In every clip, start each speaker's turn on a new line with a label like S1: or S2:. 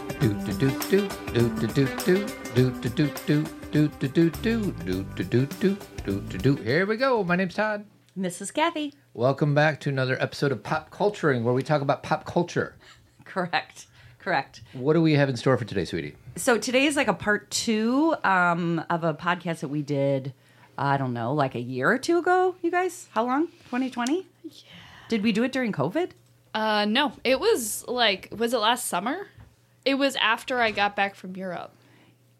S1: do do do do do do do do do do do do do do do do do do do do do. Here we go. My name's Todd.
S2: Mrs. Kathy.
S1: Welcome back to another episode of Pop Culturing, where we talk about pop culture.
S2: Correct. Correct.
S1: What do we have in store for today, sweetie?
S2: So today is like a part two um, of a podcast that we did, I don't know, like a year or two ago, you guys? How long? 2020? Yeah. Did we do it during COVID?
S3: Uh, no, it was like, was it last summer? It was after I got back from Europe.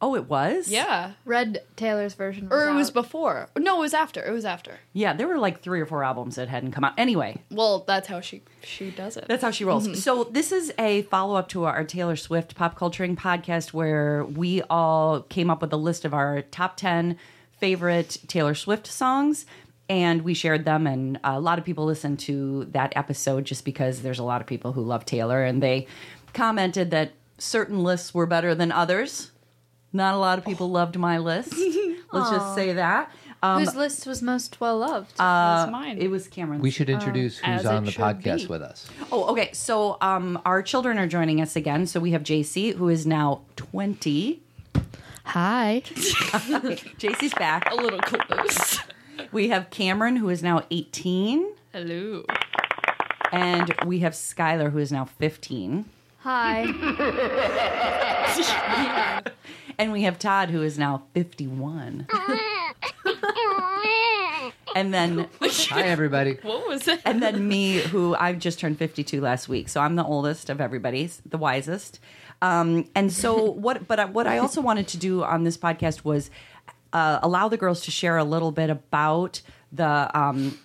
S2: Oh, it was?
S3: Yeah.
S4: Red Taylor's version. Was
S3: Or it was
S4: out.
S3: before. No, it was after. It was after.
S2: Yeah, there were like three or four albums that hadn't come out. Anyway,
S3: Well, that's how she she does it.
S2: That's how she rolls. So this is a follow up to our Taylor Swift pop culturing podcast where we all came up with a list of our top ten favorite Taylor Swift songs. And we shared them, and a lot of people listened to that episode just because there's a lot of people who love Taylor, and they commented that certain lists were better than others. Not a lot of people loved my list. Let's just say that. Um,
S4: Whose list was most well loved?
S3: That's mine.
S2: it was Cameron's.
S1: We should introduce who's
S3: as
S1: on
S3: it
S1: the
S3: should
S1: podcast
S3: be.
S1: with us.
S2: Oh, okay. So um, our children are joining us again. So we have JC, who is now 20.
S4: Hi.
S2: JC's back.
S3: a little close.
S2: We have Cameron, who is now 18.
S3: Hello.
S2: And we have Skylar, who is now 15.
S4: Hi.
S2: And we have Todd, who is now 51.
S5: Oh,
S2: and then
S1: Hi, everybody.
S3: What was it?
S2: and then me, who I've just turned 52 last week. So I'm the oldest of everybody's, the wisest. Um, and so what, but I, what I also wanted to do on this podcast was uh, allow the girls to share a little bit about the um,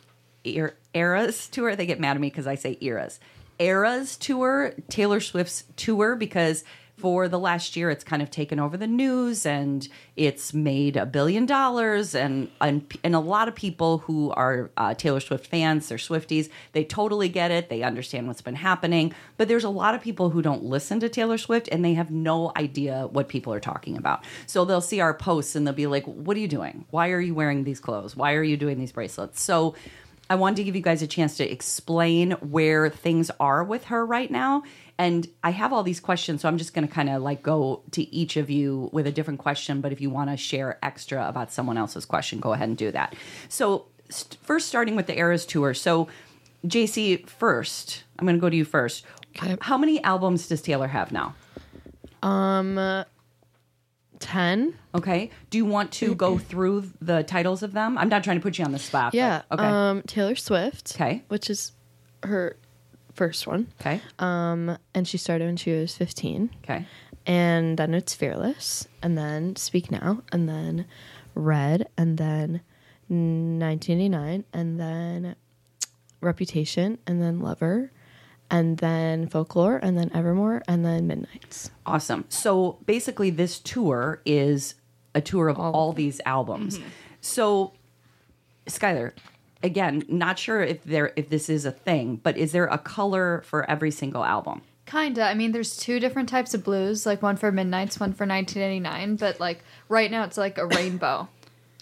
S2: er- eras tour. They get mad at me because I say eras. Eras tour, Taylor Swift's tour, because for the last year it's kind of taken over the news and it's made a billion dollars and and, and a lot of people who are uh, taylor swift fans they're swifties they totally get it they understand what's been happening but there's a lot of people who don't listen to taylor swift and they have no idea what people are talking about so they'll see our posts and they'll be like what are you doing why are you wearing these clothes why are you doing these bracelets so I wanted to give you guys a chance to explain where things are with her right now. And I have all these questions, so I'm just going to kind of like go to each of you with a different question. But if you want to share extra about someone else's question, go ahead and do that. So, st- first, starting with the Eras tour. So, JC, first, I'm going to go to you first.
S6: Okay.
S2: How many albums does Taylor have now?
S6: 10
S2: Okay. Do you want to go through the titles of them? I'm not trying to put you on the spot. but-
S6: Mm-hmm. yeah
S2: Oh, Okay.
S6: um taylor swift
S2: 'Kay.
S6: which is her first one
S2: okay.
S6: um and she started when she was 15
S2: okay.
S6: and then it's fearless and then speak now and then red and then 1989 and then reputation and then lover and then folklore and then evermore and then midnights
S2: Awesome. So basically, this tour is a tour of Mm-hmm. all, these albums. So, Skylar, again, not sure if there if this is a thing, but is there a color for every single album?
S4: Kinda. I mean, there's two different types of blues, like one for Midnight's, one for 1989. But like right now, it's like a rainbow.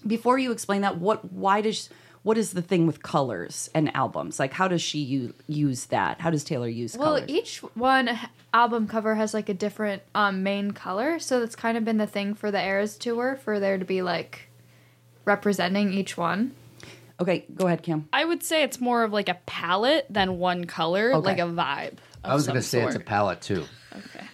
S2: Before you explain that, what why does what is the thing with colors and albums? Like, how does she u- use that? How does Taylor use
S4: Well,
S2: colors?
S4: each one h- album cover has like a different um, main color, so that's kind of been the thing for the Eras tour for there to be like representing each one.
S2: okay, go ahead, Kim.
S3: I would say it's more of like a palette than one color,
S2: Okay.
S3: like a vibe. Of
S1: I was
S3: going
S1: going to
S3: to
S1: say it's a palette, too.
S3: Okay.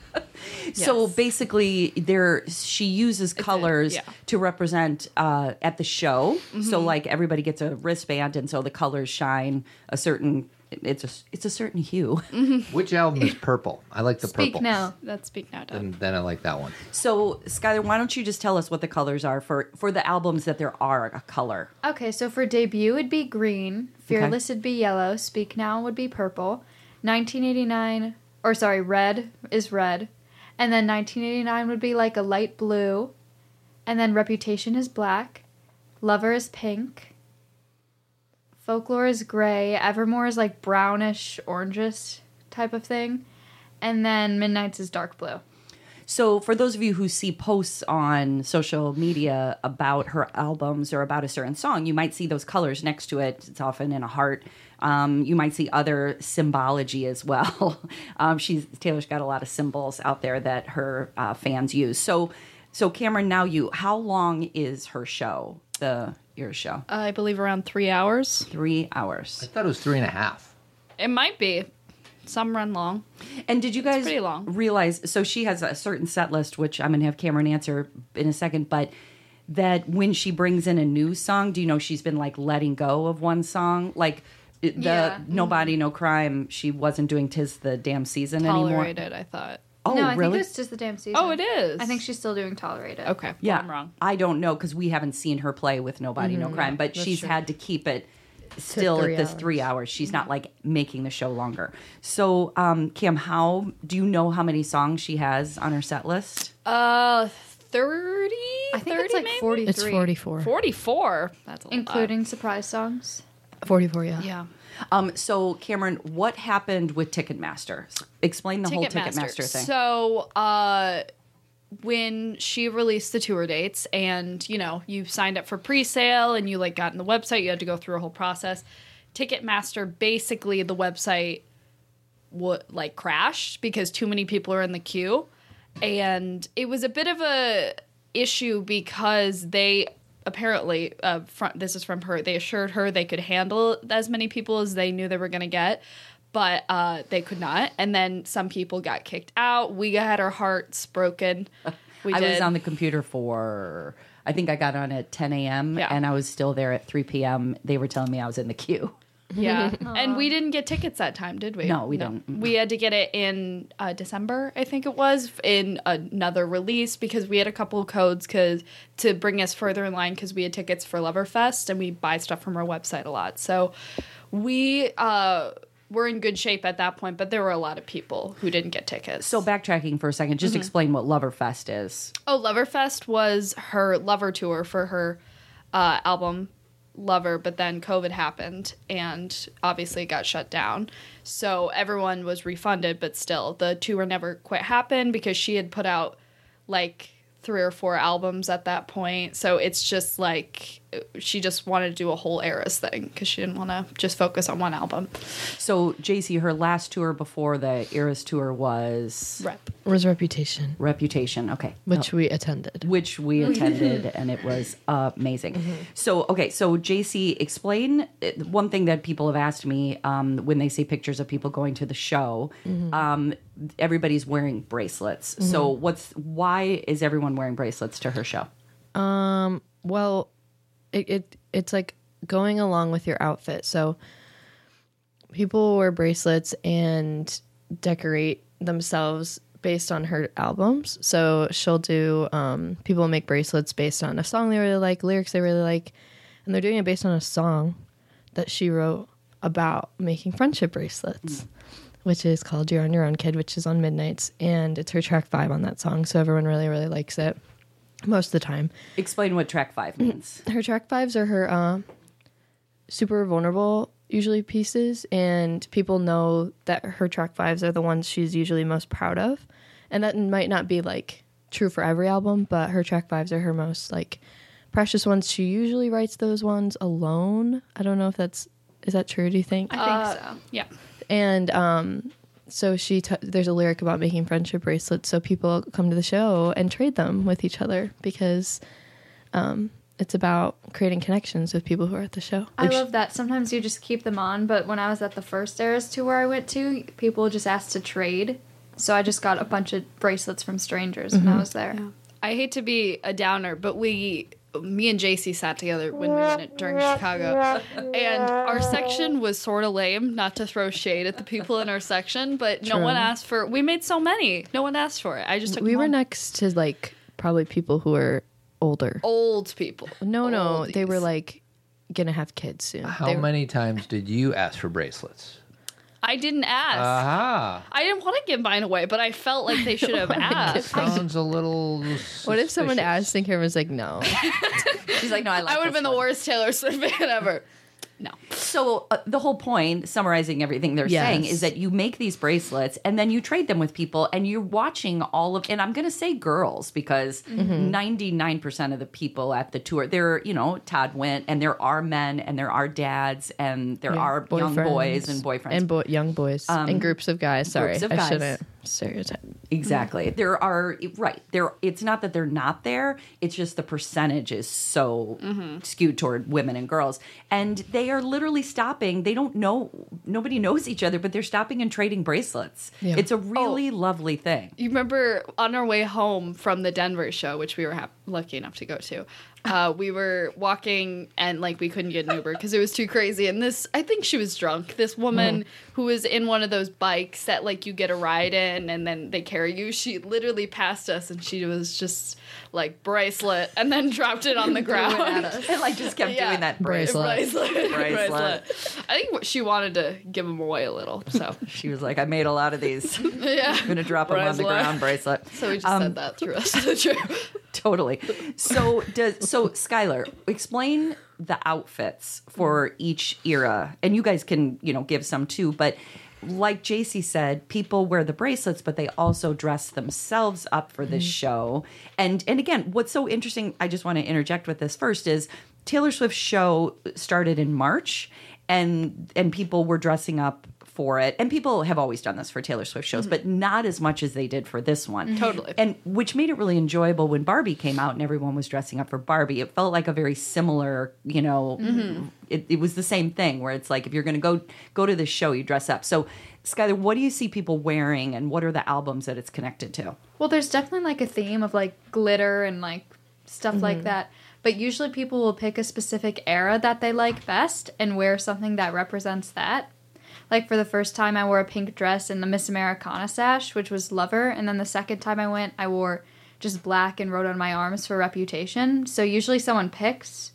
S2: So
S3: Yes.
S2: basically, there she uses colors
S3: yeah. Mm-hmm.
S2: to represent uh, at the show. So like everybody gets a wristband, and so the colors shine a certain. It's a it's a certain hue.
S3: Mm.
S1: Which album is purple? I like the
S4: Speak
S1: purple.
S4: now.
S3: That's Speak Now Done.
S1: And then I like that one.
S2: so Skylar, why don't you just tell us what the colors are for for the albums that there are a color?
S4: Okay, so for debut it'd be green, Fearless would be yellow, Speak Now would be purple, 1989 or sorry, red is red, and then 1989 would be like a light blue, and then Reputation is black, Lover is pink, Folklore is gray, Evermore is like brownish orangish type of thing, and then Midnight's is dark blue.
S2: So, for those of you who see posts on social media about her albums or about a certain song, you might see those colors next to it. It's often in a heart. Um, you might see other symbology as well. um, she's Taylor's got a lot of symbols out there that her uh, fans use. So, so Cameron, now you, how long is her show? The your show,
S3: Uh, I believe around three hours.
S2: three hours.
S1: I thought it was three and a half.
S3: It might be. Some run long.
S2: And did you guys
S3: pretty long.
S2: realize? So she has a certain set list, which I'm going to have Cameron answer in a second, but that when she brings in a new song, do you know she's been like letting go of one song? Like it- the
S4: Yeah. mm-hmm.
S2: Nobody, No Crime, she wasn't doing Tis the Damn Season anymore.
S3: Tolerated, I thought.
S2: Oh,
S4: no, I
S2: really?
S4: think it's just the damn season.
S3: Oh, it is.
S4: I think she's still doing tolerated.
S3: Okay.
S2: yeah.
S3: I'm wrong.
S2: I don't know because we haven't seen her play with Nobody, No Crime, but she's
S6: true.
S2: had to keep it still
S6: three
S2: at this
S6: hours.
S2: three hours. Mm-hmm. She's not like making the show longer. So, um, Kim, how do you know how many songs she has on her set list?
S3: Uh, 30?
S4: I think
S3: 30
S4: it's like
S3: maybe?
S4: forty-three,
S6: It's 44.
S3: 44. That's a lot.
S4: including surprise songs.
S6: 44, yeah.
S3: Yeah.
S2: Um, so, Cameron, what happened with Ticketmaster? S- Explain the whole Ticketmaster thing.
S3: So, uh, when she released the tour dates, and you know, you signed up for pre-sale, and you like got on the website, you had to go through a whole process. Ticketmaster, basically, the website would like crashed because too many people are in the queue, and it was a bit of a issue because they apparently uh, front, this is from her they assured her they could handle as many people as they knew they were going to get but uh, they could not and then some people got kicked out we had our hearts broken we
S2: I
S3: did
S2: was on the computer for, I think I got on at 10 a.m.
S3: Yeah.
S2: and I was still there at 3 p.m. They were telling me I was in the queue.
S3: yeah and we didn't get tickets that time did we
S2: No, we didn't.
S3: we had to get it in uh, december i think it was in another release because we had a couple of codes cause, to bring us further in line because we had tickets for loverfest and we buy stuff from our website a lot so we uh, were in good shape at that point but there were a lot of people who didn't get tickets
S2: So, backtracking for a second, just explain what Loverfest is.
S3: Oh, Loverfest was her lover tour for her uh, album Lover, but then COVID happened and obviously it got shut down. So everyone was refunded, but still the tour never quite happened because she had put out like three or four albums at that point. So it's just like she just wanted to do a whole Eras thing because she didn't want to just focus on one album.
S2: So, JC, her last tour before the Eras tour was
S3: Rep.
S6: Was Reputation,
S2: Reputation. Okay.
S6: which we attended.
S2: which we attended and it was amazing.
S3: Mm-hmm.
S2: So, okay, so JC, explain uh, one thing that people have asked me um, when they see pictures of people going to the show.
S3: Mm-hmm.
S2: Um, everybody's wearing bracelets. So, what's why is everyone wearing bracelets to her show?
S6: Well, it, it it's like going along with your outfit. So people wear bracelets and decorate themselves based on her albums. So she'll do um, people make bracelets based on a song they really like, lyrics they really like, and they're doing it based on a song that she wrote about making friendship bracelets. Which is called You're on Your Own Kid, which is on Midnights, and it's her track five on that song. So everyone really, really likes it most of the time
S2: Explain what track five means.
S6: her track fives are her uh, super vulnerable usually pieces and people know that her track fives are the ones she's usually most proud of and that might not be like true for every album but her track fives are her most like precious ones she usually writes those ones alone i don't know if that's is that true do you think
S4: I think so.
S3: Uh, Yeah.
S6: and um so she t- there's a lyric about making friendship bracelets so people come to the show and trade them with each other because um it's about creating connections with people who are at the show
S4: I love that. Sometimes you just keep them on, but when I was at the first Eras tour I went to, people just asked to trade. So I just got a bunch of bracelets from strangers when I was there.
S3: I hate to be a downer, but we, me and JC sat together when we went it during Chicago, and our section was sort of lame. Not to throw shade at the people in our section, but no
S6: True.
S3: one asked for. We made so many, no one asked for it. I just took
S6: we
S3: them
S6: were
S3: home.
S6: next to like probably people who are
S2: Oh,
S6: older
S3: old people.
S6: no no they were
S3: Oldies.
S6: like gonna have kids soon
S1: How
S6: They were-
S1: many times did you ask for bracelets?
S3: I didn't ask.
S1: Uh-huh. Aha!
S3: I didn't want to give mine away, but I felt like they
S6: Oh
S3: should have asked.
S1: Sounds a little.
S6: what if someone
S1: suspicious.
S6: asked and Karen was like no
S2: She's like, no, I like.
S3: I would have
S2: this
S3: been the
S2: one.
S3: worst Taylor Swift fan ever. No.
S2: So uh, the whole point, summarizing everything they're
S6: Yes.
S2: saying, is that you make these bracelets and then you trade them with people, and you're watching all of. And I'm going to say girls because 99 percent of the people at the tour, they're you know Todd went, and there are men, and there are dads, and there are young boys and boyfriends. Um,
S6: and bo- young boys and groups of guys. Sorry,
S2: groups of
S6: I
S2: guys.
S6: shouldn't stereotype.
S2: exactly.
S3: Mm-hmm.
S2: There are right there. It's not that they're not there. It's just the percentage is so
S3: Mm-hmm.
S2: skewed toward women and girls, and they are literally stopping. They don't know. Nobody knows each other, but they're stopping and trading bracelets.
S6: Yeah.
S2: It's a really
S3: Oh.
S2: lovely thing.
S3: You remember on our way home from the Denver show, which we were hap- lucky enough to go to, uh, we were walking and like we couldn't get an Uber because it was too crazy. And this, I think she was drunk. This woman who was in one of those bikes that like you get a ride in and then they carry you. She literally passed us and she was just like bracelet and then dropped it on the ground.
S2: And like just kept
S3: Yeah.
S2: doing that
S6: Brace-
S2: bracelet.
S3: Bracelet.
S2: Bracelet.
S3: Bracelet. I think she wanted to give him away a little. So
S2: She was like, "I made a lot of these. I'm
S3: yeah.
S2: gonna drop them on the
S3: Bracelet.
S2: ground." Bracelet.
S3: So we just
S2: Um,
S3: said that through us the trip.
S2: totally. So does so Skylar, explain the outfits for each era. And you guys can, you know, give some too, but like JC said, people wear the bracelets, but they also dress themselves up for this show. And and again, what's so interesting, I just want to interject with this first is Taylor Swift's show started in March and and people were dressing up for it. And people have always done this for Taylor Swift shows, but not as much as they did for this one.
S3: Totally.
S2: And which made it really enjoyable when Barbie came out and everyone was dressing up for Barbie. It felt like a very similar, you know, it, it was the same thing where it's like if you're going to go go to this show, you dress up. So, Skyler, what do you see people wearing and what are the albums that it's connected to?
S4: Well, there's definitely like a theme of like glitter and like stuff like that. But usually people will pick a specific era that they like best and wear something that represents that. Like for the first time, I wore a pink dress and the Miss Americana sash, which was Lover. And then the second time I went, I wore just black and wrote on my arms for Reputation. So usually someone picks,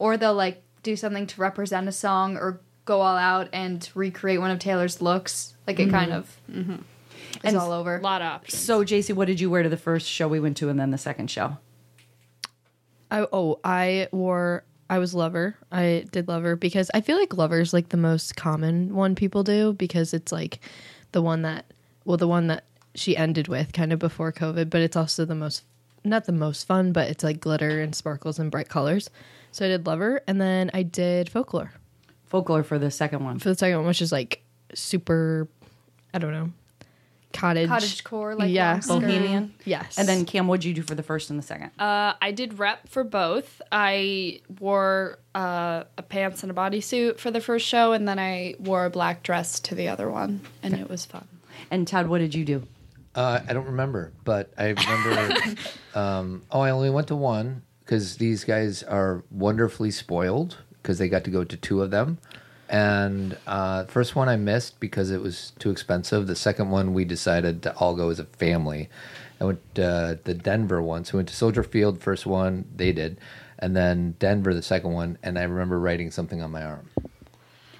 S4: or they'll like do something to represent a song or go all out and recreate one of Taylor's looks. Like it kind of is
S2: And
S4: all over.
S3: A lot of options.
S2: So, JC, what did you wear to the first show we went to and then the second show?
S6: I oh I wore I was lover. I did lover because I feel like lover's like the most common one people do because it's like the one that well the one that she ended with kind of before COVID, but it's also the most not the most fun, but it's like glitter and sparkles and bright colors. So I did lover and then I did folklore
S2: Folklore for the second one.
S6: for the second one, which is like super I don't know. Cottage
S4: Cottage core, like
S6: yeah,
S4: long skirt.
S2: Bohemian.
S6: Yes.
S2: And then, Cam, what did you do for the first and the second?
S3: Uh, I did rep for both. I wore uh, a pants and a bodysuit for the first show, and then I wore a black dress to the other one, and it was fun.
S2: And, Todd, what did you do?
S1: Uh, I don't remember, but I remember. um, oh, I only went to one because these guys are wonderfully spoiled because they got to go to two of them. And uh, first one I missed because it was too expensive. The second one we decided to all go as a family. I went to uh, the Denver one, so we went to Soldier Field first one. They did, and then Denver the second one. And I remember writing something on my arm.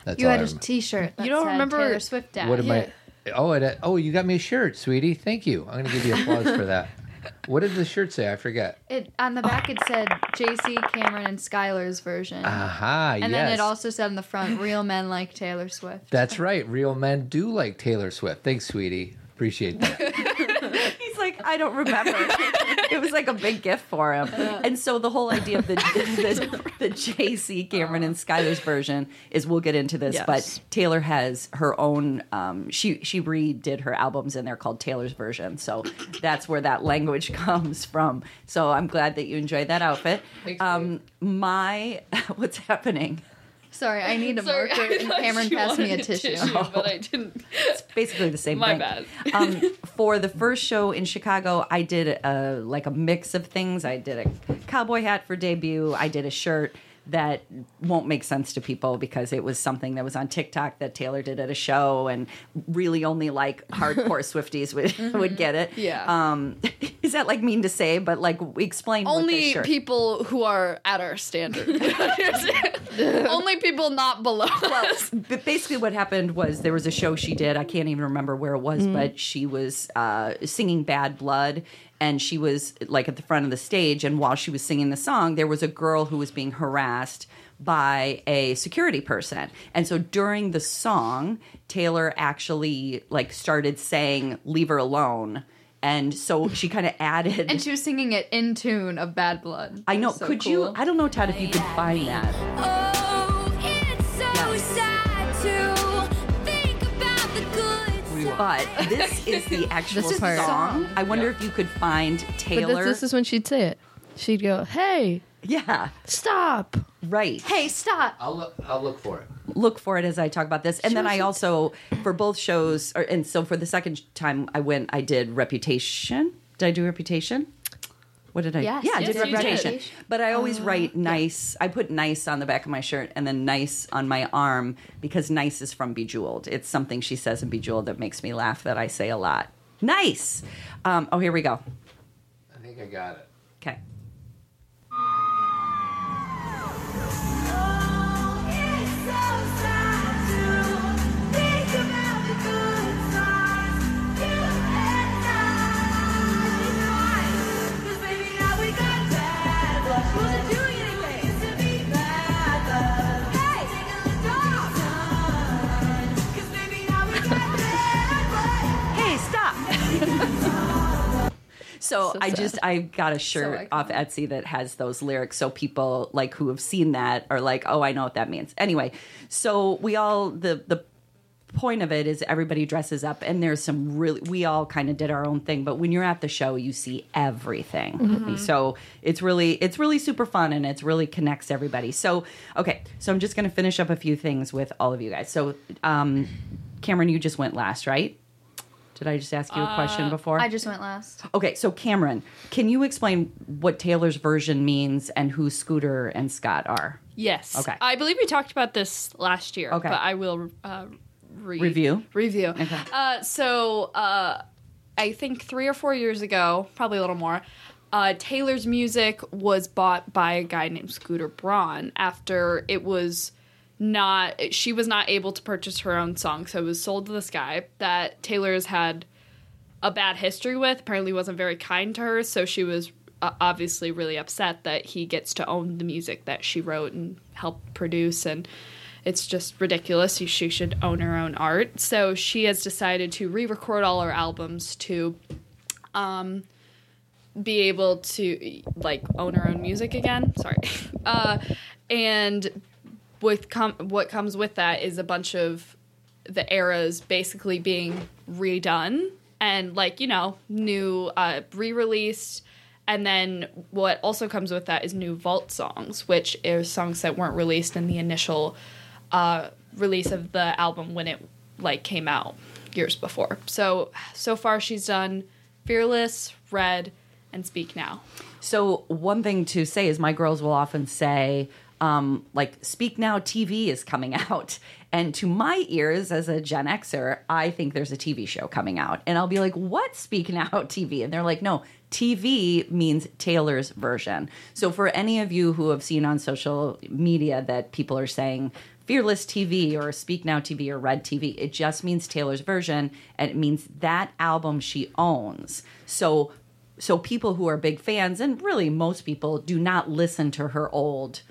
S1: That's
S4: You
S1: all
S4: had
S1: I
S4: a
S1: remember.
S4: T-shirt. That
S3: You don't
S4: said
S3: remember-
S4: Taylor Swift dad.
S1: What am I? Oh, it, oh, you got me a shirt, sweetie. Thank you. I'm gonna give you applause for that. What did the shirt say? I forget.
S4: It on the back it said J.C. Cameron and Skylar's version,
S1: Aha,
S4: and
S1: Ah, yes.
S4: then it also said on the front, "Real men like Taylor Swift."
S1: That's right. Real men do like Taylor Swift. Thanks, sweetie. Appreciate that.
S2: He's like, I don't remember. it was like a big gift for him. And so the whole idea of the the, the JC Cameron and Skylar's version is we'll get into this,
S6: Yes.
S2: but Taylor has her own. Um, she she redid her albums and they're called Taylor's version. So that's where that language comes from. So I'm glad that you enjoyed that outfit.
S1: Thanks,
S2: Um, my what's happening?
S4: Sorry, I need a
S3: Sorry,
S4: marker.
S3: I
S4: And
S3: thought
S4: Cameron
S3: she
S4: passed me a
S3: wanted
S4: tissue.
S3: but I didn't.
S2: basically the same
S3: My
S2: thing.
S3: bad.
S2: Um, for the first show in Chicago, I did a, like a mix of things. I did a cowboy hat for debut. I did a shirt that won't make sense to people because it was something that was on TikTok that Taylor did at a show, and really only like hardcore Swifties would would get it.
S3: Mm-hmm. Yeah.
S2: Um, is that like mean to say? But like, explain what this
S3: Only
S2: shirt-
S3: people who are at our standard. Only people not below us.
S2: but basically what happened was there was a show she did i can't even remember where it was but she was uh, singing bad blood and she was like at the front of the stage and while she was singing the song there was a girl who was being harassed by a security person. And so during the song, Taylor actually like started saying "Leave her alone." And so she kind of added
S4: And she was singing it in tune of Bad Blood.
S2: I know.
S4: So
S2: could you?
S4: cool.
S2: I don't know, Todd, if you could find that. But this is the actual
S6: This is the
S2: song.
S4: song.
S2: I wonder if you could find
S6: But
S2: Taylor.
S6: this, this is when she'd say it. She'd go, "Hey,
S2: yeah,
S6: stop!"
S2: right.
S4: Hey, stop.
S1: I'll look, I'll look for it.
S2: look for it as I talk about this. And then I
S4: Sure.
S2: also, for both shows, or, and so for the second time I went, I did Reputation. Did I do Reputation? What did I?
S4: Yes,
S2: yeah, I
S4: yes,
S2: did
S4: you did.
S2: Reputation. But I always write nice. I put nice on the back of my shirt and then nice on my arm because nice is from Bejeweled. It's something she says in Bejeweled that makes me laugh that I say a lot. Nice. Um, oh, here we go.
S1: I think I got it.
S2: Okay. Hey, stop. So,
S6: So
S2: I
S6: sad.
S2: just I got a shirt
S4: iconic.
S2: off Etsy that has those lyrics so people like who have seen that are like, "Oh, I know what that means." Anyway, so we all the the point of it is everybody dresses up and there's some really we all kind of did our own thing, but when you're at the show, you see everything. So, it's really it's really super fun and it's really connects everybody. So, okay, so I'm just going to finish up a few things with all of you guys. So, um Cameron, you just went last, right? Did I just ask you a question before?
S4: I just went last.
S2: Okay, so Cameron, can you explain what Taylor's version means and who Scooter and Scott are?
S3: Yes.
S2: Okay.
S3: I believe we talked about this last year.
S2: Okay.
S3: But I will uh, re-
S2: Review?
S3: Review.
S2: Okay.
S3: Uh, so uh, I think three or four years ago, probably a little more, uh, Taylor's music was bought by a guy named Scooter Braun after it was not she was not able to purchase her own song so it was sold to this guy that taylor's had a bad history with. Apparently, wasn't very kind to her, so she was uh, obviously really upset that he gets to own the music that she wrote and helped produce. And it's just ridiculous. She- She should own her own art. So she has decided to re-record all her albums to um, be able to like own her own music again. Sorry, uh, and with com- what comes with that is a bunch of the eras basically being redone and like you know new uh, re-released and then what also comes with that is new vault songs which are songs that weren't released in the initial uh, release of the album when it like came out years before so so far she's done fearless red and speak now
S2: So one thing to say is my girls will often say, um, like, Speak Now TV is coming out. And to my ears as a Gen Xer, I think there's a TV show coming out. And I'll be like, what Speak Now TV? And they're like, no, TV means Taylor's version. So for any of you who have seen on social media that people are saying, Fearless TV or Speak Now TV or Red TV. It just means Taylor's version and it means that album she owns. So so people who are big fans and really most people do not listen to her old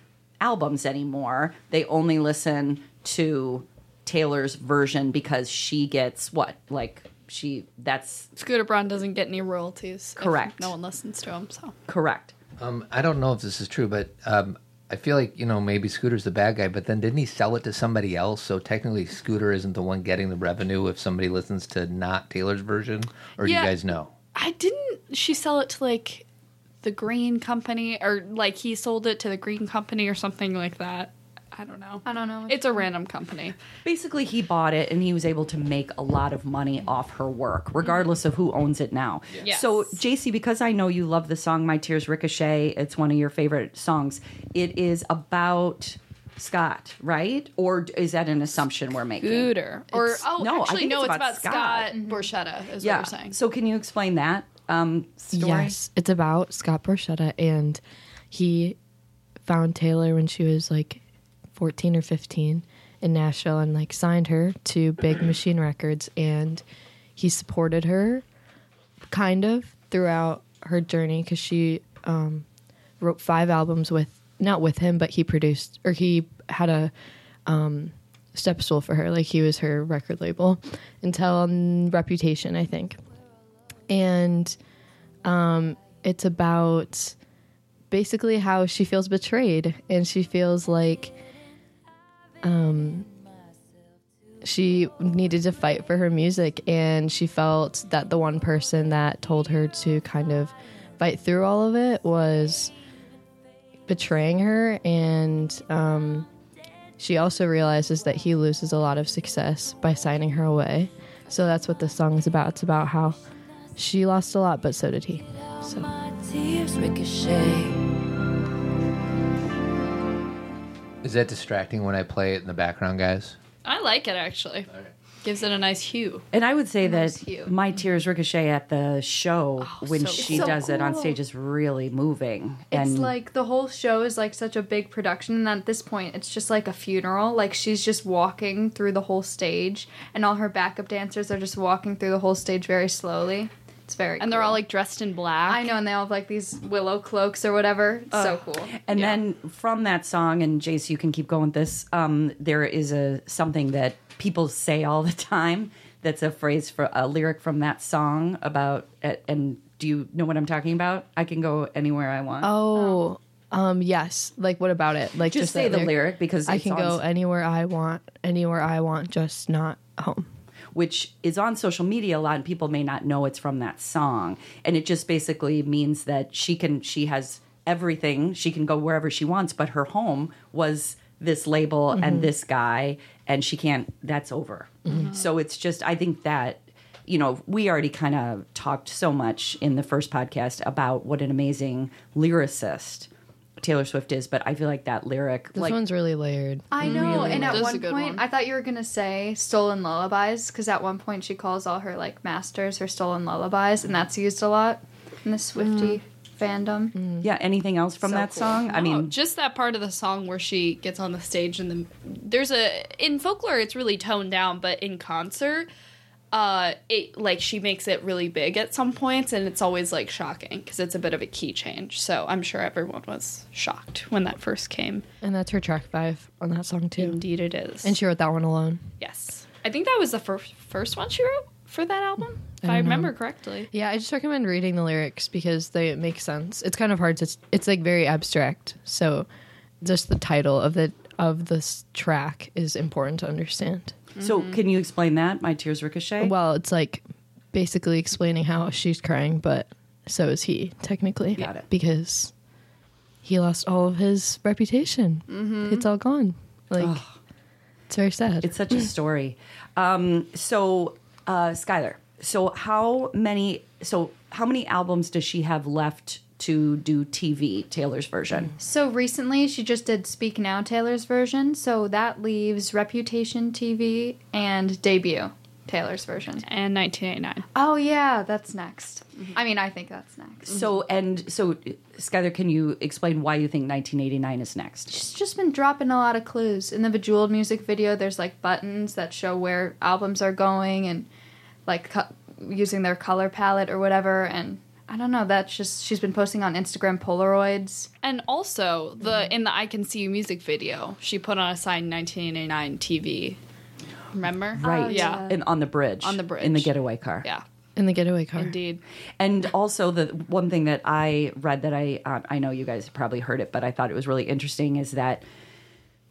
S2: albums anymore they only listen to taylor's version because she gets what like she that's
S3: scooter braun doesn't get any royalties if
S2: Correct.
S3: no one listens to him so
S2: correct
S1: Um, I don't know if this is true, but um, I feel like you know maybe Scooter's the bad guy, but then didn't he sell it to somebody else? So technically, Scooter isn't the one getting the revenue if somebody listens to not Taylor's version. Or do
S3: Yeah.
S1: you guys know?
S3: I didn't. She sell it to like the Green Company, or like he sold it to the Green Company, or something like that. I don't know.
S4: I don't know.
S3: It's a random company.
S2: basically he bought it and he was able to make a lot of money off her work regardless of who owns it now
S3: Yes.
S2: so jc because i know you love the song my tears ricochet it's one of your favorite songs it is about scott right or is that an assumption we're making
S3: Scooter, or
S2: It's-
S3: oh,
S2: no, I
S3: actually,
S2: think
S3: no,
S2: it's
S3: it's
S2: about
S3: about,
S2: Scott. Mm-hmm.
S3: Scott, Borchetta, is
S2: yeah
S3: what you're saying.
S2: so can you explain that um story
S6: Yes, it's about Scott Borchetta, and he found Taylor when she was like 14 or 15 in Nashville, and like signed her to Big Machine Records, and he supported her kind of throughout her journey because she um, wrote five albums with not with him, but he produced or he had a um, step stool for her. Like he was her record label until um, Reputation, I think. And um, it's about basically how she feels betrayed and she feels like um, she needed to fight for her music and she felt that the one person that told her to kind of fight through all of it was betraying her and um, she also realizes that he loses a lot of success by signing her away so that's what this song is about it's about how she lost a lot but so did he so
S5: My tears ricochet.
S1: Is that distracting when I play it in the background, guys?
S3: I like it actually. Gives it a nice hue.
S2: And I would say that
S3: cute. Oh,
S2: my tears ricochet at the show when
S3: so
S2: she
S4: cool.
S2: does it on
S4: cool.
S2: stage is really moving.
S4: It's
S2: and
S4: like the whole show is like such a big production, and at this point, it's just like a funeral. Like she's just walking through the whole stage, and all her backup dancers are just walking through the whole stage very slowly. It's very
S3: And they're
S4: cool.
S3: all like dressed in black.
S4: I know, and they all have like these willow cloaks or whatever. It's so cool.
S2: And then from that song, and Jace, you can keep going with this. Um, there is a something that people say all the time. That's a phrase for a lyric from that song about. a- And do you know what I'm talking about? I can go anywhere I want.
S6: oh um yes like what about it like
S2: Just
S6: just,
S2: say
S6: that
S2: the lyric because
S6: i
S2: it's
S6: can go
S2: on-
S6: anywhere i want anywhere i want just not home
S2: which is on social media a lot and people may not know it's from that song and it just basically means that she can she has everything she can go wherever she wants but her home was this label and this guy and she can't that's over so it's just i think that you know we already kind of talked so much in the first podcast about what an amazing lyricist Taylor Swift is, but I feel like that lyric,
S6: this
S2: like
S6: one's really layered
S4: I know, and at
S3: This is a
S4: one
S3: good
S4: point,
S3: one.
S4: I thought you were gonna say "stolen lullabies" because at one point she calls all her like masters her "stolen lullabies," and that's used a lot in the Swifty fandom.
S2: yeah, anything else from
S4: So
S2: that
S4: cool.
S2: song? I
S3: Oh,
S2: mean,
S3: just that part of the song where she gets on the stage and the there's a in folklore it's really toned down, but in concert, uh, it like she makes it really big at some points, and it's always like shocking because it's a bit of a key change. So I'm sure everyone was shocked when that first came.
S6: and that's her track five on that song too
S3: Indeed, it is.
S6: and she wrote that one alone
S3: yes, I think that was the first first one she wrote for that album, if I, remember correctly.
S6: Yeah, I just recommend reading the lyrics because they make sense. It's kind of hard to. It's like very abstract, so just the title of the of this track is important to understand.
S2: so can you explain that? My tears ricochet.
S6: Oh, mm-hmm. Well, it's like basically explaining how she's crying, but so is he technically.
S2: Got it.
S6: Because he lost all of his reputation. It's all gone. Like it's very sad.
S2: Mm-hmm. It's
S3: Mm.
S2: such a story. Um, so, uh, Skylar, so how many? So how many albums does she have left to do TV Taylor's version?
S3: Mm-hmm.
S4: So recently, she just did "Speak Now" Taylor's version, so that leaves "Reputation" TV and debut Taylor's version.
S3: And 1989.
S4: Oh yeah, that's next. I mean, I think that's next.
S2: So and so, Skylar, can you explain why you think 1989 is next?
S4: She's just been dropping a lot of clues. In the Bejeweled music video, there's like buttons that show where albums are going and like co- using their color palette or whatever. And I don't know, that's just, she's been posting on Instagram Polaroids.
S3: And also
S4: Mm-hmm.
S3: the in the I Can See You music video, she put on a sign 1989 TV. Remember?
S4: Oh,
S2: Right.
S3: Uh, yeah.
S2: And on the bridge.
S3: On the
S2: In the
S3: bridge.
S2: getaway car.
S3: Yeah.
S6: in the getaway car.
S3: Indeed.
S2: And also the one thing that I read that I uh, I know you guys probably heard it, but I thought it was really interesting is that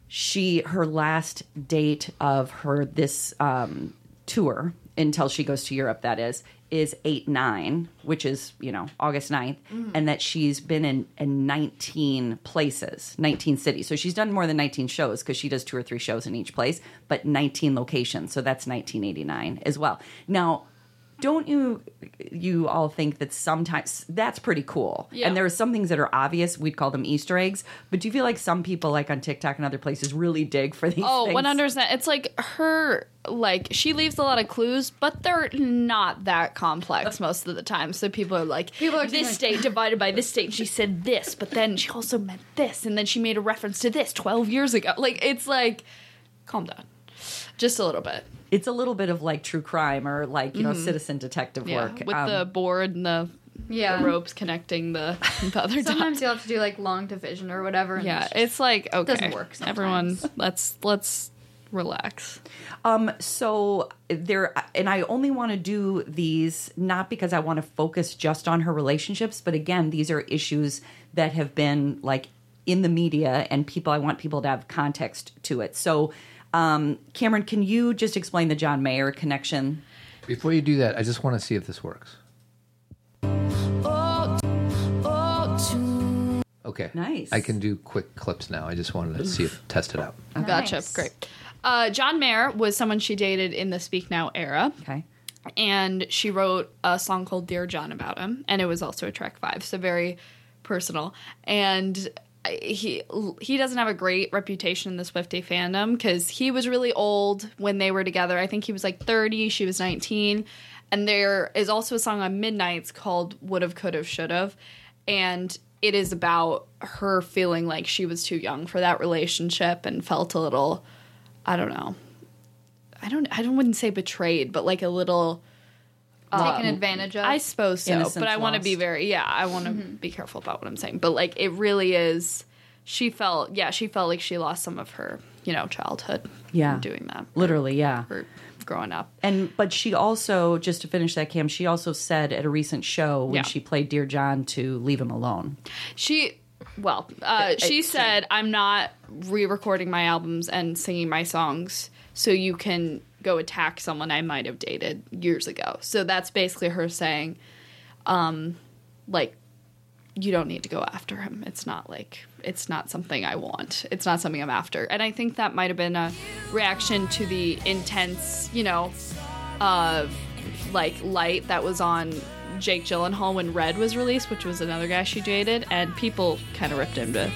S2: she her last date of her this um, tour until she goes to Europe that is is 8 9 which is you know August 9th and that she's been in, in 19 places 19 cities so she's done more than 19 shows because she does two or three shows in each place but 19 locations so that's 1989 as well now don't you you all think that sometimes that's pretty cool
S3: Yeah.
S2: and there are some things that are obvious we'd call them easter eggs but do you feel like some people like on tiktok and other places really dig for these
S3: Oh,
S2: things?
S3: 100%. It's like her, like, she leaves a lot of clues, but they're not that complex most of the time. So people are like,
S4: Uh. People are
S3: this
S4: like-
S3: state divided by this state. and She said this, but then she also meant this. And then she made a reference to this 12 years ago. Like, it's like, calm down. Just a little bit.
S2: it's a little bit of like true crime or like you know citizen detective
S3: Mm-hmm. Yeah.
S2: work
S3: With
S2: Um,
S3: the board and the
S4: Yeah.
S3: the ropes connecting the, the other dots.
S4: Sometimes you'll have to do like long division or whatever. and
S3: Yeah,
S4: it's just-
S3: it's like okay.
S4: doesn't work sometimes.
S3: Everyone, let's let's relax.
S2: Um, so there, and I only want to do these not because I want to focus just on her relationships, but again, these are issues that have been like in the media, and people. I want people to have context to it. So, um, Cameron, can you just explain the John Mayer connection?
S1: Before you do that, I just want to see if this works.
S3: Oh,
S1: Okay.
S2: Nice.
S1: I can do quick clips now. I just wanted to see if test it out.
S3: Gotcha.
S4: Nice.
S3: Great. Uh, John Mayer was someone she dated in the Speak Now era.
S2: Okay.
S3: and she wrote a song called Dear John about him, and it was also a track five, so very personal. And I- he he doesn't have a great reputation in the Swiftie fandom because he was really old when they were together. I think he was like thirty, she was nineteen, and there is also a song on Midnight's called Would Have Could Have Should Have, and it is about her feeling like she was too young for that relationship and felt a little, I don't know, I don't I don't wouldn't say betrayed, but like a little
S4: taken advantage of.
S3: I suppose so,
S2: Innocence
S3: but I want to be
S2: lost. Mm-hmm.
S3: very yeah, I want to be careful about what I'm saying, but like it really is she felt yeah, she felt like she lost some of her, you know, childhood
S2: Yeah.
S3: from doing that.
S2: Literally, yeah.
S3: Or growing up.
S2: And but she also just to finish that, Cam. She also said at a recent show when
S3: Yeah.
S2: she played Dear John to leave him alone.
S3: She well, uh, she said I'm not re-recording my albums and singing my songs so you can go attack someone I might have dated years ago. So that's basically her saying um like you don't need to go after him. It's not like it's not something I want. It's not something I'm after. And I think that might have been a reaction to the intense, you know, uh, like light that was on Jake Gyllenhaal when Red was released, which was another guy she dated, and people kind of ripped him to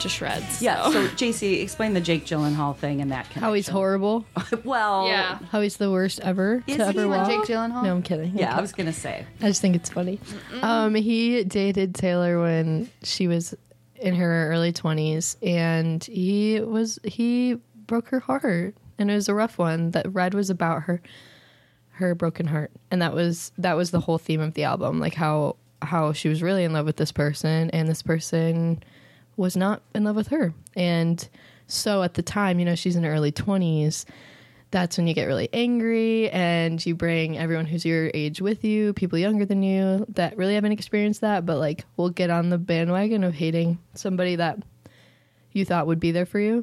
S3: to shreds.
S2: Yeah.
S3: so.
S2: So, JC, explain the Jake Gyllenhaal thing and that connection.
S6: How he's horrible.
S2: Well,
S3: yeah.
S6: How he's the worst ever
S2: Is
S6: to
S2: he
S6: ever
S2: like
S6: walk.
S4: Jake Gyllenhaal?
S6: No, I'm kidding. I'm
S2: Yeah, I
S6: kidding.
S2: was gonna say.
S6: I just think it's funny. Um, he dated Taylor when she was in her early twenties, and he was he broke her heart, and it was a rough one. That Red was about her her broken heart, and that was that was the whole theme of the album, like how how she was really in love with this person, and this person was not in love with her, and so at the time, you know, she's in her early twenties that's when you get really angry and you bring everyone who's your age with you, people younger than you that really haven't experienced that, but like will get on the bandwagon of hating somebody that you thought would be there for you.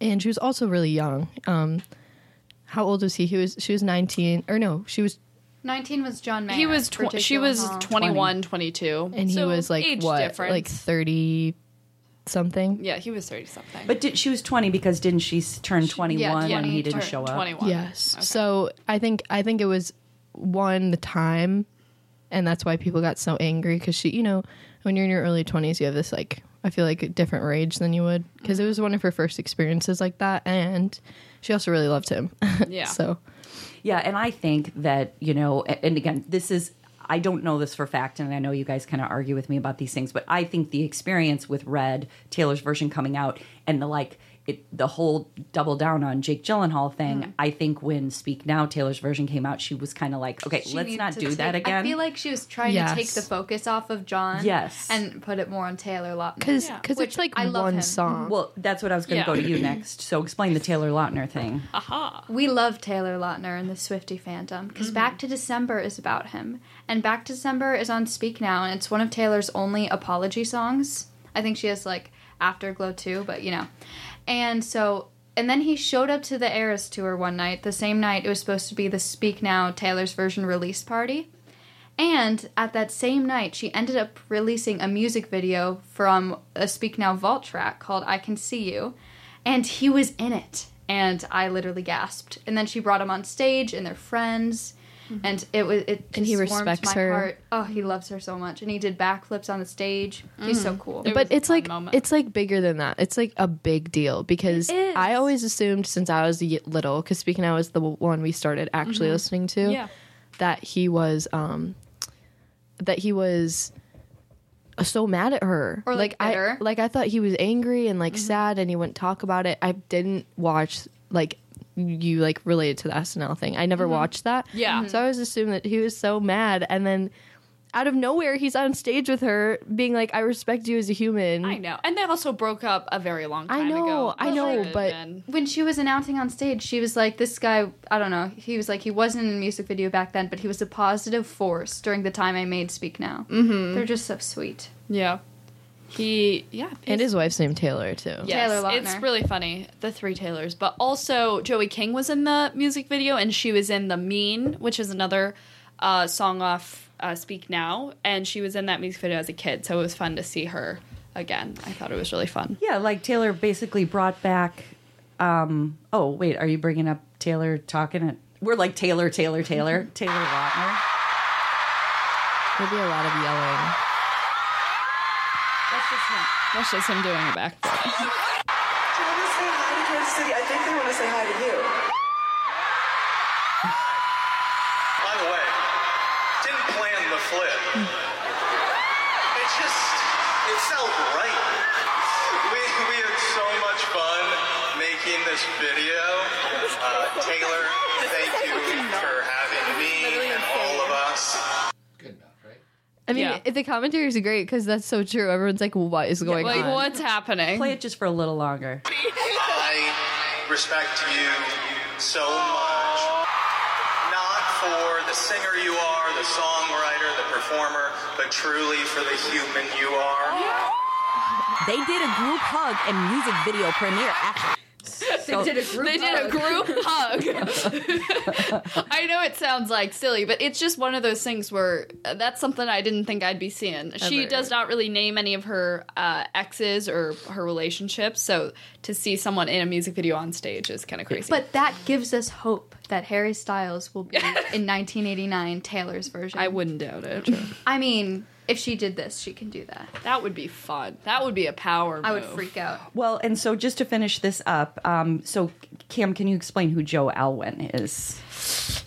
S6: And she was also really young. Um, how old was he? He was she was nineteen or no, she was
S4: 19 was John Mayer.
S3: Oh, He was
S4: for
S3: tw-
S4: Jake
S3: she was
S4: Gyllenhaal.
S3: 21, 22.
S6: and he
S3: So
S6: was like
S3: age
S6: what
S3: difference.
S6: like thirty something.
S3: yeah, he was 30 something.
S2: But did, she was 20 because didn't she s- turn 21 when he didn't
S4: turned
S2: show up?
S3: 21.
S6: Yes. So I think I think it was one the time, and that's why people got so angry because she, you know, when you're in your early twenties, you have this like I feel like a different rage than you would because it was one of her first experiences like that, and she also really loved him.
S3: Yeah.
S6: so
S2: Yeah, and I think that, you know, a- and again, this is I don't know this for fact and I know you guys kind of argue with me about these things, but I think the experience with Red Taylor's version coming out and the like it the whole double down on Jake Gyllenhaal thing,
S4: Mm.
S2: I think when Speak Now Taylor's version came out, she was kind of like, okay,
S4: She
S2: let's
S4: needed
S2: not
S4: to
S2: do
S4: take-
S2: that again.
S4: I feel like she was trying
S6: Yes.
S4: to take the focus off of John.
S2: Yes.
S4: And put it more on Taylor Lautner.
S6: because
S4: Yeah.
S6: because
S4: Which
S6: it's like
S4: I love
S6: one
S4: him.
S6: song.
S2: well, that's what I was going
S3: Yeah.
S2: to go to you next. So explain the Taylor Lautner thing.
S4: We love Taylor Lautner and the Swifty fandom
S2: Mm-hmm.
S4: because Back to December is about him. And Back to December is on Speak Now, and it's one of Taylor's only apology songs. I think she has like Afterglow too, but you know. And so, and then he showed up to the Eras tour one night, the same night it was supposed to be the Speak Now Taylor's version release party. And at that same night, she ended up releasing a music video from a Speak Now Vault track called I Can See You. And he was in it. And I literally gasped. And then she brought him on stage and they're friends. And it was it
S6: And he
S4: just warmed
S6: respects
S4: my
S6: her.
S4: Heart. Oh, he loves her so much. And he did backflips on the stage. He's so cool.
S3: It
S6: but
S3: was a
S6: it's
S3: fun
S6: like
S3: moment.
S6: it's like bigger than that. It's like a big deal because
S4: It is.
S6: I always assumed since I was y- little, because speaking I was the one we started actually listening to,
S3: Mm-hmm. Yeah.
S6: that he was um that he was uh, so mad at her
S4: Or, like, bitter.
S6: I like Mm-hmm. I thought he was angry and like sad and he wouldn't talk about it. I didn't watch like you like Mm-hmm. related to the SNL thing. I never watched that.
S3: Yeah.
S6: So I always assumed that he was so mad and then out of nowhere, he's on stage with her, being like, "I respect you as a human."
S3: I know. And they also broke up a very long
S6: Mm. I
S3: time
S6: know,
S3: ago.
S6: I know,
S3: Lillard
S6: but-
S3: and-
S4: when she was announcing on stage, she was like, "This guy, I don't know." He was like, "He wasn't in a music video back then, but he was a positive force during the time I made Speak Now." Mm-hmm. They're just so sweet.
S3: yeah. He yeah.
S6: And
S3: he's-
S6: his wife's named Taylor too.
S3: Yes,
S4: Taylor Lautner.
S3: It's really funny. The three Taylors. But also Joey King was in the music video and she was in The Mean, which is another uh, song off uh, Speak Now. And she was in that music video as a kid. So it was fun to see her again. I thought it was really fun.
S2: Yeah, like Taylor basically brought back. Um, oh wait, are you bringing up Taylor talking? At, we're like Taylor, Taylor, Taylor, Taylor Lautner.
S6: There'll be a lot of yelling.
S3: That's just him. That's just him doing a backflip.
S7: Do you want to say hi to Kansas City? I think they want to say hi to you.
S8: By the way, didn't plan the flip. It just, it felt right. We, we had so much fun making this video. Uh, Taylor, thank you for having me and all of us.
S1: Good enough, right?
S6: I mean,
S3: Yeah.
S6: if the commentary is great because that's so true. Everyone's like, "What is going
S3: Like,
S6: on?"
S3: what's happening?
S2: Play it just for a little longer.
S8: I respect you so much. Not for the singer you are, the songwriter, the performer, but truly for the human you are.
S9: They did a group hug and music video premiere after.
S2: So,
S9: did a group
S3: They did a group hug. I know it sounds like silly, but it's just one of those things where uh, that's something I didn't think I'd be seeing. She
S6: Ever.
S3: does not really name any of her uh, exes or her relationships, so to see someone in a music video on stage is kind of crazy.
S4: But that gives us hope that Harry Styles will be in 1989 Taylor's version.
S3: I wouldn't doubt it.
S4: I mean, if she did this, she can do that.
S3: that would be fun. That would be a power.
S4: I would
S3: move.
S4: freak out.
S2: well, and so just to finish this up, um, so Cam, can you explain who Joe Alwyn is?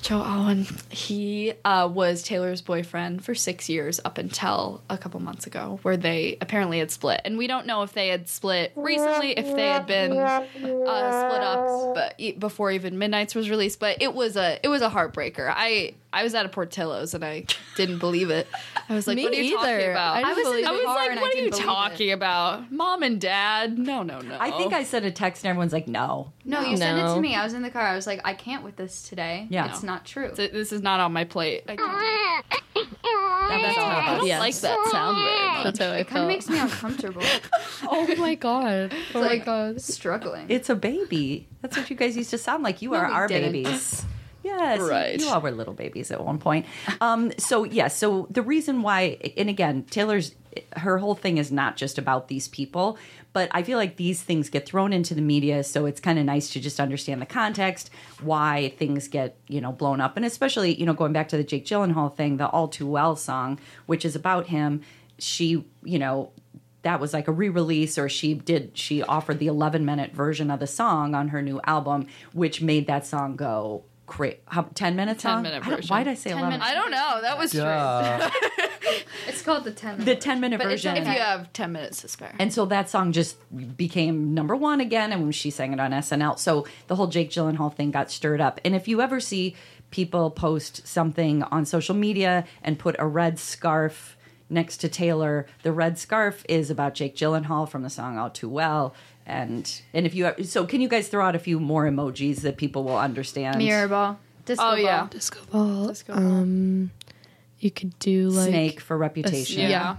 S3: Joe Alwyn. He uh, was Taylor's boyfriend for six years up until a couple months ago, where they apparently had split. And we don't know if they had split recently, if they had been uh, split up, but e- before even Midnight's was released. But it was a it was a heartbreaker. I I was at a Portillo's and I didn't believe it. I was like,
S6: Me
S3: what are you talking
S6: either.
S3: about?
S6: I
S3: I,
S6: didn't
S3: was,
S6: believe
S3: I
S6: it.
S3: was
S4: Car
S3: like,
S4: and I
S3: what are
S4: didn't
S3: you
S4: believe
S3: talking about? Mom and Dad? No, no, no.
S2: I think I sent a text and everyone's like, no.
S4: No, you sent it
S6: No.
S4: to me. I was in the car. I was like, I can't with this today.
S2: Yeah.
S4: It's not true.
S3: Th- this is not on my plate. I, can't-
S2: That's
S3: I
S2: how
S3: don't
S2: it
S6: Yes.
S3: like that sound very much.
S6: That's how I
S4: It kind of
S6: felt.
S4: makes me uncomfortable.
S6: oh my god! Oh my
S4: like-
S6: god!
S4: Struggling.
S2: It's a baby. That's what you guys used to sound like. You are
S4: we
S2: our
S4: didn't.
S2: babies. Yes, you-
S3: Right.
S2: you all were little babies at one point. Um, so yes, so the reason why, and again, Taylor's her whole thing is not just about these people, but I feel like these things get thrown into the media, so it's kind of nice to just understand the context, why things get you know blown up, and especially you know going back to the Jake Gyllenhaal thing, the All Too Well song, which is about him. She, you know, that was like a re-release or she did she offered the 11 minute version of the song on her new album which made that song go cra- how, 10 minutes
S3: 10 minute version.
S2: why did i say 11
S3: I don't know. That was strange.
S1: Duh.
S4: It's called the 10
S2: the 10 minute
S3: But it's-
S2: version
S3: if you have 10 minutes to spare.
S2: and so that song just became number one again, and she sang it on SNL. So the whole Jake Gyllenhaal thing got stirred up. And if you ever see people post something on social media and put a red scarf next to Taylor, the red scarf is about Jake Gyllenhaal from the song "All Too Well." And and if you so, can you guys throw out a few more emojis that people will understand?
S4: mirror ball. Disco
S3: Oh,
S4: ball.
S3: yeah.
S6: Disco ball. Um, you could do like
S2: Snake for
S6: a-
S2: reputation.
S6: yeah.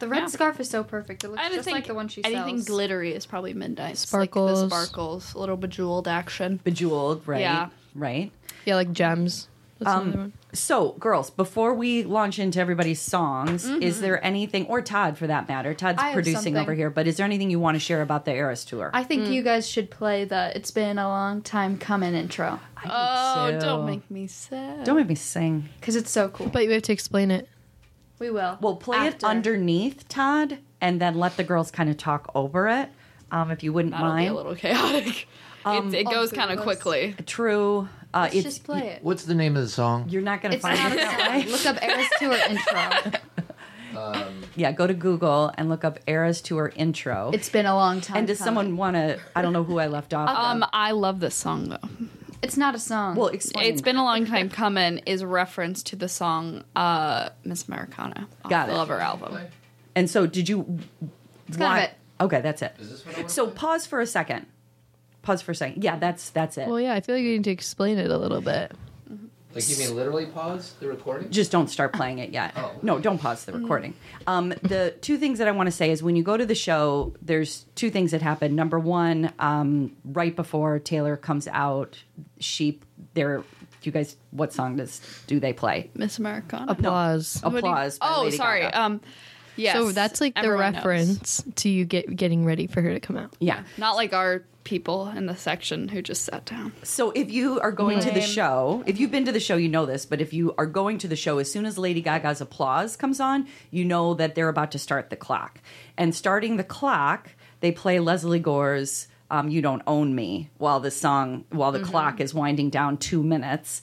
S4: The red
S3: Yeah.
S4: scarf is so perfect. It looks
S3: I
S4: just
S3: think
S4: like the one she sells.
S3: anything glittery is probably midnight.
S6: Sparkles.
S3: like the sparkles, a little bejeweled action.
S2: Bejeweled, right?
S3: Yeah.
S2: Right.
S6: yeah, like gems. That's
S3: Um,
S6: another one.
S2: So, girls, before we launch into everybody's songs, is there anything, or Todd for that matter, Todd's
S4: I have
S2: producing
S4: something.
S2: over here, but is there anything you want to share about the Eras tour?
S4: I think
S3: Mm.
S4: you guys should play the "It's Been a Long Time Coming" intro
S3: Oh,
S2: too.
S3: don't make me sad.
S2: Don't make me sing.
S4: because it's so cool.
S6: But you have to explain it.
S4: We will.
S2: Well, play
S4: After.
S2: it underneath Todd, and then let the girls kind of talk over it, um, if you wouldn't
S3: That'll be
S2: mind. Um,
S3: a little chaotic. It's it goes
S4: three
S3: kind
S4: of
S3: of
S4: us.
S3: quickly.
S2: True. Uh,
S4: Let's
S2: it's
S4: just play it.
S1: What's the name of the song?
S2: you're not gonna
S4: It's
S2: find
S4: not
S2: it
S4: a
S2: that
S4: song.
S2: way.
S4: Look up Eras Tour intro.
S2: Yeah, go to Google and look up Eras tour intro.
S4: It's been a long time.
S2: and does
S4: coming.
S2: someone want to? I don't know who I left off.
S3: Um, I love this song though.
S4: It's not a song.
S2: Well, explain.
S3: It's been a long time coming is a reference to the song uh, Miss Americana off
S2: Got
S3: the
S2: it.
S3: Lover album.
S2: And so, did you? That's
S4: kind of it.
S2: Okay, that's it. so pause for a second. Pause for a second. Yeah, that's that's it.
S6: Well, Oh, yeah, I feel like you need to explain it a little bit.
S1: Like you mean literally pause the recording?
S2: just don't start playing it yet. No, don't pause the recording. Um, the two things that I want to say is when you go to the show, there's two things that happen. Number one, um, right before Taylor comes out, she they're you guys what song does do they play?
S3: Miss Americana.
S6: Applause.
S2: Applause. by
S3: Oh,
S2: Lady
S3: sorry.
S2: Gaga.
S3: Um, yes.
S6: So that's like the
S3: everyone knows.
S6: reference to you get getting ready for her to come out.
S2: yeah.
S3: Not like our people in the section who just sat down.
S2: So if you are going to the show, if you've been to the show, you know this, but if you are going to the show, as soon as Lady Gaga's applause comes on, you know that they're about to start the clock. And starting the clock, they play Leslie Gore's um, You Don't Own Me while the song, while the clock is winding down two minutes.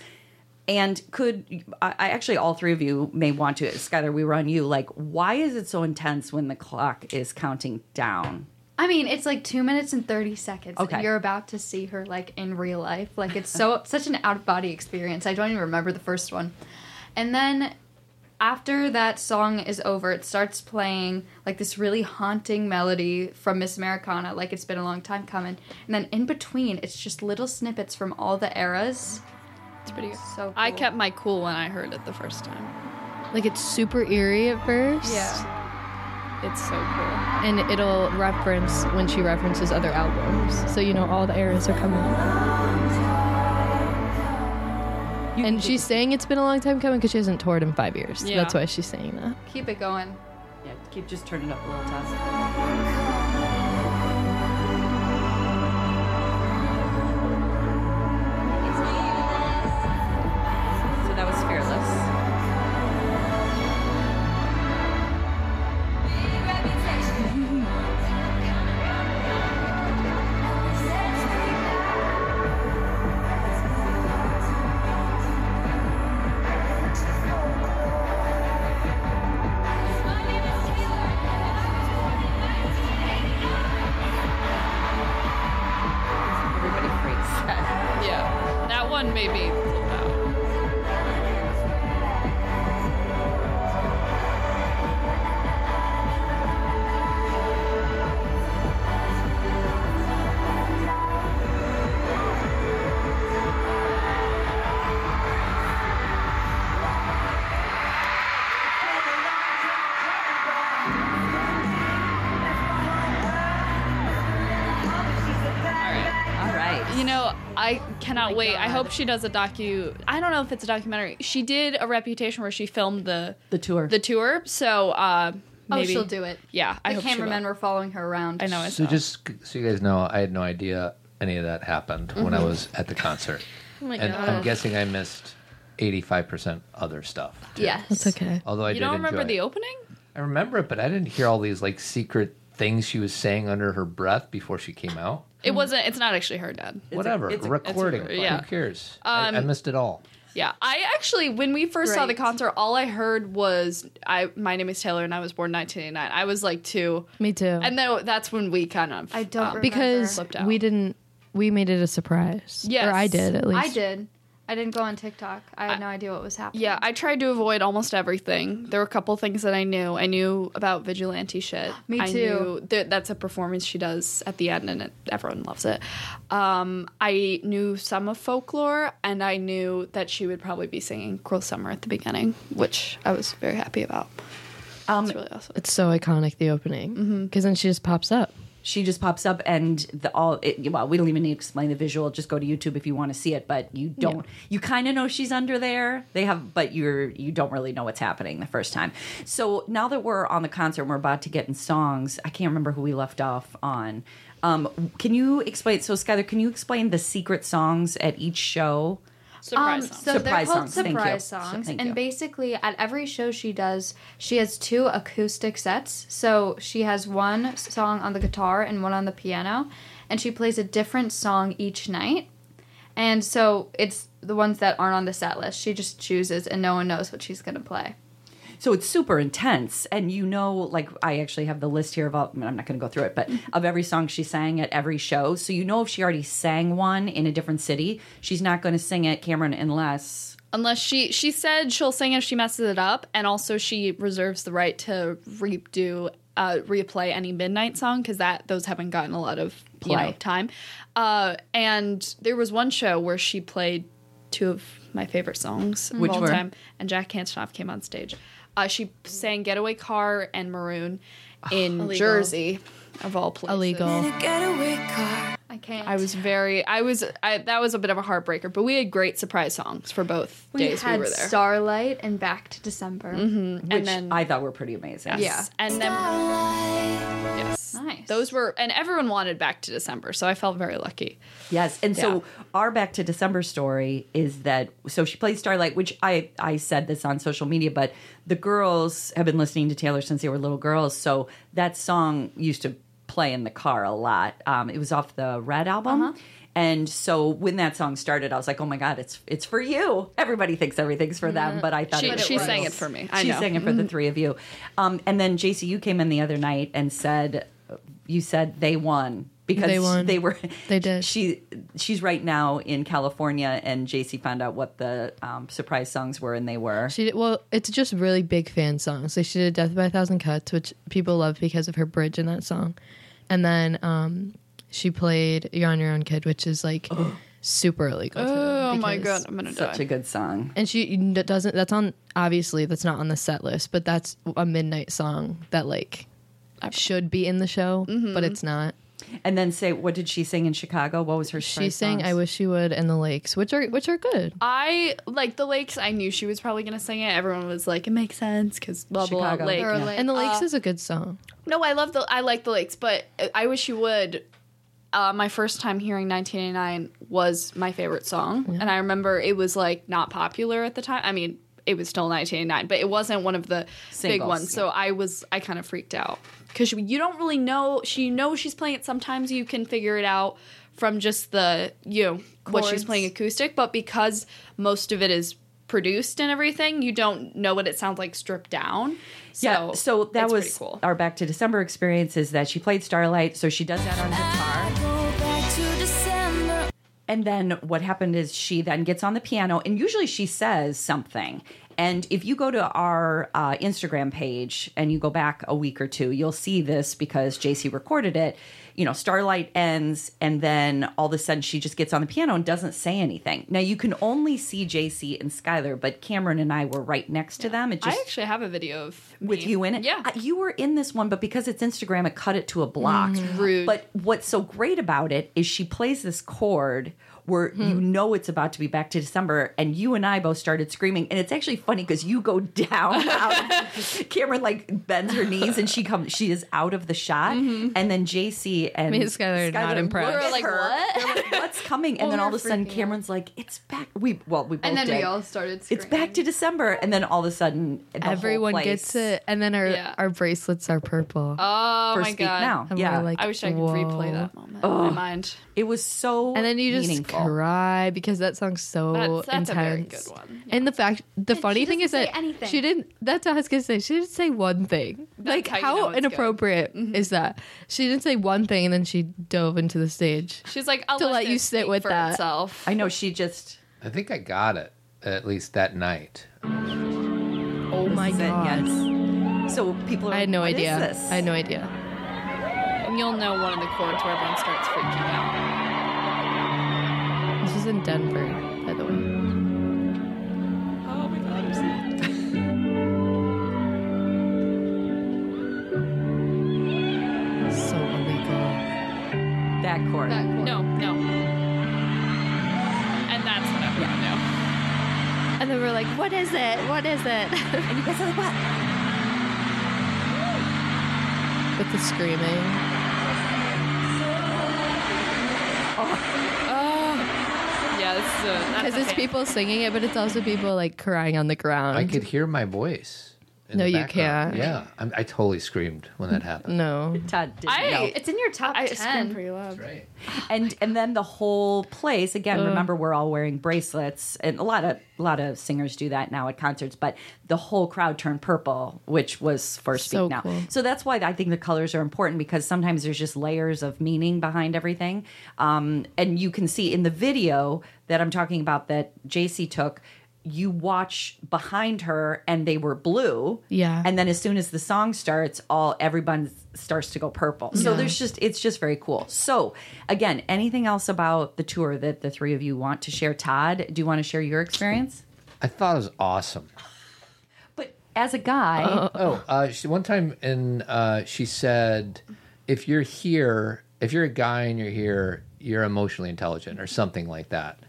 S2: And could I, I actually all three of you may want to, Skylar, we were on you. Like, why is it so intense when the clock is counting down?
S4: I mean, it's like two minutes and thirty seconds. and
S2: Okay.
S4: you're about to see her like in real life. Like it's so such an out of body experience. I don't even remember the first one. And then after that song is over, it starts playing like this really haunting melody from Miss Americana, like it's been a long time coming. And then in between, it's just little snippets from all the eras.
S3: It's pretty good.
S4: So cool.
S3: I kept my cool when I heard it the first time.
S6: Like it's super eerie at first.
S4: yeah.
S3: It's so cool.
S6: And it'll reference when she references other albums. So you know all the eras are coming. and she's saying it's been a long time coming because she hasn't toured in five years.
S3: Yeah.
S6: That's why she's saying that.
S4: Keep it going.
S2: Yeah, keep just turn it up a little, Tess. So that was Fearless. Everybody freaks.
S3: Yeah. That one made me flip out.
S2: All right.
S3: You know, I cannot wait. I hope she does a docu. I don't know if it's a documentary. She did a Reputation where she filmed the
S2: the tour.
S3: the tour. So uh, maybe
S4: Oh, she'll do it.
S3: Yeah,
S4: The
S3: I hope she
S4: cameramen
S3: will.
S4: were following her around.
S3: I know it.
S1: So just c- so you guys know, I had no idea any of that happened when
S3: Mm-hmm.
S1: I was at the concert,
S6: Oh my
S1: and I'm guessing I missed eighty-five percent other stuff. too.
S4: Yes.
S6: That's okay.
S1: Although I
S3: you
S1: did
S3: don't remember
S1: enjoy
S3: the
S1: it.
S3: opening?
S1: I remember it, but I didn't hear all these like secret things she was saying under her breath before she came out.
S4: Mm-hmm.
S3: It wasn't. It's not actually her dad.
S1: Whatever,
S2: it's a- Um, it's a-
S1: recording.
S3: yeah.
S1: Who cares? I, I missed it all.
S3: Yeah, I actually when we first saw the
S4: Great.
S3: concert, all I heard was I. My name is Taylor, and I was born 1989. I was like two,
S6: Me too.
S3: and then that's when we kind of. um,
S4: I don't remember.
S6: because
S3: Flipped out.
S6: we didn't, we made it a surprise.
S3: Yes.
S6: Or I did at least.
S4: I did. I didn't go on TikTok. I had no idea what was happening.
S3: Yeah, I tried to avoid almost everything. There were a couple things that I knew. I knew about vigilante shit.
S4: Me
S3: I
S4: too.
S3: knew that that's a performance she does at the end, and it, everyone loves it. Um, I knew some of folklore, and I knew that she would probably be singing "Cruel Summer" at the beginning, which I was very happy about. Um, it's really awesome.
S6: It's so iconic, the opening. Because then she just pops up.
S2: she just pops up and the all it, well we don't even need to explain the visual just go to youtube if you want to see it but you don't you kind of know she's under there they have but you're you don't really know what's happening the first time so now that we're on the concert and we're about to get in songs i can't remember who we left off on um, can you explain so skylar can you explain the secret songs at each show
S3: Surprise! song.
S4: Um, So
S2: Surprise
S4: they're called
S2: songs, thank you.
S4: surprise
S2: So-
S4: songs,
S2: thank
S4: and
S2: you.
S4: basically at every show she does, she has two acoustic sets. So she has one song on the guitar and one on the piano, and she plays a different song each night. And so it's the ones that aren't on the set list. She just chooses, and no one knows what she's gonna play.
S2: So it's super intense. And you know, like, I actually have the list here of, all, I mean, I'm not going to go through it, but of every song she sang at every show. So you know, if she already sang one in a different city, she's not going to sing at Cameron unless.
S3: Unless she she said she'll sing if she messes it up, and also she reserves the right to redo uh, replay any midnight song because that those haven't gotten a lot of you know,
S2: Play.
S3: time. Uh, and there was one show where she played two of my favorite songs
S2: Which
S3: of all
S2: were?
S3: time, and Jack Antonoff came on stage. Uh, she sang "Getaway Car" and "Maroon"
S2: Ah,
S3: in Jersey, of all places.
S6: Illegal.
S5: getaway car.
S4: I can't.
S3: I was very. I was. I, that was a bit of a heartbreaker, but we had great surprise songs for both
S4: we
S3: days
S4: had
S3: we were there. Mm-hmm.
S4: Starlight and Back to December.
S2: Which
S3: and then
S2: I thought were pretty amazing.
S3: yes. and then yes,
S4: Nice.
S3: Those were and everyone wanted back to December, so I felt very lucky.
S2: Yes, and so
S3: Yeah.
S2: our back to December story is that so she played Starlight, which I I said this on social media, but the girls have been listening to Taylor since they were little girls, so that song used to play in the car a lot. Um, it was off the Red album.
S3: Uh-huh.
S2: And so when that song started, I was like, "Oh my god, it's it's for you!" Everybody thinks everything's for them, but I thought
S3: Mm-hmm. She-
S2: it was
S3: she sang it for me. I
S2: she
S3: know. Mm-hmm.
S2: sang it for the three of you. Um, and then JC, you came in the other night and said, "You said they won because
S6: They won.
S2: they were
S6: They did.
S2: she she's right now in California, and JC found out what the um, surprise songs were, and they were.
S6: She did, well, it's just really big fan songs. Like she did "Death by a Thousand Cuts," which people love because of her bridge in that song, and then um, she played "You're on Your Own Kid," which is like super illegal. to
S3: Oh
S6: them because-
S3: I'm gonna
S2: Such a good song.
S6: And she doesn't. That's on. Obviously, that's not on the set list, but that's a midnight song that like should be in the show,
S2: Mm-hmm.
S6: but it's not.
S2: And then say, what did she sing in Chicago? What was her?
S6: She
S2: surprise
S6: sang
S2: songs?
S6: "I Wish You Would" and "The Lakes," which are which are good.
S3: I like the lakes. I knew she was probably gonna sing it. Everyone was like, "It makes sense," because blah blah
S2: Chicago.
S3: blah. Lake.
S4: Or
S2: Yeah. Uh,
S4: like-
S6: And "The Lakes" is a good song.
S3: No, I love the. I like the lakes, but I wish you would. Uh, my first time hearing 1989 was my favorite song, and I remember it was like not popular at the time. I mean, it was still 1989, but it wasn't one of the big
S2: Singles,
S3: ones. So
S2: yeah.
S3: I was, I kind of freaked out because you don't really know. She knows she's playing it. Sometimes you can figure it out from just the you know what she's
S4: Chords.
S3: playing acoustic, but because most of it is produced and everything, you don't know what it sounds like stripped down. So
S2: yeah, so that
S3: it's pretty
S2: was
S3: cool.
S2: our Back to December experience. Is that she played Starlight? So she does that on guitar.
S5: Go back to December.
S2: And then what happened is she then gets on the piano, and usually she says something. And if you go to our uh, Instagram page and you go back a week or two, you'll see this because JC recorded it. You know, Starlight ends, and then all of a sudden she just gets on the piano and doesn't say anything. Now you can only see JC and Skylar, but Cameron and I were right next to them. It just
S3: I actually have a video of
S2: with
S3: me.
S2: you in it.
S3: Yeah,
S2: Uh, you were in this one, but because it's Instagram, it cut it to a block.
S3: rude.
S2: But what's so great about it is she plays this chord where you know it's about to be back to December, and you and I both started screaming. And it's actually funny because you go down. out, Cameron like bends her knees, and she comes. She is out of the shot, and then JC and
S6: Me and Skylar are not
S2: look
S6: impressed.
S2: at
S3: We're like,
S2: her.
S3: "What?"
S2: They're like, what's coming? And
S4: Well,
S2: then all of
S4: we're
S2: a sudden,
S4: freaking out.
S2: Cameron's like, "It's back." We well, we both
S4: and then
S2: did.
S4: we all started
S2: It's
S4: screaming.
S2: back to December, and then all of a sudden, the whole
S6: Everyone
S2: place-
S6: gets it, and then our
S3: Yeah.
S6: our bracelets are purple.
S3: Oh
S2: for
S3: my
S2: Speak
S3: god!
S2: Now.
S6: And we're
S2: yeah.
S6: like-
S3: I wish I could
S6: Whoa.
S3: replay that moment in my mind.
S2: it was so
S6: and then you just
S2: meaningful.
S6: cry because that song's so
S3: That's- that's
S6: intense.
S3: a very good one.
S6: And the fact, the funny thing
S4: doesn't
S6: is that
S4: say anything.
S6: she didn't. That's what I was gonna say. She didn't say one thing. like
S3: how you
S6: how
S3: know it's good. Mm-hmm.
S6: inappropriate is that? She didn't say one thing, and then she dove into the stage.
S3: She's like, I'll
S6: To let you
S3: this
S6: sit
S3: speak
S6: with
S3: for
S6: that.
S3: Itself.
S2: I know she just
S1: I think I got it at least that night.
S6: Oh my
S2: said yes. So people are
S6: I had no
S2: like, "What is
S6: idea.
S2: this?"
S6: I had no idea.
S3: And you'll know one of the chords where everyone starts freaking out.
S6: This was in Denver, by the way.
S3: Oh my god!
S6: So illegal.
S2: that chord.
S4: That chord.
S3: No, no. And that's what everyone knew.
S6: And then we're like, "What is it? What is it?"
S2: And you guys are like, "What?"
S6: but the screaming.
S2: Oh.
S3: Yeah,
S2: uh,
S3: this is a. That's
S6: Because
S3: a
S6: it's
S3: fan-
S6: people singing it, but it's also people like crying on the ground.
S1: I could hear my voice. in
S6: No,
S1: the
S6: you
S1: background.
S6: can't.
S1: Yeah, I'm, I totally screamed when that happened.
S6: No.
S2: Todd did
S3: I-
S2: know.
S4: It's in your top
S3: I screamed
S4: ten.
S3: pretty loud.
S6: Mm.
S1: Right.
S2: and and then the whole place again remember we're all wearing bracelets and a lot of a lot of singers do that now at concerts but the whole crowd turned purple which was for speak
S6: So
S2: now
S6: cool.
S2: so that's why i think the colors are important because sometimes there's just layers of meaning behind everything um, and you can see in the video that i'm talking about that jc took you watch behind her and they were blue
S6: Yeah.
S2: and then as soon as the song starts all everyone starts to go purple so there's just it's just very cool so again anything else about the tour that the three of you want to share todd do you want to share your experience
S1: I thought it was awesome.
S2: but as a guy
S1: Oh, uh, she, one time in uh, she said, "If you're here, if you're a guy and you're here, you're emotionally intelligent," or something like that,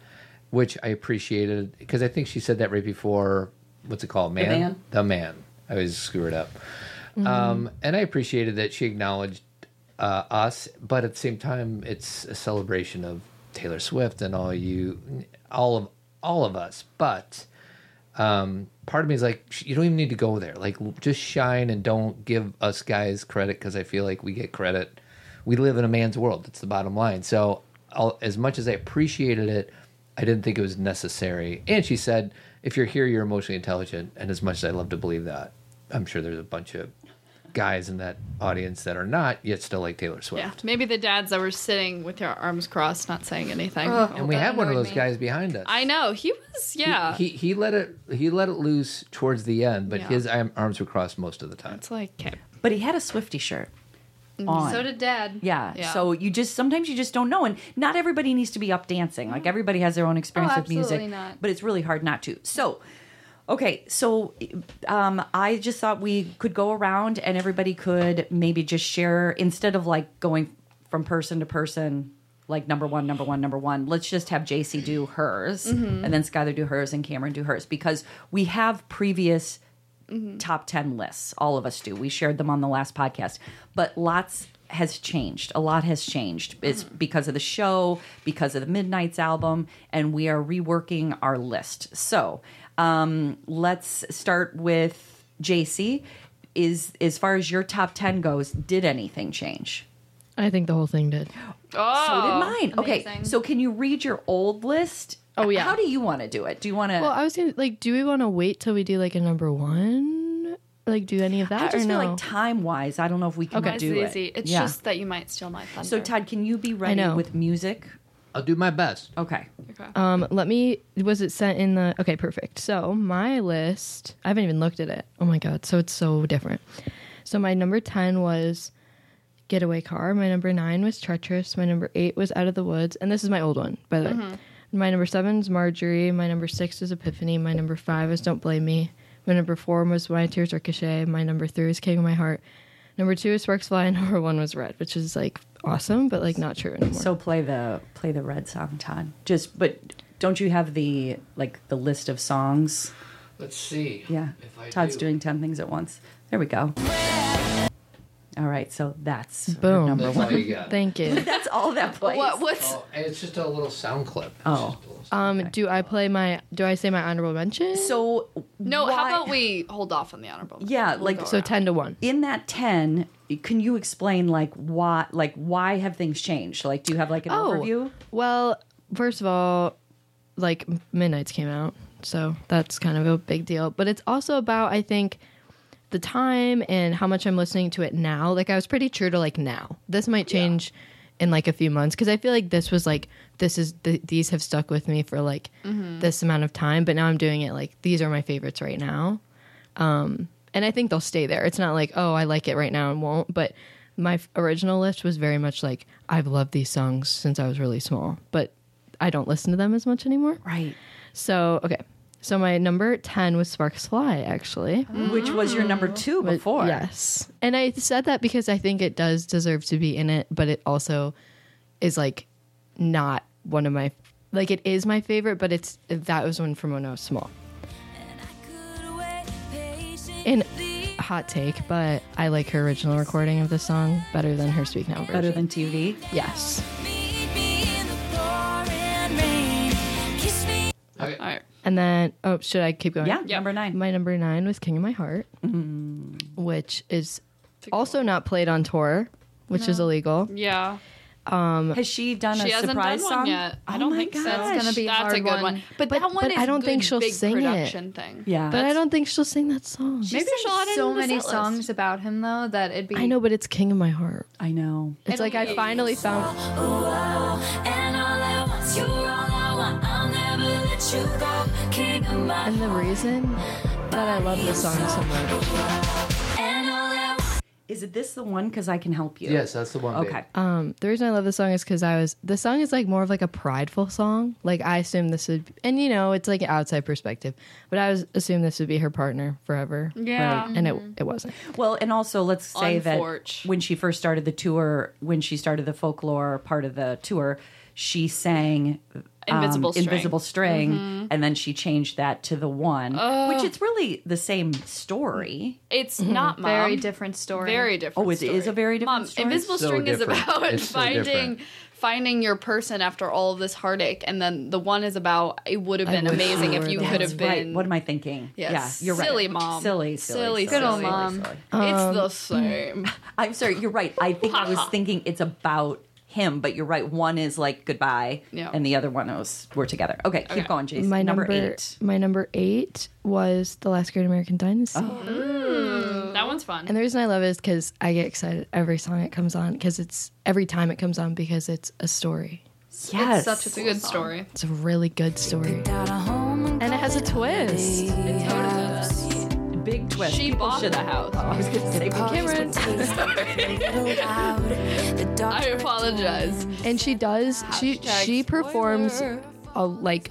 S1: which I appreciated because I think she said that right before what's it called, man,
S2: Man.
S1: the man. I always screw it up, um, and I appreciated that she acknowledged uh, us, but at the same time, it's a celebration of Taylor Swift and all you, all of all of us, but part of me is like sh- you don't even need to go there like l- just shine and don't give us guys credit because i feel like we get credit we live in a man's world that's the bottom line so I'll, as much as i appreciated it i didn't think it was necessary and she said if you're here you're emotionally intelligent and as much as i love to believe that i'm sure there's a bunch of guys in that audience that are not yet still like taylor swift
S3: Yeah, maybe the dads that were sitting with their arms crossed, not saying anything.
S1: and we
S4: Oh, that
S1: had one of
S4: annoyed
S1: those
S4: me.
S1: guys behind us
S3: I know he was. Yeah,
S1: he, he let it he let it loose towards the end but
S3: Yeah.
S1: his arm- arms were crossed most of the time
S3: it's like okay.
S2: but he had a swifty shirt on
S4: So did Dad.
S2: yeah.
S3: Yeah.
S2: so you just sometimes you just don't know and not everybody needs to be up dancing like everybody has their own experience
S4: Mm-hmm. Oh,
S2: with music
S4: absolutely not.
S2: but it's really hard not to so okay so um, i just thought we could go around and everybody could maybe just share instead of like going from person to person like number one number one number one let's just have jc do hers
S4: Mm-hmm.
S2: and then skylar do hers and cameron do hers because we have previous top 10 lists. All of us do. We shared them on the last podcast. But lots has changed. A lot has changed. It's because of the show, because of the Midnight's album, and we are reworking our list. So um, let's start with JC. Is as far as your top 10 goes, did anything change?
S6: I think the whole thing did.
S2: so did mine. Okay.
S4: amazing.
S2: So can you read your old list?
S6: Oh, yeah.
S2: How do you want to do it? Do you want to
S6: Well, I was gonna like, do we want to wait till we do like a number one? Like, do any of that
S2: I just
S6: or
S2: feel
S6: no?
S2: like time wise, I don't know if we can
S6: Okay.
S3: It's
S2: do it.
S3: easy. It's
S2: Yeah.
S3: just that you might steal my thunder.
S2: So Todd, can you be ready
S6: know.
S2: with music?
S1: i'll do my best
S2: Okay.
S6: um, let me. Was it sent in the? Okay, perfect. So my list. I haven't even looked at it. Oh my god. So it's so different. So my number ten was Getaway Car. My number nine was Treacherous. My number eight was Out of the Woods. And this is my old one, by the way. My number seven is Marjorie. My number six was Epiphany. My number five is Don't Blame Me. My number four was My Tears Ricochet. My number three is King of My Heart. Number two is Sparks Fly. And number one was Red, which is like awesome, but like not true anymore.
S2: So play the play the red song, Todd. Just but don't you have the like the list of songs?
S1: Let's see.
S2: Yeah.
S1: If I
S2: Todd's
S1: do.
S2: doing ten things at once. There we go. All right, so that's her
S6: Boom.
S2: number
S1: That's
S2: one.
S1: all you got.
S6: Thank you.
S2: That's all that plays.
S3: what? What's
S1: Oh, and it's just a little sound clip. It's
S2: Oh.
S1: just a little sound-
S6: Um, do I play my? Do I say my honorable mention?
S2: So
S3: no? How
S2: why-
S3: about we hold off on the honorable? mention?
S2: Yeah,
S3: We'll
S2: like-
S3: go
S6: so
S3: around.
S6: ten to one.
S2: in that ten? Can you explain like why like why have things changed? Like, do you have like
S3: Oh.
S2: an overview?
S6: Oh, well, first of all, like Midnight's came out, so that's kind of a big deal. But it's also about I think the time and how much I'm listening to it now. Like I was pretty true to like now. This might change in like a few months because I feel like this was like this is th- these have stuck with me for like
S2: Mm-hmm.
S6: this amount of time. But now I'm doing it like these are my favorites right now. and I think they'll stay there. It's not like, oh, I like it right now and won't. But my f- original list was very much like, I've loved these songs since I was really small, but I don't listen to them as much anymore.
S2: Right.
S6: So, okay. So my number 10 was Sparks Fly, actually.
S2: Which was your
S3: Mm.
S2: number two
S6: But-
S2: Oh, before?
S6: Yes. And I said that because I think it does deserve to be in it, but it also is like not one of my, like it is my favorite, but it's, that was one from when I was small. And hot take, but I like her original recording of the song better than her Speak Now version.
S2: Better than TV.
S6: yes.
S3: All right.
S6: And then, oh, should I keep going?
S2: Yeah, number nine.
S6: My number nine was King of My Heart, which is also not played on tour, which is illegal.
S3: Yeah.
S2: Has she done
S3: She
S2: a
S3: hasn't
S2: surprise
S3: done one
S2: song
S3: yet. I
S2: Oh
S3: don't
S2: my
S3: think so.
S2: gosh.
S3: That's
S4: gonna be a
S3: That's a
S4: hard
S3: good one.
S4: one.
S3: But,
S6: But-
S3: that one
S6: but
S3: is
S6: I don't
S3: good,
S6: think she'll
S3: big
S6: sing it.
S3: production thing.
S2: Yeah.
S6: But I don't think she'll sing that song.
S3: Maybe
S4: She
S3: she'll add it
S4: sang so
S3: into the
S4: many
S3: set list.
S4: songs about him though that it'd be
S6: I know, but it's King of My Heart.
S2: I know.
S6: It's like I finally found.
S5: And all I want, you're all I want. I'll never let you go. King of my
S6: And the reason that I love this song so much.
S5: and all I want.
S2: Is it this the one? Because I can help you.
S1: Yes, that's the one. babe.
S2: Okay.
S6: Um, the reason I love this song is because I was the song is like more of like a prideful song. Like I assume this would, and you know, it's like an outside perspective, but I was assumed this would be her partner forever,
S3: Yeah.
S6: and it it wasn't.
S2: Well, and also let's say
S3: Unforge.
S2: that when she first started the tour, when she started the folklore part of the tour, she sang um,
S3: Invisible String. Mm-hmm.
S2: Invisible String, and then she changed that to the one,
S3: Oh.
S2: which it's really the same story.
S3: It's not mom.
S4: very different story.
S3: Very different.
S2: Oh, it is
S3: story.
S2: a very different
S3: Mom,
S2: story?
S3: Invisible
S1: So
S3: String
S1: different.
S3: is about
S1: It's so
S3: finding
S1: different.
S3: finding your person after all of this heartache, and then the one is about it would have
S6: I
S3: been
S6: wish
S3: amazing
S6: you
S3: if
S6: were
S3: you
S6: the
S3: could have
S6: one.
S3: been.
S2: Right. What am I thinking?
S3: Yes.
S2: Yeah, you're right.
S3: Silly mom.
S2: Silly, silly,
S3: Silly, good old
S2: silly,
S3: mom.
S2: silly.
S3: It's the same.
S2: I'm sorry, you're right. I think I was thinking it's about him, but you're right. One is like goodbye,
S3: Yeah.
S2: and the other one was we're together. Okay,
S3: Okay.
S2: keep going, Jason.
S6: My number,
S2: eight.
S6: my number eight was the Last Great American Dynasty.
S3: that one's fun.
S6: And the reason I love it is because I get excited every song it comes on because it's every time it comes on because it's a story.
S2: Yes,
S4: It's such a
S3: it's a good story.
S6: It's a really good story.
S5: Got a home and
S6: And it has a twist.
S2: big twist.
S3: She
S2: People
S3: bought
S2: should-
S3: the house.
S2: I was gonna say,
S3: Cameron,
S5: The
S3: I
S5: dark
S3: apologize.
S6: And she does she she performs a like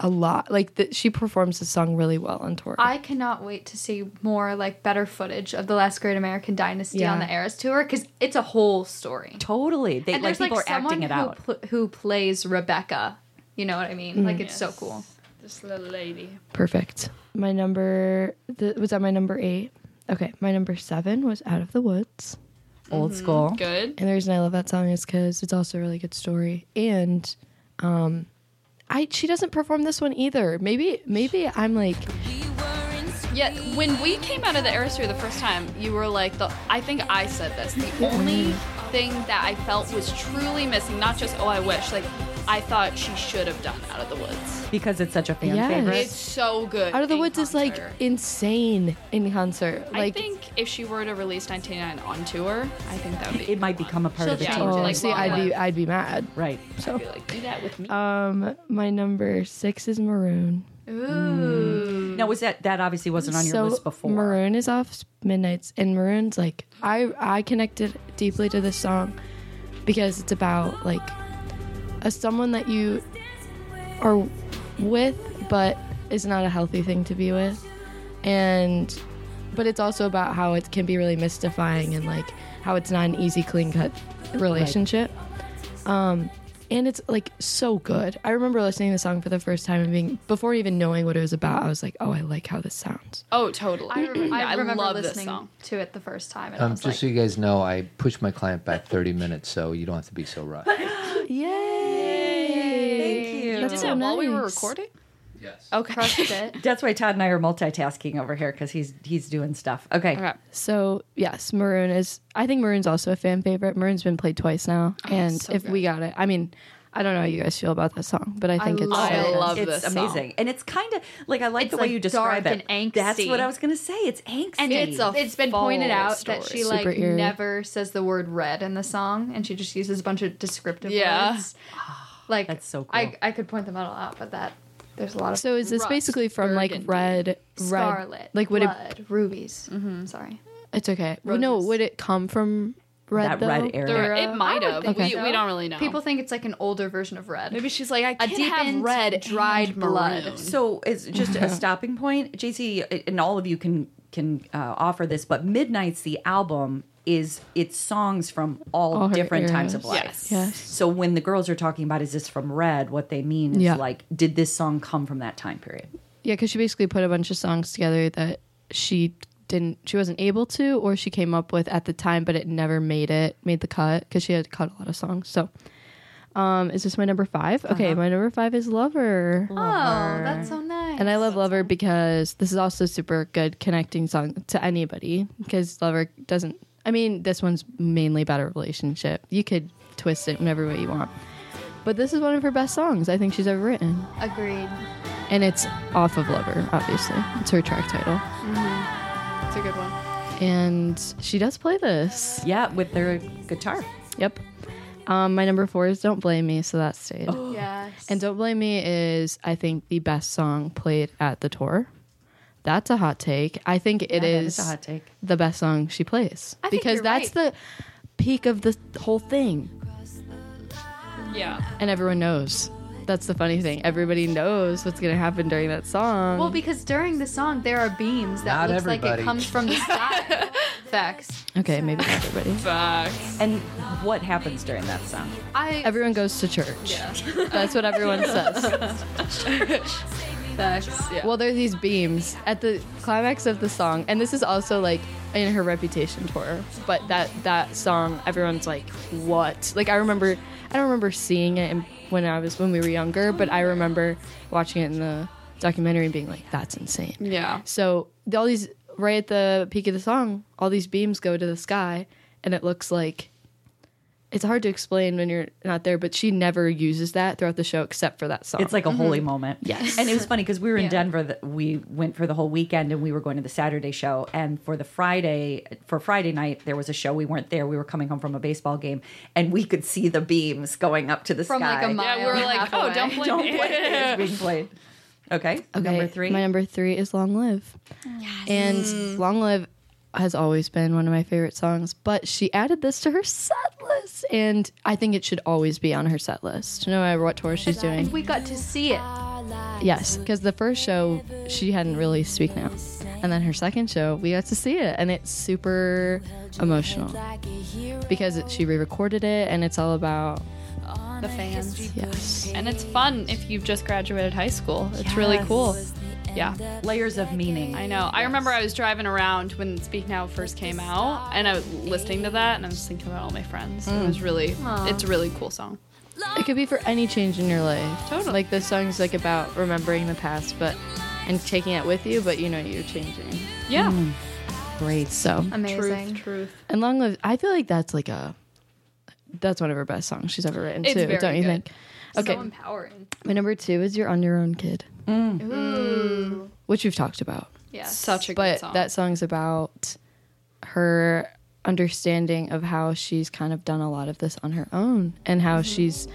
S6: a lot like the, she performs the song really well on tour.
S4: I cannot wait to see more like better footage of the Last Great American Dynasty
S6: Yeah.
S4: on the Eras tour because it's a whole story.
S2: totally. They
S4: And
S2: like
S4: there's like
S2: people are
S4: someone
S2: acting it
S4: who,
S2: out.
S4: pl- who plays Rebecca. You know what I mean? Like it's so cool.
S3: This little lady.
S6: Perfect. My number th- was that my number 8. Okay, my number 7 was Out of the Woods.
S4: Mm-hmm.
S2: Old school.
S3: Good.
S6: And the reason I love that song is because it's also a really good story. And um, I she doesn't perform this one either. Maybe maybe I'm like
S3: Yet when we came out of the aerosphere the first time, you were like the I think I said this. The only
S4: Mm-hmm.
S3: thing that I felt was truly missing, not just oh I wish, like I thought she should have done Out of the Woods.
S2: Because it's such a fan
S6: Yes.
S2: favorite.
S3: It's so good.
S6: Out of the
S3: in
S6: Woods is like
S3: concert.
S6: insane in concert.
S3: I
S6: Like
S3: think if she were to release 1999 on tour, I think that would be
S2: It might become a part of the
S3: She'll
S2: team.
S3: change
S6: oh,
S3: it, like,
S6: see I'd be
S3: long
S6: I'd be mad.
S2: Right.
S4: Mm-hmm.
S6: So
S3: be like do that with me.
S6: um my number 6 is Maroon.
S2: Now was that that obviously wasn't on your
S6: so
S2: list before?
S6: Maroon is off Midnight's, and Maroon's like I I connected deeply to this song because it's about like a someone that you are with, but is not a healthy thing to be with, and but it's also about how it can be really mystifying and like how it's not an easy clean cut relationship. Um and it's like so good. I remember listening to the song for the first time and being before even knowing what it was about, I was like, "Oh, I like how this sounds."
S3: oh, totally.
S4: I, rem-
S3: Yeah,
S4: I remember
S3: love this
S4: listening
S3: song.
S4: to it the first time. And I
S1: Um,
S4: was
S1: just
S4: like,
S1: so you guys know, I pushed my client back 30 minutes, so you don't have to be so rough.
S6: Yay!
S2: Thank you.
S6: That's
S3: Did
S6: so
S3: that while we were
S6: nice.
S3: recording?
S1: yes.
S3: Okay.
S4: crushed it.
S2: That's why Todd and I are multitasking over here because he's he's doing stuff. Okay.
S3: Okay.
S6: So yes, Maroon is. I think Maroon's also a fan favorite. Maroon's been played twice now, and
S3: Oh, so
S6: if we got it, I mean, I don't know how you guys feel about that song, but I think it's.
S4: love
S6: so
S3: it.
S6: good.
S3: I love
S2: it's
S3: this song.
S2: amazing, and it's kind of like I like
S4: It's,
S2: the way
S4: like,
S2: you describe
S4: dark
S2: it.
S4: and
S2: That's
S4: angsty.
S2: what I was gonna say. It's angsty.
S4: And it's,
S3: a
S4: it's been
S3: full
S4: pointed out that
S3: story.
S4: she like
S6: Super eerie.
S4: never says the word red in the song, and she just uses a bunch of descriptive
S3: Yeah.
S4: words. Like
S2: That's so cool.
S4: I, I could point them all out, but that there's a lot of
S6: So is this
S3: Rust,
S6: basically from like
S3: burgundy,
S6: Red, Red,
S4: scarlet,
S6: like would it?
S4: blood, rubies.
S3: Mm-hmm.
S4: Sorry,
S6: It's okay. No, would it come from Red?
S2: That red
S6: though?
S2: era.
S3: There-
S4: Era.
S3: it might
S4: I would
S3: have.
S4: think
S3: We,
S4: so.
S3: we don't really know.
S4: people think it's like an older version of red.
S3: Maybe she's like, I
S4: a
S3: can't have
S4: deepened,
S3: red
S4: dried
S3: and
S4: blood.
S3: maroon.
S2: So it's just a stopping point, JC, and all of you can can uh, offer this, but Midnight's the album is it's songs from all,
S6: All her
S2: different times of
S6: eras.
S2: life.
S3: Yes.
S6: Yes.
S2: So when the girls are talking about is this from Red, what they mean is
S6: Yeah.
S2: like, did this song come from that time period?
S6: Yeah, because she basically put a bunch of songs together that she didn't, she wasn't able to, or she came up with at the time, but it never made it, made the cut because she had cut a lot of songs. So, Um, is this my number five? Okay, my number five is Lover.
S4: Oh, that's so nice.
S6: And I love Lover because this is also super good connecting song to anybody because Lover doesn't. I mean, this one's mainly about a relationship. You could twist it in every way you want. But this is one of her best songs I think she's ever written.
S4: Agreed.
S6: And it's off of Lover, obviously. It's her track title.
S4: It's a good one.
S6: And she does play this.
S2: Yeah, with their guitar.
S6: Yep. Um, my number four is Don't Blame Me, so that stayed.
S4: Yes.
S6: And Don't Blame Me is, I think, the best song played at the tour. That's a hot take. I think it
S2: Yeah, that
S6: is
S2: is a hot take.
S6: the best song she plays.
S4: I think
S6: because
S4: you're
S6: that's the peak of the whole thing.
S3: Yeah.
S6: And everyone knows. That's the funny thing. Everybody knows what's going to happen during that song.
S4: well, because during the song there are beams that
S1: Not
S4: looks like
S1: everybody.
S4: it comes from the sky. Facts.
S6: okay, maybe not everybody.
S3: Facts.
S2: And what happens during that song?
S4: I
S6: Everyone goes to church. That's what everyone says.
S4: facts. Yeah.
S6: Well, there are these beams at the climax of the song, and this is also like in her Reputation tour. But that that song, everyone's like, "What?" Like I remember, I don't remember seeing it in, when I was when we were younger, but I remember watching it in the documentary and being like, "That's insane."
S3: Yeah.
S6: So the- all these right at the peak of the song, all these beams go to the sky, and it looks like it's hard to explain when you're not there. But she never uses that throughout the show except for that song.
S2: It's like a holy
S4: Mm-hmm.
S2: moment. Yes. And it was funny because we were in Denver. That we went for the whole weekend, and we were going to the Saturday show. And for the Friday, for Friday night, there was a show. We weren't there. We were coming home from a baseball game, and we could see the beams going up to the
S4: From,
S2: sky.
S4: like, a mile.
S3: Yeah, we were
S4: Mile
S3: like,
S4: and a
S3: oh,
S4: half
S3: don't
S4: away.
S3: blame
S2: Don't
S3: me.
S2: play it. It's being played. Okay. Number three.
S6: My number three is Long Live.
S4: Mm.
S6: And Long Live has always been one of my favorite songs, but she added this to her set list. And I think it should always be on her set list, no matter what tour she's doing.
S4: We got to see it.
S6: Yes, because the first show she hadn't released Speak Now, and then her second show we got to see it, and it's super emotional because it, she re-recorded it, and it's all about
S4: The fans.
S6: yes,
S3: And it's fun Mm, if you've just graduated high school. It's really cool. Yeah.
S2: Layers of meaning.
S3: I know. I remember I was driving around when Speak Now first came out, and I was listening to that, and I was thinking about all my friends. It
S6: Mm.
S3: was really, it's a really cool song.
S6: It could be for any change in your life.
S3: Totally.
S6: Like this song's like about remembering the past, but and taking it with you, but you know you're changing.
S3: Yeah.
S6: Mm. Great. So
S4: Amazing.
S3: Truth, truth.
S6: and long live. I feel like that's like a that's one of her best songs she's ever written
S3: It's
S6: too.
S3: very
S6: don't you
S3: good.
S6: think? Okay.
S4: So empowering.
S6: My number two is "You're on Your Own, Kid,"
S4: Ooh.
S6: which we've talked about.
S4: Yeah.
S3: Such a
S6: but
S3: good song.
S6: that song's about her understanding of how she's kind of done a lot of this on her own and how
S2: Mm-hmm.
S6: she's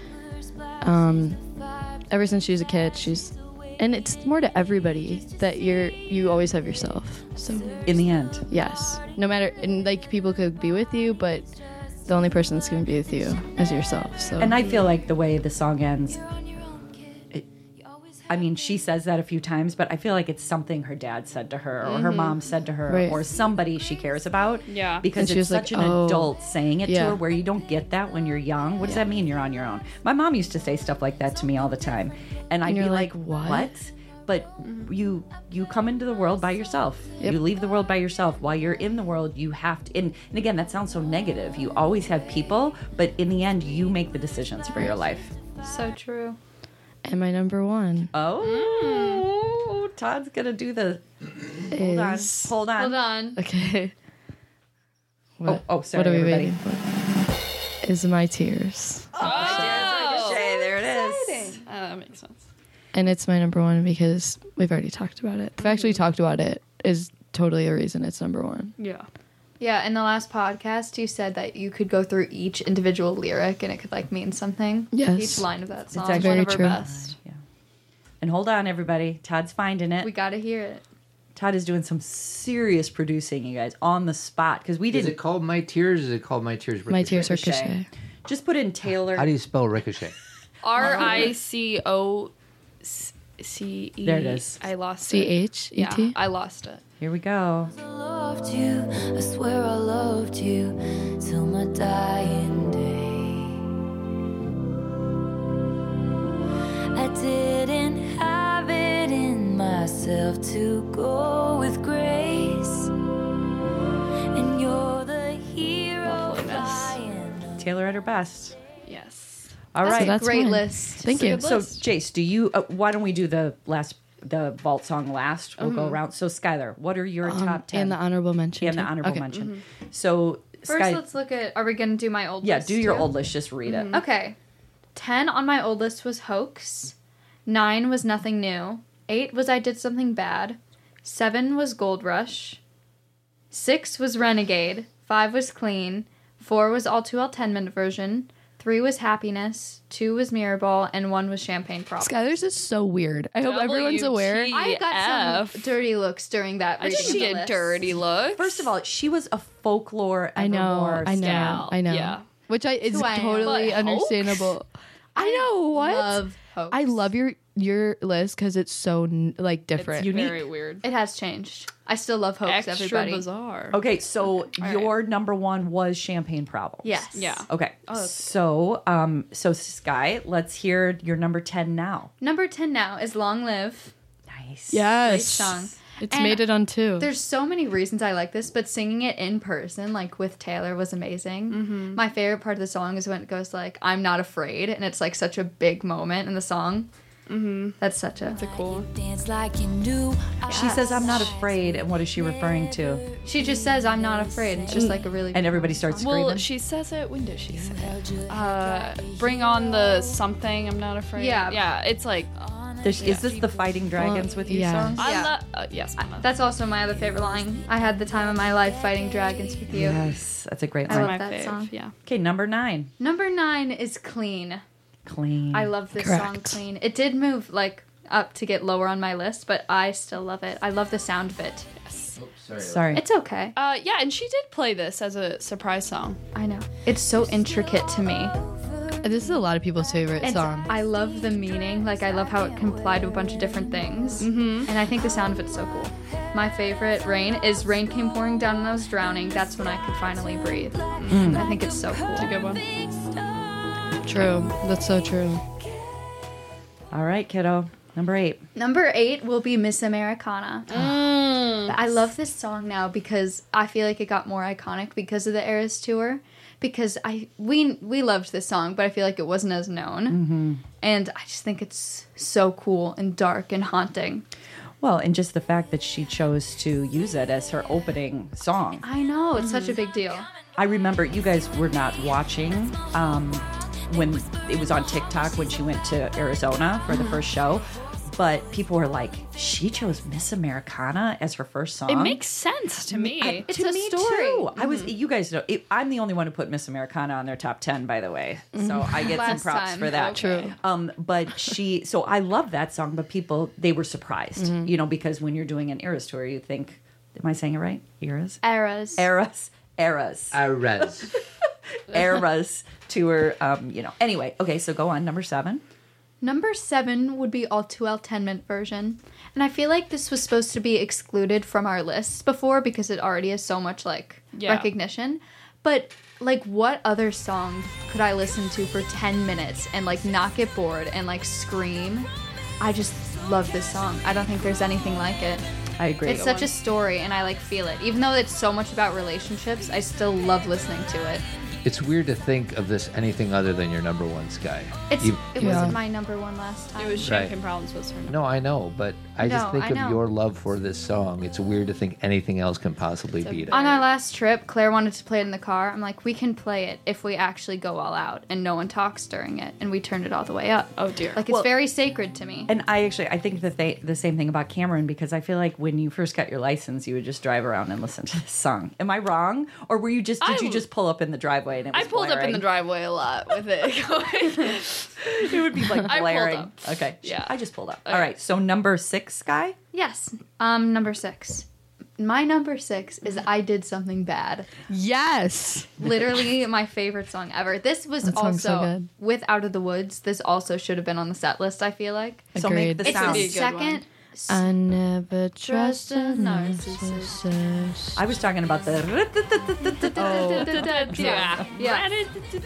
S6: um ever since she was a kid she's and it's more to everybody that you're you always have yourself so
S2: In the end.
S6: yes no matter and like people could be with you but the only person that's going to be with you is yourself so
S2: And I feel like the way the song ends, it- I mean, she says that a few times, but I feel like it's something her dad said to her, or her mom said to her,
S6: Mm-hmm. Right.
S2: or somebody she cares about.
S3: Yeah.
S2: because
S6: And she
S2: it's
S6: was like,
S2: such an
S6: "Oh."
S2: adult saying it
S6: Yeah.
S2: to her, where you don't get that when you're young. What does that mean? You're on your own. My mom used to say stuff like that to me all the time, and I'd
S6: you're
S2: be
S6: like,
S2: like,
S6: "What?" Mm-hmm.
S2: "What?" But you you come into the world by yourself.
S6: Yep.
S2: You leave the world by yourself. While you're in the world, you have to. And, and again, that sounds so negative. You always have people, but in the end, you make the decisions for your life.
S4: So true.
S6: and my number one
S2: Uh, Oh, Todd's gonna do the hold on,
S6: Mm. is
S2: hold on.
S4: Hold on.
S6: okay what,
S2: oh, sorry,
S6: what are we
S2: everybody.
S6: waiting for is my tears
S2: Shay, there it is.
S3: Uh, that makes sense.
S6: And it's my number one because we've already talked about it. The fact we talked about it is totally a reason it's number one.
S3: Yeah.
S4: Yeah, in the last podcast, you said that you could go through each individual lyric and it could like mean something.
S6: Yes.
S4: Each line of that song.
S6: actually
S4: one of
S6: very
S4: our
S6: true.
S4: best.
S2: And hold on, everybody. Todd's finding it.
S4: We gotta hear it.
S2: Todd is doing some serious producing, you guys, on the spot because we
S1: Is
S2: didn't
S1: it called My Tears? Is it called My Tears? Ricochet?
S6: My tears are
S2: Ricochet.
S6: cachet.
S2: just put in Taylor.
S1: How do you spell ricochet?
S3: R I C O C E.
S2: There it is.
S3: I lost
S6: C
S3: it.
S6: H E
S3: Yeah,
S6: T.
S3: I lost it.
S2: Here we go.
S5: loved you. I swear I loved you till my dying day. I didn't have it in myself to go with grace. And you're the hero
S3: Lovely mess.
S5: flying.
S2: Taylor at her best.
S3: Yes.
S2: All right.
S6: So that's
S4: Great
S6: mine.
S4: list.
S6: Thank you.
S2: So, Jace, do you? Uh, why don't we do the last, the vault song last? We'll go around. So, Skylar, what are your top ten?
S6: Mm-hmm. Um, And the honorable mention.
S2: and the
S6: too?
S2: honorable
S6: Okay. Mm-hmm.
S2: mention. So,
S4: First,
S2: Sky,
S4: let's look at. Are we gonna do my old?
S2: yeah,
S4: list
S2: do your
S4: too?
S2: old list. Just read it.
S6: Mm-hmm.
S3: Mm.
S4: Okay. 10 on my old list was hoax. 9 was nothing new. 8 was I did something bad. 7 was gold rush. 6 was renegade. 5 was clean. 4 was all too well 10 minute version. 3 was happiness. 2 was mirrorball. And 1 was champagne problem.
S6: Skylar's is so weird. I hope everyone's aware.
S4: I got some dirty looks during that.
S3: I
S4: reading
S3: didn't
S4: of the
S3: get
S4: list.
S3: dirty looks.
S2: First of all, she was a folklore.
S6: I know.
S2: Evermore
S6: I know.
S3: Scout.
S6: I know.
S3: Yeah.
S6: Which I is
S4: who I am.
S6: totally
S3: But
S6: understandable. I know what.
S4: love hoax.
S6: I love your your list because it's so n- like different.
S3: unique. Very weird.
S4: It has changed. I still love hoax.
S3: Extra
S4: everybody.
S3: bizarre.
S2: Okay, so your number one was Champagne Problems.
S4: Yes.
S3: Yeah.
S2: Okay.
S6: Oh,
S2: so, um, so Sky, let's hear your number ten now.
S4: Number ten now is long live.
S2: Nice.
S6: yes.
S4: Great song.
S6: It's
S4: And
S6: made it on two.
S4: There's so many reasons I like this, but singing it in person, like with Taylor, was amazing. My favorite part of the song is when it goes like, "I'm not afraid," and it's like such a big moment in the song. Mm-hmm. That's such a.
S3: Cool.
S5: Dance like you knew.
S2: She says, "I'm not afraid," and what is she referring to?
S4: She just says, "I'm not afraid." It's just like a really.
S2: And everybody starts screaming.
S3: Well, she says it. When does she say it? Uh, bring on the something. I'm not afraid.
S4: Yeah.
S3: Yeah. It's like
S2: There's, Is this the Fighting Dragons with you
S6: yeah.
S2: song?
S3: I
S4: Yeah.
S3: love. Uh, yes. Mama.
S4: that's also my other favorite line. I had the time of my life fighting dragons with you.
S2: Yes, that's a great
S4: I
S2: line.
S4: love
S3: my
S4: that
S3: fave.
S4: song.
S3: Yeah.
S2: Okay, number nine,
S4: Number nine is clean.
S2: clean.
S4: I love this song,
S6: Correct.
S4: clean. It did move like up to get lower on my list, but I still love it. I love the sound of it.
S2: Sorry.
S4: It's okay.
S3: Uh, yeah, and she did play this as a surprise song.
S4: I know. It's so intricate to me.
S6: this is a lot of people's favorite
S4: And
S6: song.
S4: I love the meaning. Like, I love how it can apply to a bunch of different things. Mm-hmm. And I think the sound of it's so cool. My favorite, Rain, is Rain Came Pouring Down and I Was Drowning. That's when I could finally breathe. I think it's so cool.
S3: Good one.
S6: true. That's so true.
S2: All right, kiddo. Number eight.
S4: Number eight will be Miss Americana. I love this song now because I feel like it got more iconic because of the Eras tour. Because I we we loved this song, but I feel like it wasn't as known. And I just think it's so cool and dark and haunting.
S2: Well, and just the fact that she chose to use it as her opening song.
S4: I know it's such a big deal.
S2: I remember you guys were not watching um, when it was on TikTok when she went to Arizona for the first show, but people were like, "She chose Miss Americana as her first song."
S3: It makes sense to me.
S4: It's
S2: to
S4: a
S2: me
S4: story. Mm-hmm.
S2: too. I was. You guys know. It, I'm the only one who put Miss Americana on their top ten, by the way. So I get some
S4: Mm-hmm. Last
S2: props
S4: time.
S2: for that.
S6: Okay. True.
S2: Um, but she. So I love that song, but people they were surprised,
S4: Mm-hmm.
S2: you know, because when you're doing an Eras tour, you think, "Am I saying it right? Eras,
S4: Eras.
S2: Eras, Eras,
S1: I res.
S2: Eras tour." Um, you know. Anyway, okay. So go on. Number seven.
S4: Number seven would be all too well 10 minute version. And I feel like this was supposed to be excluded from our lists before because it already has so much like
S3: Yeah.
S4: recognition. But like, what other song could I listen to for 10 minutes and like not get bored and like scream? I just love this song. I don't think there's anything like it.
S2: I agree.
S4: It's such a story and I like feel it. Even though it's so much about relationships, I still love listening to it.
S1: It's weird to think of this anything other than your number one sky.
S4: It's,
S1: You-
S4: it
S6: Yeah.
S4: wasn't my number one last time.
S3: it was
S1: Right.
S3: Champagne Problems was her.
S1: no, I know, but I just
S4: No,
S1: think
S4: I
S1: of
S4: know.
S1: your love for this song. It's weird to think anything else can possibly beat it.
S4: On our last trip, Claire wanted to play it in the car. I'm like, we can play it if we actually go all out and no one talks during it. And we turned it all the way up.
S3: Oh dear.
S4: Like, it's very sacred to me.
S2: And I actually I think that they the same thing about Cameron because I feel like when you first got your license you would just drive around and listen to this song. Am I wrong? Or were you just did you
S3: I-
S2: just pull up in the driveway and it
S3: I
S2: was
S3: pulled up in the
S2: blaring?
S3: driveway a lot with it. going.
S2: It would be like
S3: pulled
S2: blaring.
S3: up.
S2: Okay.
S3: Yeah.
S2: I just pulled up. All right. So number 6 guy?
S4: yes. Um, number six. My number six is I Did Something Bad.
S6: Yes.
S4: Literally my favorite song ever. This was
S6: song's so
S4: also
S6: good.
S4: with Out of the Woods. This also should have been on the set list, I feel like.
S2: So make
S6: Agreed.
S2: the
S6: It's
S4: It's
S2: sound.
S4: the
S3: be a good one.
S4: second.
S6: I never trust a
S4: narcissist.
S6: narcissist.
S2: I was talking about the
S3: yeah.
S4: Oh. Yeah.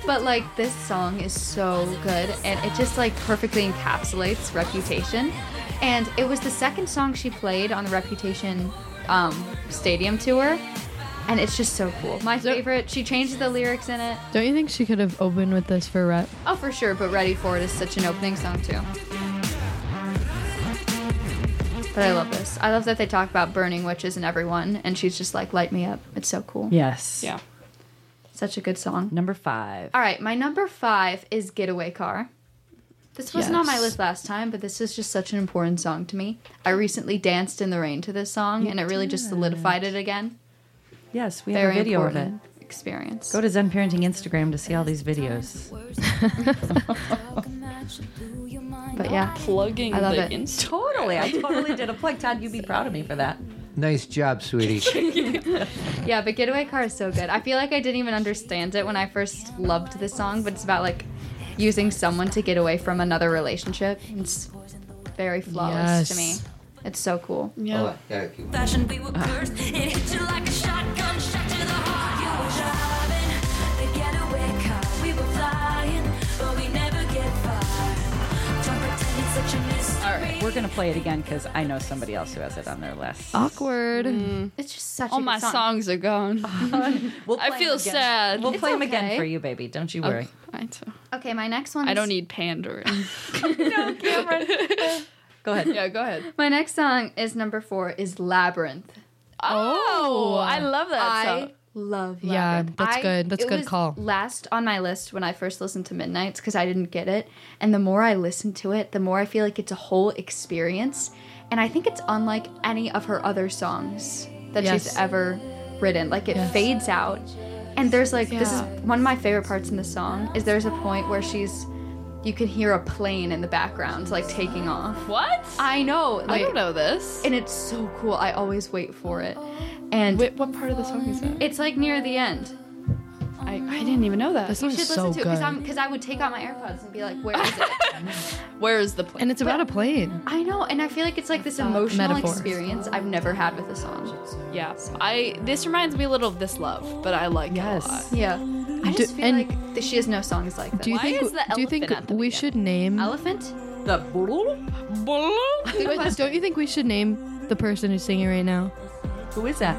S4: But like this song is so good and it just like perfectly encapsulates Reputation. And it was the second song she played on the Reputation um, stadium tour. and it's just so cool. My favorite. She changed the lyrics in it.
S6: Don't you think she could have opened with this for Rhett?
S4: Oh, for sure. But "Ready for It" is such an opening song too. But I love this. I love that they talk about burning witches and everyone, and she's just like, "Light me up." It's so cool.
S2: Yes.
S3: Yeah.
S4: Such a good song.
S2: Number five.
S4: All right, my number five is Getaway Car. This wasn't on my
S6: Yes.
S4: list last time, but this is just such an important song to me. I recently danced in the rain to this song, and it really just solidified it again.
S2: Yes, we have a
S4: Very
S2: video of it.
S4: important experience.
S2: Go to Zen Parenting Instagram to see all these videos.
S4: but yeah,
S3: Plugging
S4: I love
S3: the
S4: it.
S3: Insta-
S2: Totally. I totally did a plug. Todd, you'd be proud of me for that.
S1: Nice job, sweetie.
S4: yeah, but Getaway Car is so good. I feel like I didn't even understand it when I first loved this song, but it's about like using someone to get away from another relationship. It's very flawless to me.
S6: Yes.
S4: It's so cool.
S2: Mm.
S3: Yeah.
S1: Hold on, gotta keep-
S5: Fashion be what cursed. It hit you like a shotgun shot to the heart. You were driving the getaway car. We were flying, but we never get far. Don't pretend it's such a mystery.
S3: All right.
S2: We're going to play it again because I know somebody else who has it on their list.
S6: Awkward.
S4: It's just such
S3: All
S4: a good
S3: my
S4: song.
S3: songs are gone.
S2: We'll play
S3: I
S2: 'em
S3: feel
S2: again.
S3: sad.
S2: We'll
S4: It's
S2: play them again
S4: okay.
S2: for you, baby. Don't you worry.
S3: I don't-
S4: Okay, my next one.
S3: I
S4: is-
S3: don't need pandering.
S2: Go ahead.
S3: yeah, go ahead.
S4: My next song is number four is Labyrinth.
S3: Oh, I love that
S4: I
S3: song.
S4: love Labyrinth.
S6: Yeah, that's
S4: I-
S6: good. That's a
S4: it
S6: good
S4: was
S6: call.
S4: Last on my list when I first listened to Midnight's because I didn't get it. And the more I listen to it, the more I feel like it's a whole experience. And I think it's unlike any of her other songs that she's
S6: Yes.
S4: ever written. Like it
S6: Yes.
S4: fades out. And there's like this is
S3: Yeah.
S4: one of my favorite parts in the song is there's a point where she's you can hear a plane in the background like taking off.
S3: What? I,
S4: I know. Like,
S3: don't know this.
S4: and it's so cool. I always wait for it, and
S3: Wait, what part of the song is that?
S4: it's like near the end.
S3: I, I didn't even know
S6: This
S3: that.
S6: song
S4: You should
S6: is so
S4: listen to it because
S6: good.
S4: I'm because I would take out my AirPods and be like, where is it?
S3: Where is the plane?
S6: And it's about a plane.
S4: I know, and I feel like it's like this emotional
S6: Metaphor.
S4: experience I've never had with a song.
S3: yeah. I this reminds me a little of this love, but I like it a lot.
S2: Yes.
S4: Yeah, I
S6: Do-
S4: just feel
S6: and-
S4: like that she has no songs like that.
S6: Do you
S3: Why
S6: think?
S3: is the
S6: do you think
S3: elephant at the
S6: we
S3: beginning?
S6: should name?
S4: Elephant?
S6: But don't you think we should name the person who's singing right now?
S2: Who is that?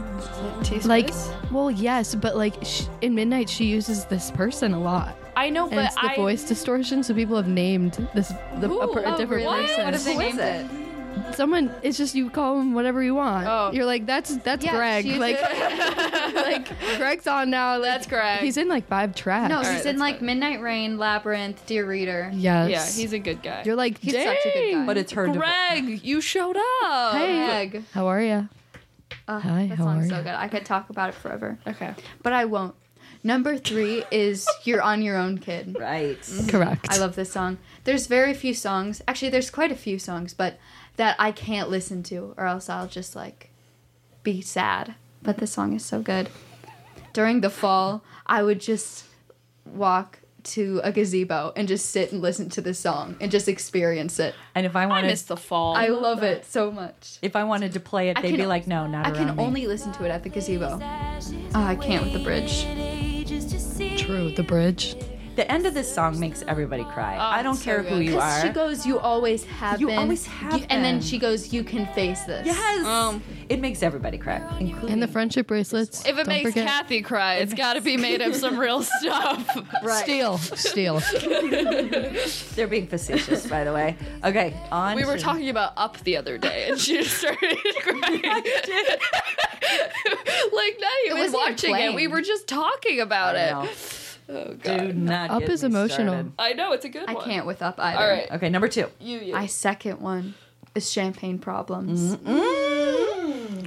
S6: Like, well, yes, but like sh in Midnight, she uses this person a lot,
S3: I know,
S6: and
S3: but
S6: it's the
S3: I
S6: voice distortion. So people have named this the, a, per- a
S4: Oh,
S6: different
S4: really?
S6: person.
S4: What have they
S2: Who is
S4: named it?
S6: Someone, it's just you call him whatever you want.
S3: Oh.
S6: You're like, that's that's
S4: Yeah,
S6: Greg.
S4: she's-
S6: Like, like Greg's on now. Like,
S3: That's Greg.
S6: He's in like five tracks.
S4: No,
S3: All
S4: she's
S3: right,
S4: in
S3: that's
S4: like
S3: fine.
S4: Midnight Rain, Labyrinth, Dear Reader.
S6: Yes.
S3: yeah, he's a good guy.
S6: You're like,
S4: He's
S6: Dang,
S4: such a good guy. Oh,
S2: But it's her divorce.
S3: Greg, you showed up.
S4: Greg.
S6: How are you?
S4: Ugh,
S6: Hi,
S4: that
S6: how
S4: song's
S6: are
S4: so
S6: ya?
S4: good. I could talk about it forever,
S3: Okay.
S4: but I won't. Number three is You're on Your Own, Kid.
S2: Right.
S3: Mm-hmm.
S6: Correct.
S4: I love this song. There's very few songs, actually, there's quite a few songs, but that I can't listen to, or else I'll just like be sad. But this song is so good. During the fall, I would just walk to a gazebo and just sit and listen to this song and just experience it.
S2: And if I
S3: I
S2: wanted,
S3: missed the fall.
S4: I love it so much.
S2: if I wanted to play it,
S4: I
S2: they'd
S4: can-
S2: be like, "No, not
S4: I
S2: around
S4: can
S2: me."
S4: only listen to it at the gazebo. Oh, I can't with the bridge.
S6: True. The bridge.
S2: The end of this song makes everybody cry. I don't
S3: Oh, it's so
S2: care who
S3: good.
S2: you
S4: Because
S2: are.
S4: she goes, "You always have
S2: You
S4: been."
S2: always have
S4: You- And then
S2: been.
S4: she goes, "You can face this."
S2: yes.
S3: Um,
S2: it makes everybody cry. Including
S6: And the friendship bracelets.
S3: if it
S6: don't
S3: makes
S6: forget.
S3: Kathy cry, it's got to be made of some real stuff.
S4: Right.
S6: Steal. Steal.
S2: they're being facetious, by the way. Okay. On.
S3: We were
S2: to-
S3: talking about Up the other day, and she just started crying. like not even
S4: wasn't even
S3: watching
S4: playing.
S3: it, we were just talking about
S2: I
S3: it.
S2: know.
S3: Oh god,
S2: Do not.
S6: Up
S2: get
S6: is
S2: me
S6: emotional.
S2: started.
S3: I know it's a good
S4: I
S3: one.
S4: can't with up either.
S3: All right,
S2: Okay, number two.
S3: you, you.
S4: My second one is champagne problems.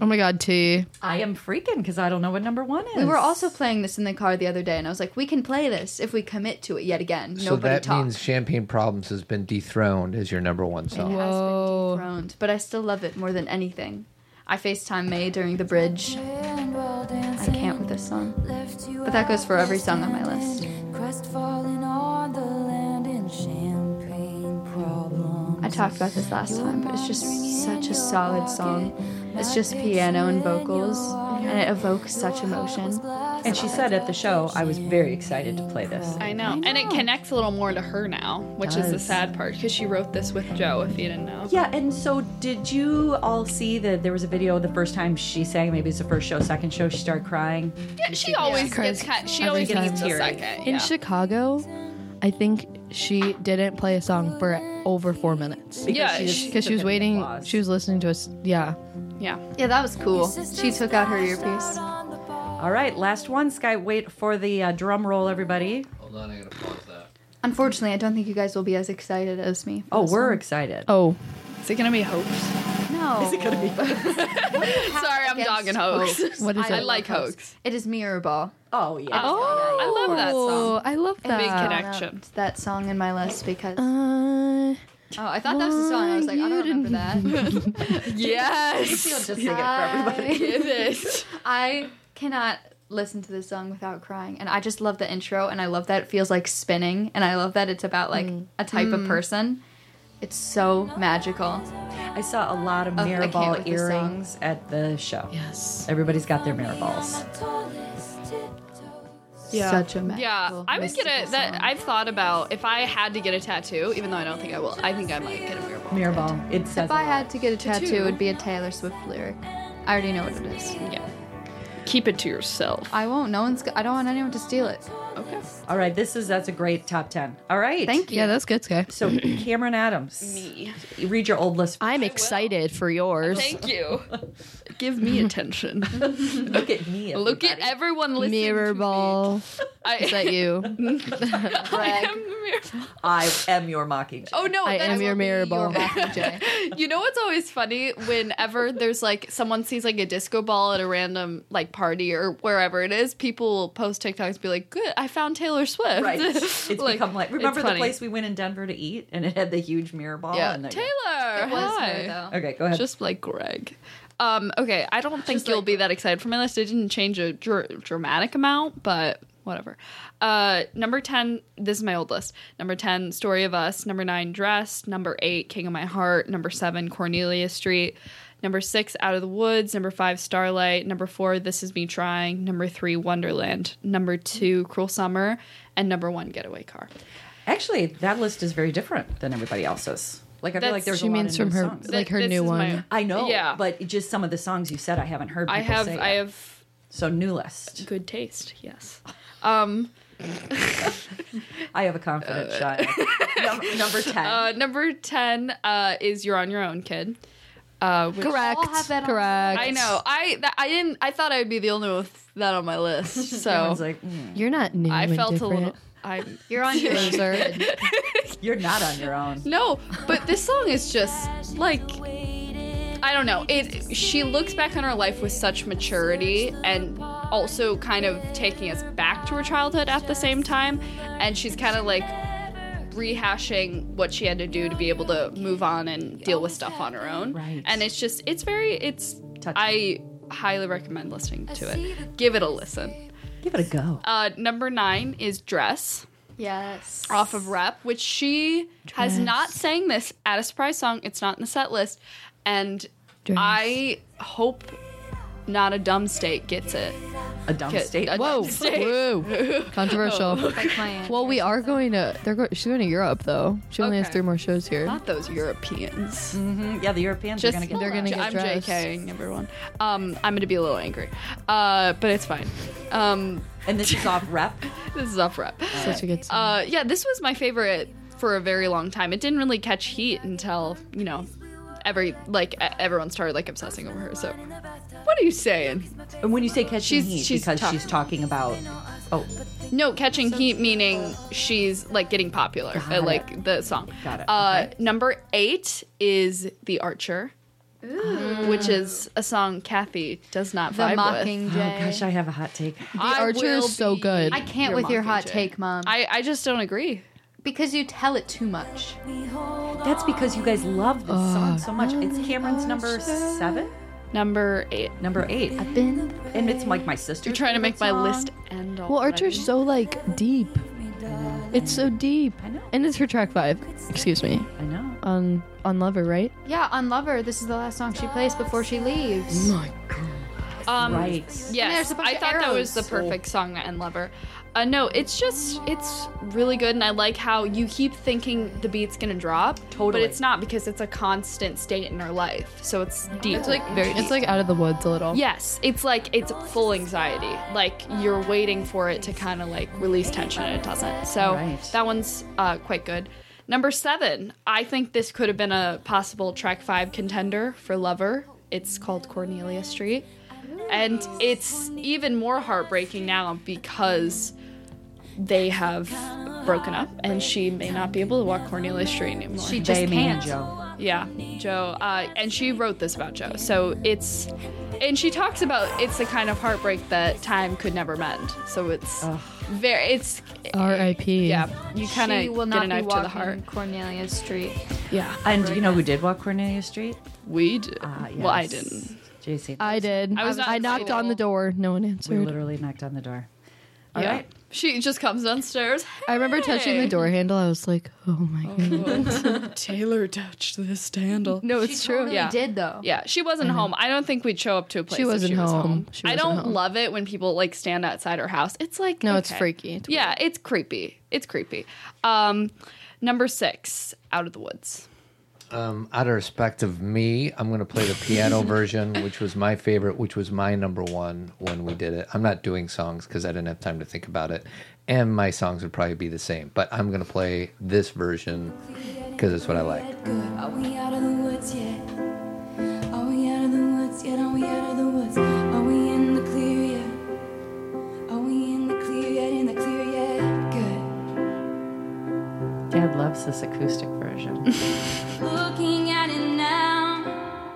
S6: Oh my God, T.
S2: I am freaking because I don't know what number one is.
S4: We were also playing this in the car the other day, and I was like, "We can play this if we commit to it yet again."
S1: So
S4: Nobody
S1: that
S4: talk.
S1: means Champagne Problems has been dethroned as your number one
S4: it
S1: song.
S4: has
S6: Whoa.
S4: been dethroned, but I still love it more than anything. I FaceTime May during the bridge. I can't with this song.
S5: But
S4: But that goes for every song on my list.
S5: Crestfallen on the land in champagne problem.
S4: I talked about this last time, but it's just such a solid song. It's just piano and vocals, and it evokes such emotion.
S2: And she said at the show, I was very excited to play this.
S3: I know. And it connects a little more to her now, which is the
S6: does.
S3: sad part because she wrote this with Joe, if you didn't know.
S2: Yeah, and so did you all see that there was a video the first time she sang, maybe it's the first show, second show, she started crying?
S3: Yeah, she always
S6: cries
S3: gets cut. She
S6: every
S3: always
S6: time.
S3: gets the
S2: Teary.
S3: second.
S6: In
S3: yeah.
S6: Chicago, I think she didn't play a song for over four minutes
S3: Yeah,
S2: she just
S3: she-
S6: because she
S2: took
S6: was
S2: an
S6: waiting.
S2: applause.
S6: She was listening to us. Yeah,
S3: yeah.
S4: Yeah, that was cool. She took out her earpiece.
S2: All right, last one, Sky. Wait for the uh, drum roll, everybody.
S1: Hold on, I gotta pause that.
S4: Unfortunately, I don't think you guys will be as excited as me.
S2: Oh, we're excited.
S6: Oh,
S3: Is it gonna be hoax?
S4: No. Is it gonna be
S3: Sorry, I'm dogging hoax.
S6: what is it?
S3: I like hoax.
S4: It is mirror ball.
S2: Oh, yeah.
S3: I love that
S6: Oh,
S3: song.
S6: I love that.
S3: Big
S4: Found out
S3: connection.
S4: That song in my list because
S6: Uh,
S4: oh, I thought that was the song. I was like, I don't remember that.
S2: You'll
S3: Yes,
S2: just sing it for everybody.
S4: I,
S3: it is.
S4: I cannot listen to this song without crying, and I just love the intro, and I love that it feels like spinning, and I love that it's about like a type
S3: Mm.
S4: of person. It's so magical.
S2: I saw a lot of
S4: Oh, I
S2: mirror
S4: can't
S2: ball
S4: with this song.
S2: earrings at the show.
S6: yes.
S2: Everybody's got their mirror balls.
S4: Such a magical.
S3: Yeah, I would get a
S4: mystical
S3: that.
S4: song.
S3: I've thought about if I had to get a tattoo, even though I don't think I will. I think I might get a mirror ball.
S2: Mirror ball. It says.
S4: If I had to get a tattoo, it would be a Taylor Swift lyric. I already know what it is.
S3: Yeah. Keep it to yourself.
S4: I won't. No one's. go- I don't want anyone to steal it.
S3: Okay.
S2: All right, this is that's a great top ten. All right.
S4: Thank you.
S6: Yeah, that's good, Sky.
S2: So Cameron Adams,
S3: Me.
S2: you read your old list.
S6: I'm excited for yours.
S3: Thank you. Give me attention.
S2: Look at me.
S3: Look at everyone listening.
S6: Mirror
S3: to me.
S6: ball.
S3: I,
S6: Is that you?
S3: I am the mirror.
S2: I am your mockingjay.
S3: Oh no!
S6: I
S3: that's-
S6: am your mirror ball.
S4: Jay.
S3: You know what's always funny? Whenever there's like someone sees like a disco ball at a random like party or wherever it is, people will post TikToks and be like, "Good, I found Taylor Swift."
S2: Right. It's become like
S3: it's
S2: remember the
S3: funny.
S2: place we went in Denver to eat and it had the huge mirror ball.
S3: Yeah,
S2: And the-
S3: Taylor.
S4: It was
S3: hi.
S4: her, though.
S2: Okay, go ahead.
S3: Just like Greg. Um, okay, I don't think you'll be that excited for my list. It didn't change a dr- dramatic amount, but whatever. Uh, number 10, this is my old list. Number 10, Story of Us. Number 9, Dressed. Number 8, King of My Heart. Number 7, Cornelia Street. Number 6, Out of the Woods. Number 5, Starlight. Number 4, This Is Me Trying. Number 3, Wonderland. Number 2, Cruel Summer. And number 1, Getaway Car.
S2: Actually, that list is very different than everybody else's. Like I feel
S3: That's-
S2: like there's
S6: she
S2: a lot
S6: means
S2: of
S6: from
S2: new
S6: her
S2: songs.
S6: like her
S3: This
S6: new
S3: is my-
S6: one.
S2: I know,
S3: Yeah.
S2: but just some of the songs you said I haven't heard.
S3: I
S2: people
S3: have,
S2: say
S3: I
S2: yet.
S3: have
S2: so new list.
S3: good taste, yes. Um,
S2: I have a confident shot. Num- number ten.
S3: Uh, number 10 uh, is You're on Your Own, Kid. Uh, which-
S6: Correct.
S4: have that on-
S6: Correct.
S3: I know. I that, I didn't. I thought I'd be the only one with that on my list.
S2: I
S3: So
S2: was like, mm,
S6: You're not new.
S3: I
S6: and
S3: felt a little.
S6: different.
S3: I
S4: You're on your own.
S6: Loser.
S2: you're not on your own.
S3: no, but this song is just like I don't know. It. She looks back on her life with such maturity and also kind of taking us back to her childhood at the same time, and she's kind of like rehashing what she had to do to be able to move on and deal with stuff on her own.
S2: Right.
S3: And it's just it's very it's
S2: Touching.
S3: I highly recommend listening to it. Give it a listen.
S2: Give it a go.
S3: Uh number 9 is Dress
S4: Yes.
S3: off of Rep, which she has not sang this at a surprise song. It's not in the set list. And
S6: Dress.
S3: I hope not a dumb state gets it.
S2: A dumb
S3: Get-
S2: state.
S3: a dumb
S6: Whoa.
S3: state.
S6: Whoa. Controversial.
S4: Like my aunt.
S6: Well, we are going to. They're go, she's going to Europe though. She only has
S3: Okay.
S6: three more shows here.
S3: Not those Europeans.
S2: Mhm, Yeah, the Europeans are
S3: Just
S2: gonna get.
S6: Mm, they're gonna get
S3: I'm
S6: dressed.
S3: JKing everyone. Um, I'm gonna be a little angry, uh, but it's fine. Um,
S2: and this is off rep.
S3: this is off rep.
S6: Such a good song.
S3: Uh, yeah, this was my favorite for a very long time. It didn't really catch heat until you know, every like e- everyone started like obsessing over her. So, what are you saying?
S2: And when you say catching
S3: She's-
S2: heat,
S3: she's
S2: because
S3: tough.
S2: she's talking about. Oh,
S3: No, catching heat meaning she's like getting popular, uh,
S2: it.
S3: like the song.
S2: Got it,
S3: Uh, Number eight is The Archer, which is a song Kathy does not
S4: the
S3: vibe with.
S4: mocking Jay.
S2: Oh, gosh, I have a hot take.
S3: I
S6: Archer is
S3: will
S6: so good.
S4: I can't with your hot take, mom,
S3: I, I just don't agree.
S4: because you tell it too much.
S2: That's because you guys love this
S4: Oh,
S2: song so much. It's Cameron's number seven,
S3: Number eight.
S2: number eight,
S4: Been
S2: and it's like my sister.
S3: You're trying to make my list end all.
S6: well, Archer's so like deep. It's so deep.
S2: I know.
S6: And it's her track five. Excuse me.
S2: I know.
S6: On on Lover, right?
S4: yeah on Lover. This is the last song she plays before she leaves.
S6: My God.
S3: Um,
S2: right.
S4: And there's
S3: Yes,
S4: a bunch
S3: I
S4: of
S3: thought that was the
S4: arrows.
S3: perfect song to end Lover. Uh, no, it's just it's really good, and I like how you keep thinking the beat's gonna drop,
S2: Totally.
S3: but it's not because it's a constant state in her life. So it's deep.
S6: It's like
S3: very.
S6: it's like out of the woods a little.
S3: yes, it's like it's full anxiety. Like you're waiting for it to kind of like release tension, and it doesn't. So
S2: Right.
S3: that one's uh, quite good. Number seven, I think this could have been a possible track five contender for Lover. It's called Cornelia Street. And it's even more heartbreaking now because they have broken up and she may not be able to walk Cornelia Street anymore.
S4: She just
S2: They mean
S4: can't.
S2: Joe.
S3: yeah, Joe. Uh, and she wrote this about Joe. So it's. And she talks about it's the kind of heartbreak that time could never mend. So it's very. It's.
S6: R.I.P.
S3: Yeah. You kind
S4: she
S3: of
S4: will
S3: get
S4: not
S3: a
S4: be
S3: knife to
S4: walking
S3: the heart.
S4: Cornelia Street.
S6: Yeah.
S2: And you know who did walk Cornelia Street?
S3: We did.
S2: Ah,
S3: Well, I
S2: yes.
S3: didn't.
S2: JC.
S6: I did. I,
S3: I was not
S6: knocked
S3: invited.
S6: on the door. No one
S2: we
S6: answered.
S2: literally knocked on the door.
S3: yeah. She just comes downstairs.
S6: I remember touching the
S3: "Hey!"
S6: door handle. I was like, oh my god.
S3: Taylor touched this handle.
S6: No, it's true.
S4: Totally
S3: Oh, Yeah.
S4: did though.
S3: Yeah, she wasn't home. I don't think we'd show up to a place.
S6: She
S3: if
S6: wasn't
S3: she was
S6: home.
S3: home.
S6: She
S3: I
S6: wasn't
S3: don't
S6: home.
S3: love it when people like stand outside her house. It's like
S6: No, it's
S3: okay.
S6: freaky. It's
S3: yeah, it's creepy. It's creepy. Um, number six, out of the woods.
S1: Um, out of respect of me, I'm going to play the piano version, which was my favorite, which was my number one when we did it. I'm not doing songs because I didn't have time to think about it, and my songs would probably be the same. But I'm going to play this version because it's what I like.
S5: Are we out of the woods yet? Are we out of the woods yet? Are we out of the woods? Are we in the clear yet? Are we in the clear yet? In the clear yet? Good.
S2: Dad loves this acoustic version.
S5: Looking at it now.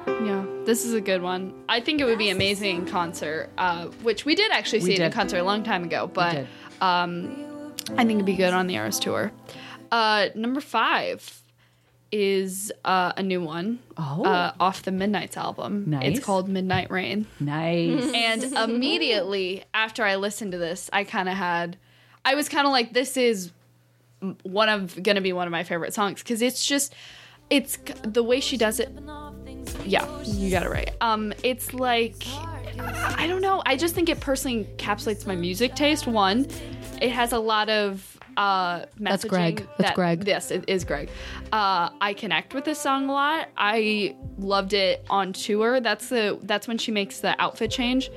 S3: Yeah, this is a good one. I think it would be amazing in concert, uh, which we did actually see it in
S2: did.
S3: concert a long time ago. But
S2: did.
S3: I think it'd be good on the Eras tour. Uh, number five is uh, a new one
S2: Oh.
S3: uh, off the Midnight's album.
S2: Nice.
S3: It's called Midnight Rain.
S2: nice.
S3: And immediately after I listened to this, I kind of had, I was kind of like, this is m- one of gonna be one of my favorite songs because it's just, it's c- the way she does it. Yeah, you got it right. Um, it's like, I don't know. I just think it personally encapsulates my music taste. One, it has a lot of uh messaging
S6: That's Greg. That's
S3: that-
S6: Greg.
S3: Yes, it is Greg. Uh, I connect with this song a lot. I loved it on tour. That's the that's when she makes the outfit change,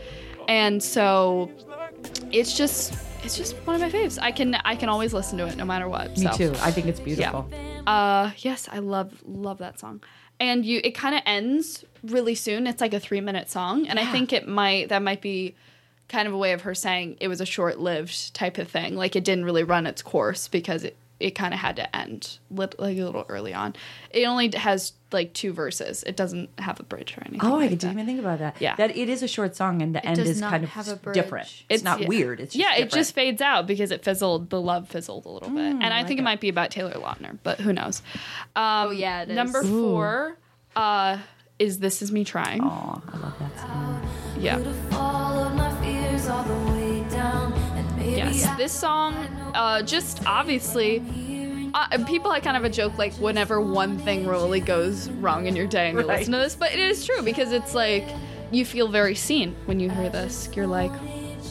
S3: and so it's just it's just one of my faves. I can I can always listen to it no matter what.
S2: Me
S3: so.
S2: too. I think it's beautiful.
S3: Uh, yes, I love love that song. And you, it kind of ends really soon. It's like a three minute song, and I think it might that might be kind of a way of her saying it was a short lived type of thing. Like it didn't really run its course because it it kind of had to end lit, like a little early on. It only has like two verses. It doesn't have a bridge or anything.
S2: Oh, I
S3: like
S2: didn't
S3: that.
S2: even think about that.
S3: Yeah.
S2: that it is a short song, and the end
S4: does
S2: is
S4: not
S2: kind of
S4: have a bridge.
S2: different. It's, not
S3: yeah.
S2: weird. It's just
S3: yeah, it
S2: different. Mm,
S3: just fades out because it fizzled. The love fizzled a little bit, and I, think it might be about Taylor Lautner, but who knows? Um, oh
S4: yeah, it is.
S3: number four uh, is "This Is Me Trying."
S2: Aw, I love that song.
S3: Yeah.
S5: Would have followed my fears all the way down. And maybe
S3: Yes,
S5: I
S3: this song, uh, just obviously, uh, people had kind of a joke like whenever one thing really goes wrong in your day and you
S2: Right.
S3: listen to this, but it is true because it's like you feel very seen when you hear this. You're like,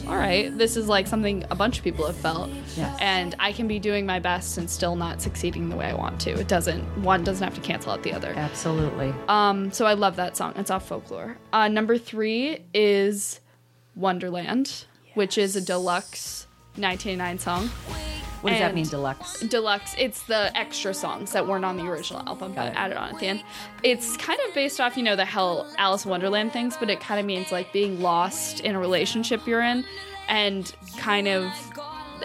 S3: all right, this is like something a bunch of people have felt,
S2: Yes.
S3: and I can be doing my best and still not succeeding the way I want to. It doesn't one doesn't have to cancel out the other.
S2: Absolutely.
S3: Um, so I love that song. It's off folklore. Uh, number three is Wonderland, which is a deluxe 1989 song.
S2: what does that
S3: and-
S2: mean, deluxe?
S3: Deluxe, it's the extra songs that weren't on the original album but
S2: it.
S3: added on at the end. It's kind of based off, you know, the hell Alice in Wonderland things, but it kind of means like being lost in a relationship you're in and kind of.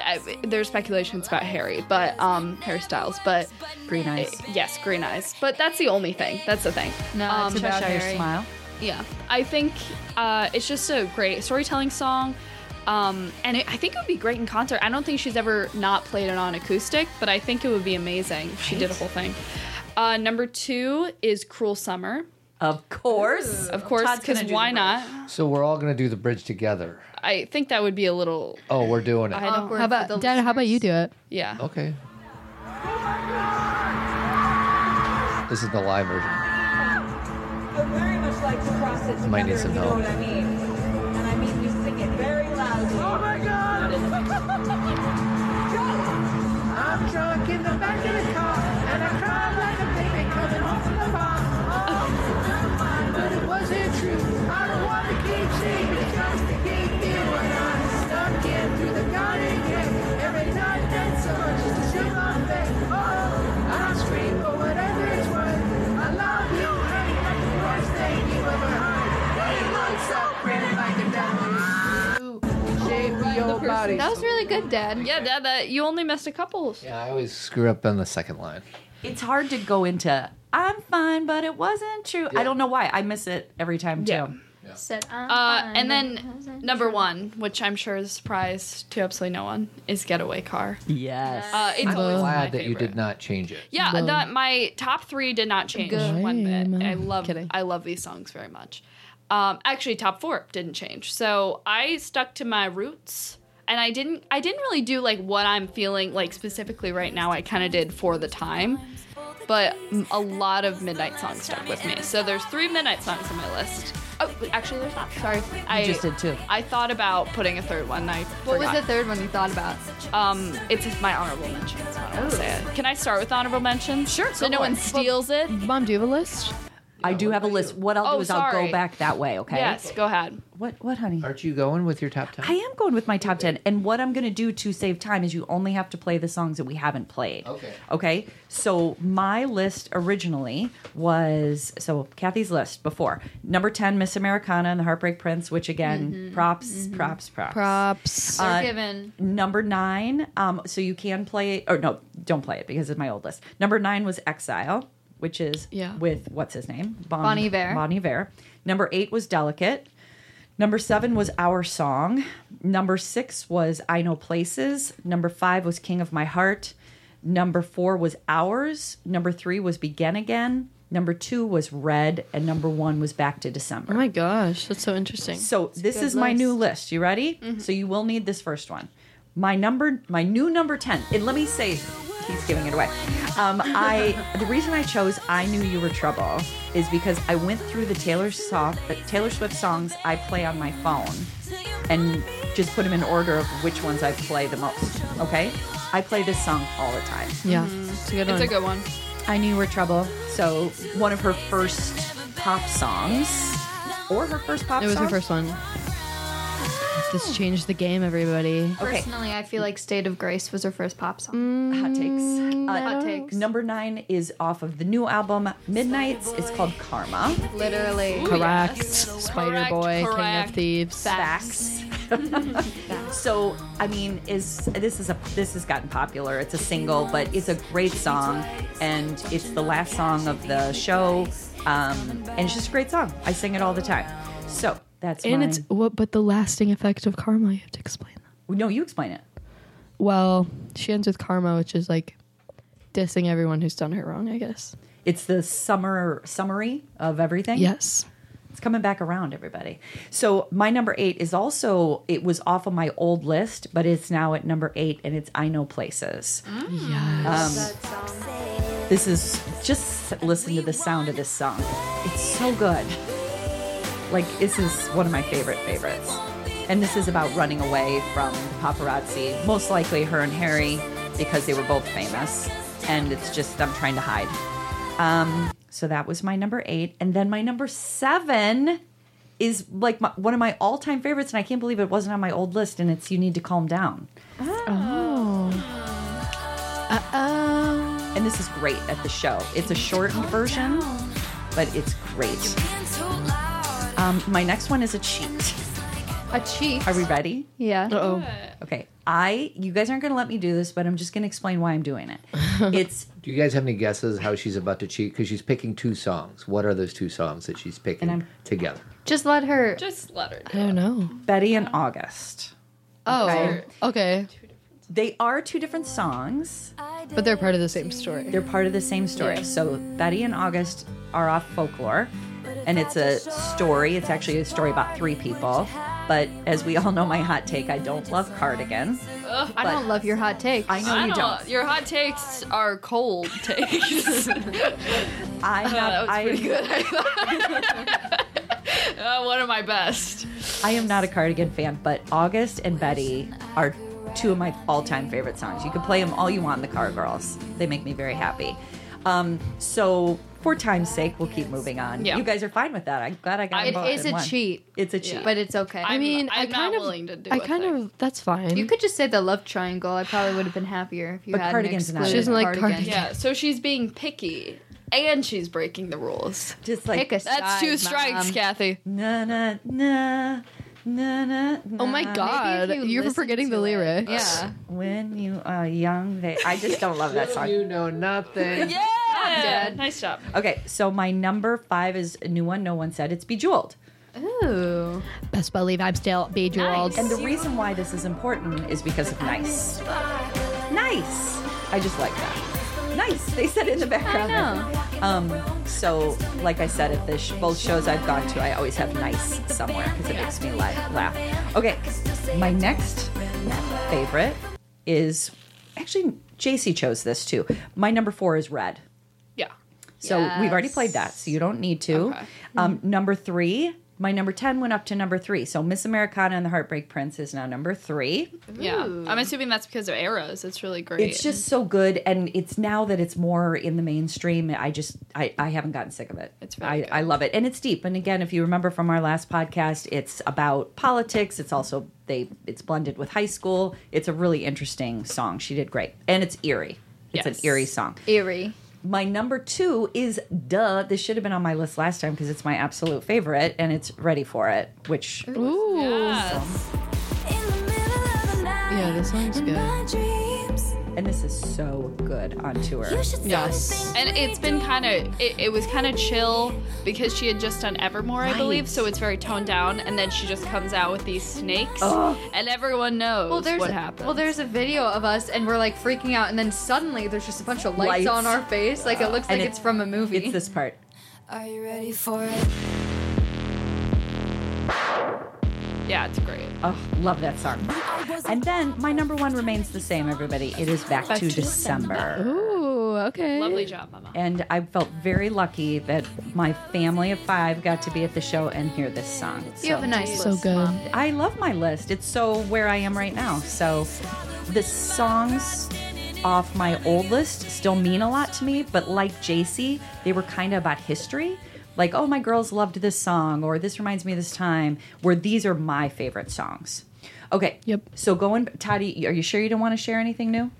S3: I- There's speculations about Harry, but um, Harry Styles, but
S2: Green eyes.
S3: Eh, yes, green eyes. But that's the only thing. That's the thing. Um,
S4: No, it's about
S2: Cheshire
S4: Harry.
S2: smile.
S3: Yeah, I think uh, it's just a great storytelling song. Um, and it, I think it would be great in concert. I don't think she's ever not played it on acoustic, but I think it would be amazing if she did a whole thing. Uh, number two is Cruel Summer.
S2: Of course.
S3: Of course,
S2: Todd's gonna
S3: because
S2: do the
S3: why
S2: bridge.
S3: not?
S1: So we're all going to do the bridge together.
S3: I think that would be a little.
S1: Oh, we're doing it.
S3: I don't,
S4: Awkward
S6: How
S4: for the
S6: about Dad? How about you do it?
S3: yeah.
S1: Okay. This is the live version.
S10: I very much like to process
S1: Might
S10: together,
S1: need
S10: if
S1: some
S10: you know
S1: help.
S10: what I mean. I mean, we sing it very loudly.
S7: Oh my god! I'm drunk in the back of the car, and I cried like a baby coming home from the bar. Oh, but it wasn't true. I don't want to keep singing just to keep you and I stuck in through the garden gate. Every night and summer just to see my face. Oh, I scream for whatever it's worth. I love you, honey, that's the worst thing you ever heard. They look so pretty like a devil. Shape your body.
S4: That was really good, Dad.
S3: Yeah, Dad, that, you only missed a couple.
S1: Yeah, I always screw up on the second line.
S2: It's hard to go into. I'm fine, but it wasn't true. I don't know why. I miss it every time too.
S3: Yeah.
S4: Said, I'm
S3: Uh,
S4: fine,
S3: and
S4: how's
S3: then
S4: it?
S3: number one, which I'm sure is a surprise to absolutely no one, is Getaway Car.
S2: Yes.
S3: Uh, it's always my
S1: Glad that you
S3: favorite.
S1: did not change it.
S3: Yeah, that my top three did not change
S6: Good.
S3: one bit. I
S6: I'm
S3: love
S6: kidding.
S3: I love these songs very much. Um, actually, top four didn't change. So I stuck to my roots, and I didn't I didn't really do like what I'm feeling like specifically right now. I kind of did for the time, but m- a lot of midnight songs stuck with me. So there's three midnight songs on my list. Oh, wait, actually, there's not. Sorry, I
S2: just did two.
S3: I thought about putting a third one. I
S4: What was
S3: forgot.
S4: the third one you thought about?
S3: Um, it's my honorable mention. So I don't want to say it. Can I start with honorable mentions? Sure. So
S2: go
S3: no
S2: for
S3: one
S2: it.
S3: steals it.
S6: Mom, do you have a list?
S2: I do have a list. What I'll
S3: Oh,
S2: do is I'll
S3: sorry.
S2: go back that way. Okay.
S3: Yes. Go ahead.
S2: What? What, honey?
S1: Aren't you going with your top ten?
S2: I am going with my top 10. And what I'm going to do to save time is you only have to play the songs that we haven't played.
S1: Okay.
S2: Okay. So my list originally was so Kathy's list before number 10, Miss Americana and the Heartbreak Prince, which again, props, props, props,
S6: Props.
S4: They're given.
S2: Number nine, um, so you can play it, or no, don't play it because it's my old list. Number nine was Exile, which is
S6: Yeah.
S2: with what's his name? Bon,
S4: Bon Iver.
S2: Bon Iver. Number eight was Delicate. Number seven was Our Song. Number six was I Know Places. Number five was King of My Heart. Number four was Ours. Number three was Begin Again. Number two was Red. And number one was Back to December.
S6: oh my gosh, that's so interesting.
S2: So this is my new list. You ready?
S6: Mm-hmm.
S2: So you will need this first one. My number, my new number ten. And let me say, he's giving it away. Um, I the reason I chose "I Knew You Were Trouble" is because I went through the Taylor Swift Taylor Swift songs I play on my phone and just put them in order of which ones I play the most. Okay, I play this song all the time.
S6: yeah, mm, it's a good
S3: It's
S6: one.
S3: a good one.
S2: I Knew You Were Trouble. So one of her first pop songs, or her first pop.
S6: it was
S2: song?
S6: her first one. This changed the game, everybody.
S2: Okay.
S4: Personally, I feel like State of Grace was her first pop song.
S2: Hot takes. Uh,
S4: Mm, Hot takes.
S2: Number nine is off of the new album Midnight's. It's called Karma.
S4: Literally.
S6: Correct. Spider
S3: Correct,
S6: Boy, King
S3: correct.
S6: of Thieves.
S2: Facts. so I mean, is this is a this has gotten popular. It's a single, but it's a great song, and it's the last song of the show, um, and it's just a great song. I sing it all the time. So that's
S6: And
S2: mine.
S6: it's what, but the lasting effect of karma. You have to explain that.
S2: no, you explain it.
S6: Well, she ends with karma, which is like dissing everyone who's done her wrong. I guess.
S2: It's the summer summary of everything.
S6: Yes.
S2: It's coming back around, everybody. So my number eight is also it was off of my old list, but it's now at number eight, and it's I Know Places. Um,
S6: Yes.
S2: This is just listen to the sound of this song. It's so good. Like this is one of my favorite favorites, and this is about running away from the paparazzi, most likely her and Harry, because they were both famous, and it's just them trying to hide. Um, so that was my number eight, and then my number seven is like my, one of my all-time favorites, and I can't believe it wasn't on my old list. And it's "You Need to Calm Down,"
S6: oh.
S2: and this is great at the show. It's a shortened version, but it's great. Um, my next one is a cheat.
S4: A cheat.
S2: Are we ready?
S4: Yeah.
S6: Oh.
S2: Okay. I you guys aren't going to let me do this, but I'm just going to explain why I'm doing it. It's
S1: Do you guys have any guesses how she's about to cheat? Because she's picking two songs. What are those two songs that she's picking
S2: And I'm-
S1: together?
S4: Just let her.
S3: Just let her.
S6: I don't know.
S2: Betty and August.
S6: Oh.
S2: Okay.
S6: Okay.
S2: They are two different songs.
S6: But they're part of the same story.
S2: They're part of the same story. So Betty and August are off folklore, and it's a story. It's actually a story about three people. But as we all know, my hot take: I don't love cardigan.
S4: I don't love your hot takes.
S2: I know
S3: I
S2: you
S3: don't.
S2: don't.
S3: Your hot takes are cold takes. that
S2: I'm not.
S3: was
S2: I,
S3: pretty good. I thought. Uh, what one of my best.
S2: I am not a Cardigan fan, but August and Betty are two of my all-time favorite songs. You can play them all you want in the car, girls. They make me very happy. Um, so for time's sake, we'll keep moving on.
S3: Yeah.
S2: You guys are fine with that. I'm glad I got
S3: It
S2: both
S4: It is
S2: in
S4: a
S2: one.
S4: cheat,
S2: It's a cheat.
S4: but it's okay.
S3: I mean, I'm,
S6: I
S3: not
S6: kind of-
S3: willing to do.
S6: I
S3: a
S6: kind
S3: thing.
S6: of that's fine.
S4: you could just say the love triangle. I probably would have been happier if you
S2: But
S4: had
S2: cardigan's
S4: an
S2: not
S4: excluded
S2: She doesn't
S6: like
S4: cardigan.
S6: cardigan.
S3: Yeah, so she's being picky and she's breaking the rules.
S2: just
S4: Pick
S2: like
S4: a
S3: That's
S4: side,
S3: two strikes,
S4: Mom.
S3: Kathy.
S2: na na na na na.
S6: oh my
S2: na.
S6: god,
S4: uh, Maybe if you
S6: you're
S4: listen
S6: forgetting
S4: to
S6: the
S4: it.
S6: lyrics.
S3: Yeah.
S2: When you are young, they. I just don't love that song.
S1: You know nothing.
S3: Yeah. Nice job.
S2: Okay, so my number five is a new one. No one said it's Bejeweled.
S4: Ooh,
S6: Best believe I'm still bejeweled.
S2: And the reason why this is important is because of nice. Nice. I just like that. Nice. They said it in the background. Um, so, like I said, at the sh- both shows I've gone to, I always have nice somewhere because it makes me laugh. laugh. Okay, my next favorite is actually JC chose this too. My number four is Red.
S3: Yeah.
S2: So we've already played that, so you don't need to.
S3: Okay.
S2: Um, number three, my number 10 went up to number three. So Miss Americana and the Heartbreak Prince is now number three.
S3: Yeah. I'm assuming that's because of arrows. It's really great.
S2: It's just so good, and it's now that it's more in the mainstream. I just I, I haven't gotten sick of it.
S3: It's
S2: I,
S3: very
S2: I love it, and it's deep. And again, if you remember from our last podcast, it's about politics. It's also they it's blended with high school. It's a really interesting song. She did great, and it's eerie. It's
S3: Yes.
S2: an eerie song.
S4: eerie.
S2: My number two is Duh. This should have been on my list last time because it's my absolute favorite, and it's Ready for It, which
S6: Ooh.
S3: Yes. Uh,
S6: Yeah, this song's good.
S2: and this is so good on tour.
S6: Yes.
S3: And it's been kind of, it, it was kind of chill because she had just done Evermore, I believe, so it's very toned down. And then she just comes out with these snakes, and everyone knows
S4: Oh. Well, there's
S3: what happened.
S4: well, there's a video of us, and we're like freaking out, and then suddenly there's just a bunch of lights,
S2: Lights.
S4: on our face, like it looks
S2: And
S4: like
S2: it-
S4: it's from a movie.
S2: It's this part.
S5: Are you ready for it?
S3: yeah, it's great.
S2: Oh, love that song. And then my number one remains the same, everybody. It is Back, to, December.
S6: Ooh, okay.
S3: Lovely job, Mama.
S2: And I felt very lucky that my family of five got to be at the show and hear this song.
S4: you
S2: So-
S4: have a nice
S6: So
S4: list,
S6: good.
S4: Mom.
S2: I love my list. It's so where I am right now. So the songs off my old list still mean a lot to me, but like JC, they were kind of about history. Like, oh, my girls loved this song, or this reminds me of this time, where these are my favorite songs. Okay.
S6: Yep.
S2: So going, Toddy, are you sure you don't want to share anything new?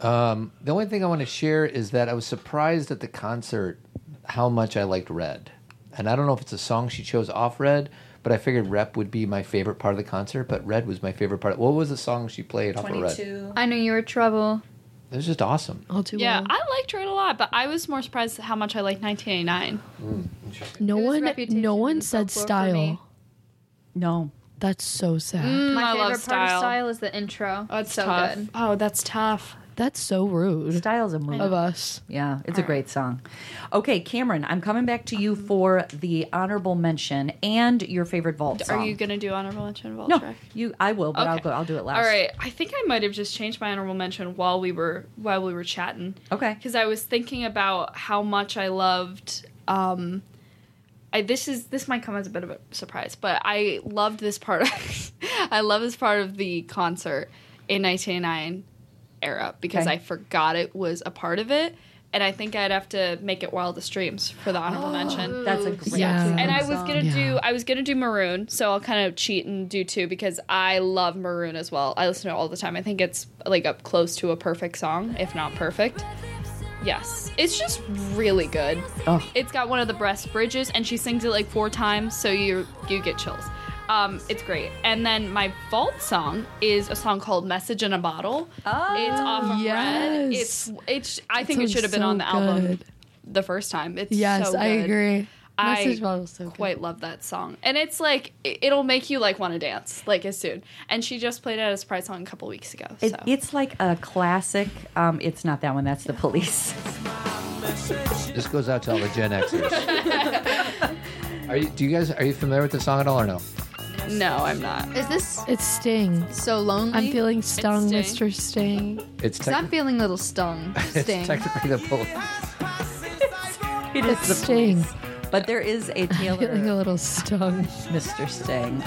S1: The only thing I want to share is that I was surprised at the concert how much I liked Red. And I don't know if it's a song she chose off Red, but I figured Rep would be my favorite part of the concert, but Red was my favorite part. What was the song she played off of Red? It
S4: I knew you were trouble.
S1: was just awesome.
S6: I'll do
S3: Yeah,
S6: one.
S3: I liked her a lot, but I was more surprised at how much I liked 1989.
S6: no
S4: It was
S6: one,
S4: Reputation
S6: no one
S4: and
S6: said
S4: Folklore for me.
S6: style.
S2: No.
S6: That's so sad.
S3: Mm,
S4: My
S3: I
S4: favorite
S3: love
S4: part
S3: style.
S4: of style is the intro.
S3: Oh,
S4: it's so
S3: tough.
S4: good.
S3: Oh, that's tough.
S6: That's so rude
S2: Style's a movie.
S6: of uh, us.
S2: Yeah, it's a great song. Okay, Cameron, I'm coming back to you for the honorable mention and your favorite vault song.
S3: Are you gonna do honorable mention of
S2: No,
S3: Ultra?
S2: you. I will, but I'll
S3: Okay.
S2: go. I'll do it last.
S3: All right, I think I might have just changed my honorable mention while we were while we were chatting.
S2: Okay.
S3: Because I was thinking about how much I loved. Um, I this is this might come as a bit of a surprise, but I loved this part. Of, I love this part of the concert in 1989 era because
S2: Okay.
S3: I forgot it was a part of it, and I think I'd have to make it Wildest Dreams for the honorable mention.
S2: That's a great.
S6: Yeah.
S2: song.
S3: And I
S4: Awesome
S3: was
S4: song.
S3: gonna do
S6: Yeah.
S3: I was gonna do Maroon, so I'll kind of cheat and do two because I love Maroon as well. I listen to it all the time. I think it's like up close to a perfect song, if not perfect. Yes, it's just really good.
S2: Oh.
S3: It's got one of the best bridges, and she sings it like four times, so you you get chills. Um, it's great. And then my vault song is a song called "Message in a Bottle." Oh, it's off of Red.
S6: yes.
S3: It's it's. I think it
S6: sounds
S3: should have been
S6: so
S3: on the album
S6: good.
S3: the first time. It's
S6: Yes,
S3: so
S6: I
S3: good.
S6: agree.
S3: I
S6: Message bottle's so good.
S3: quite love that song, and it's like it- it'll make you like want to dance like as soon. And she just played it at a surprise song a couple weeks ago. So.
S2: It, It's like a classic. Um, it's not that one. That's the police.
S1: This goes out to all the Gen Xers. are you, do you guys are you familiar with the song at all or no?
S3: no, I'm not.
S4: Is this
S6: It's Sting.
S4: so lonely?
S6: I'm feeling stung,
S3: Sting.
S6: Mr. Sting.
S1: It's,
S4: i I'm
S1: techni-
S4: feeling a little stung.
S1: it's
S4: Sting.
S1: technically the police.
S2: It is
S6: It's
S2: the
S6: Sting.
S2: police. But there is a Taylor,
S6: Feeling a little stung.
S2: Mr. Sting.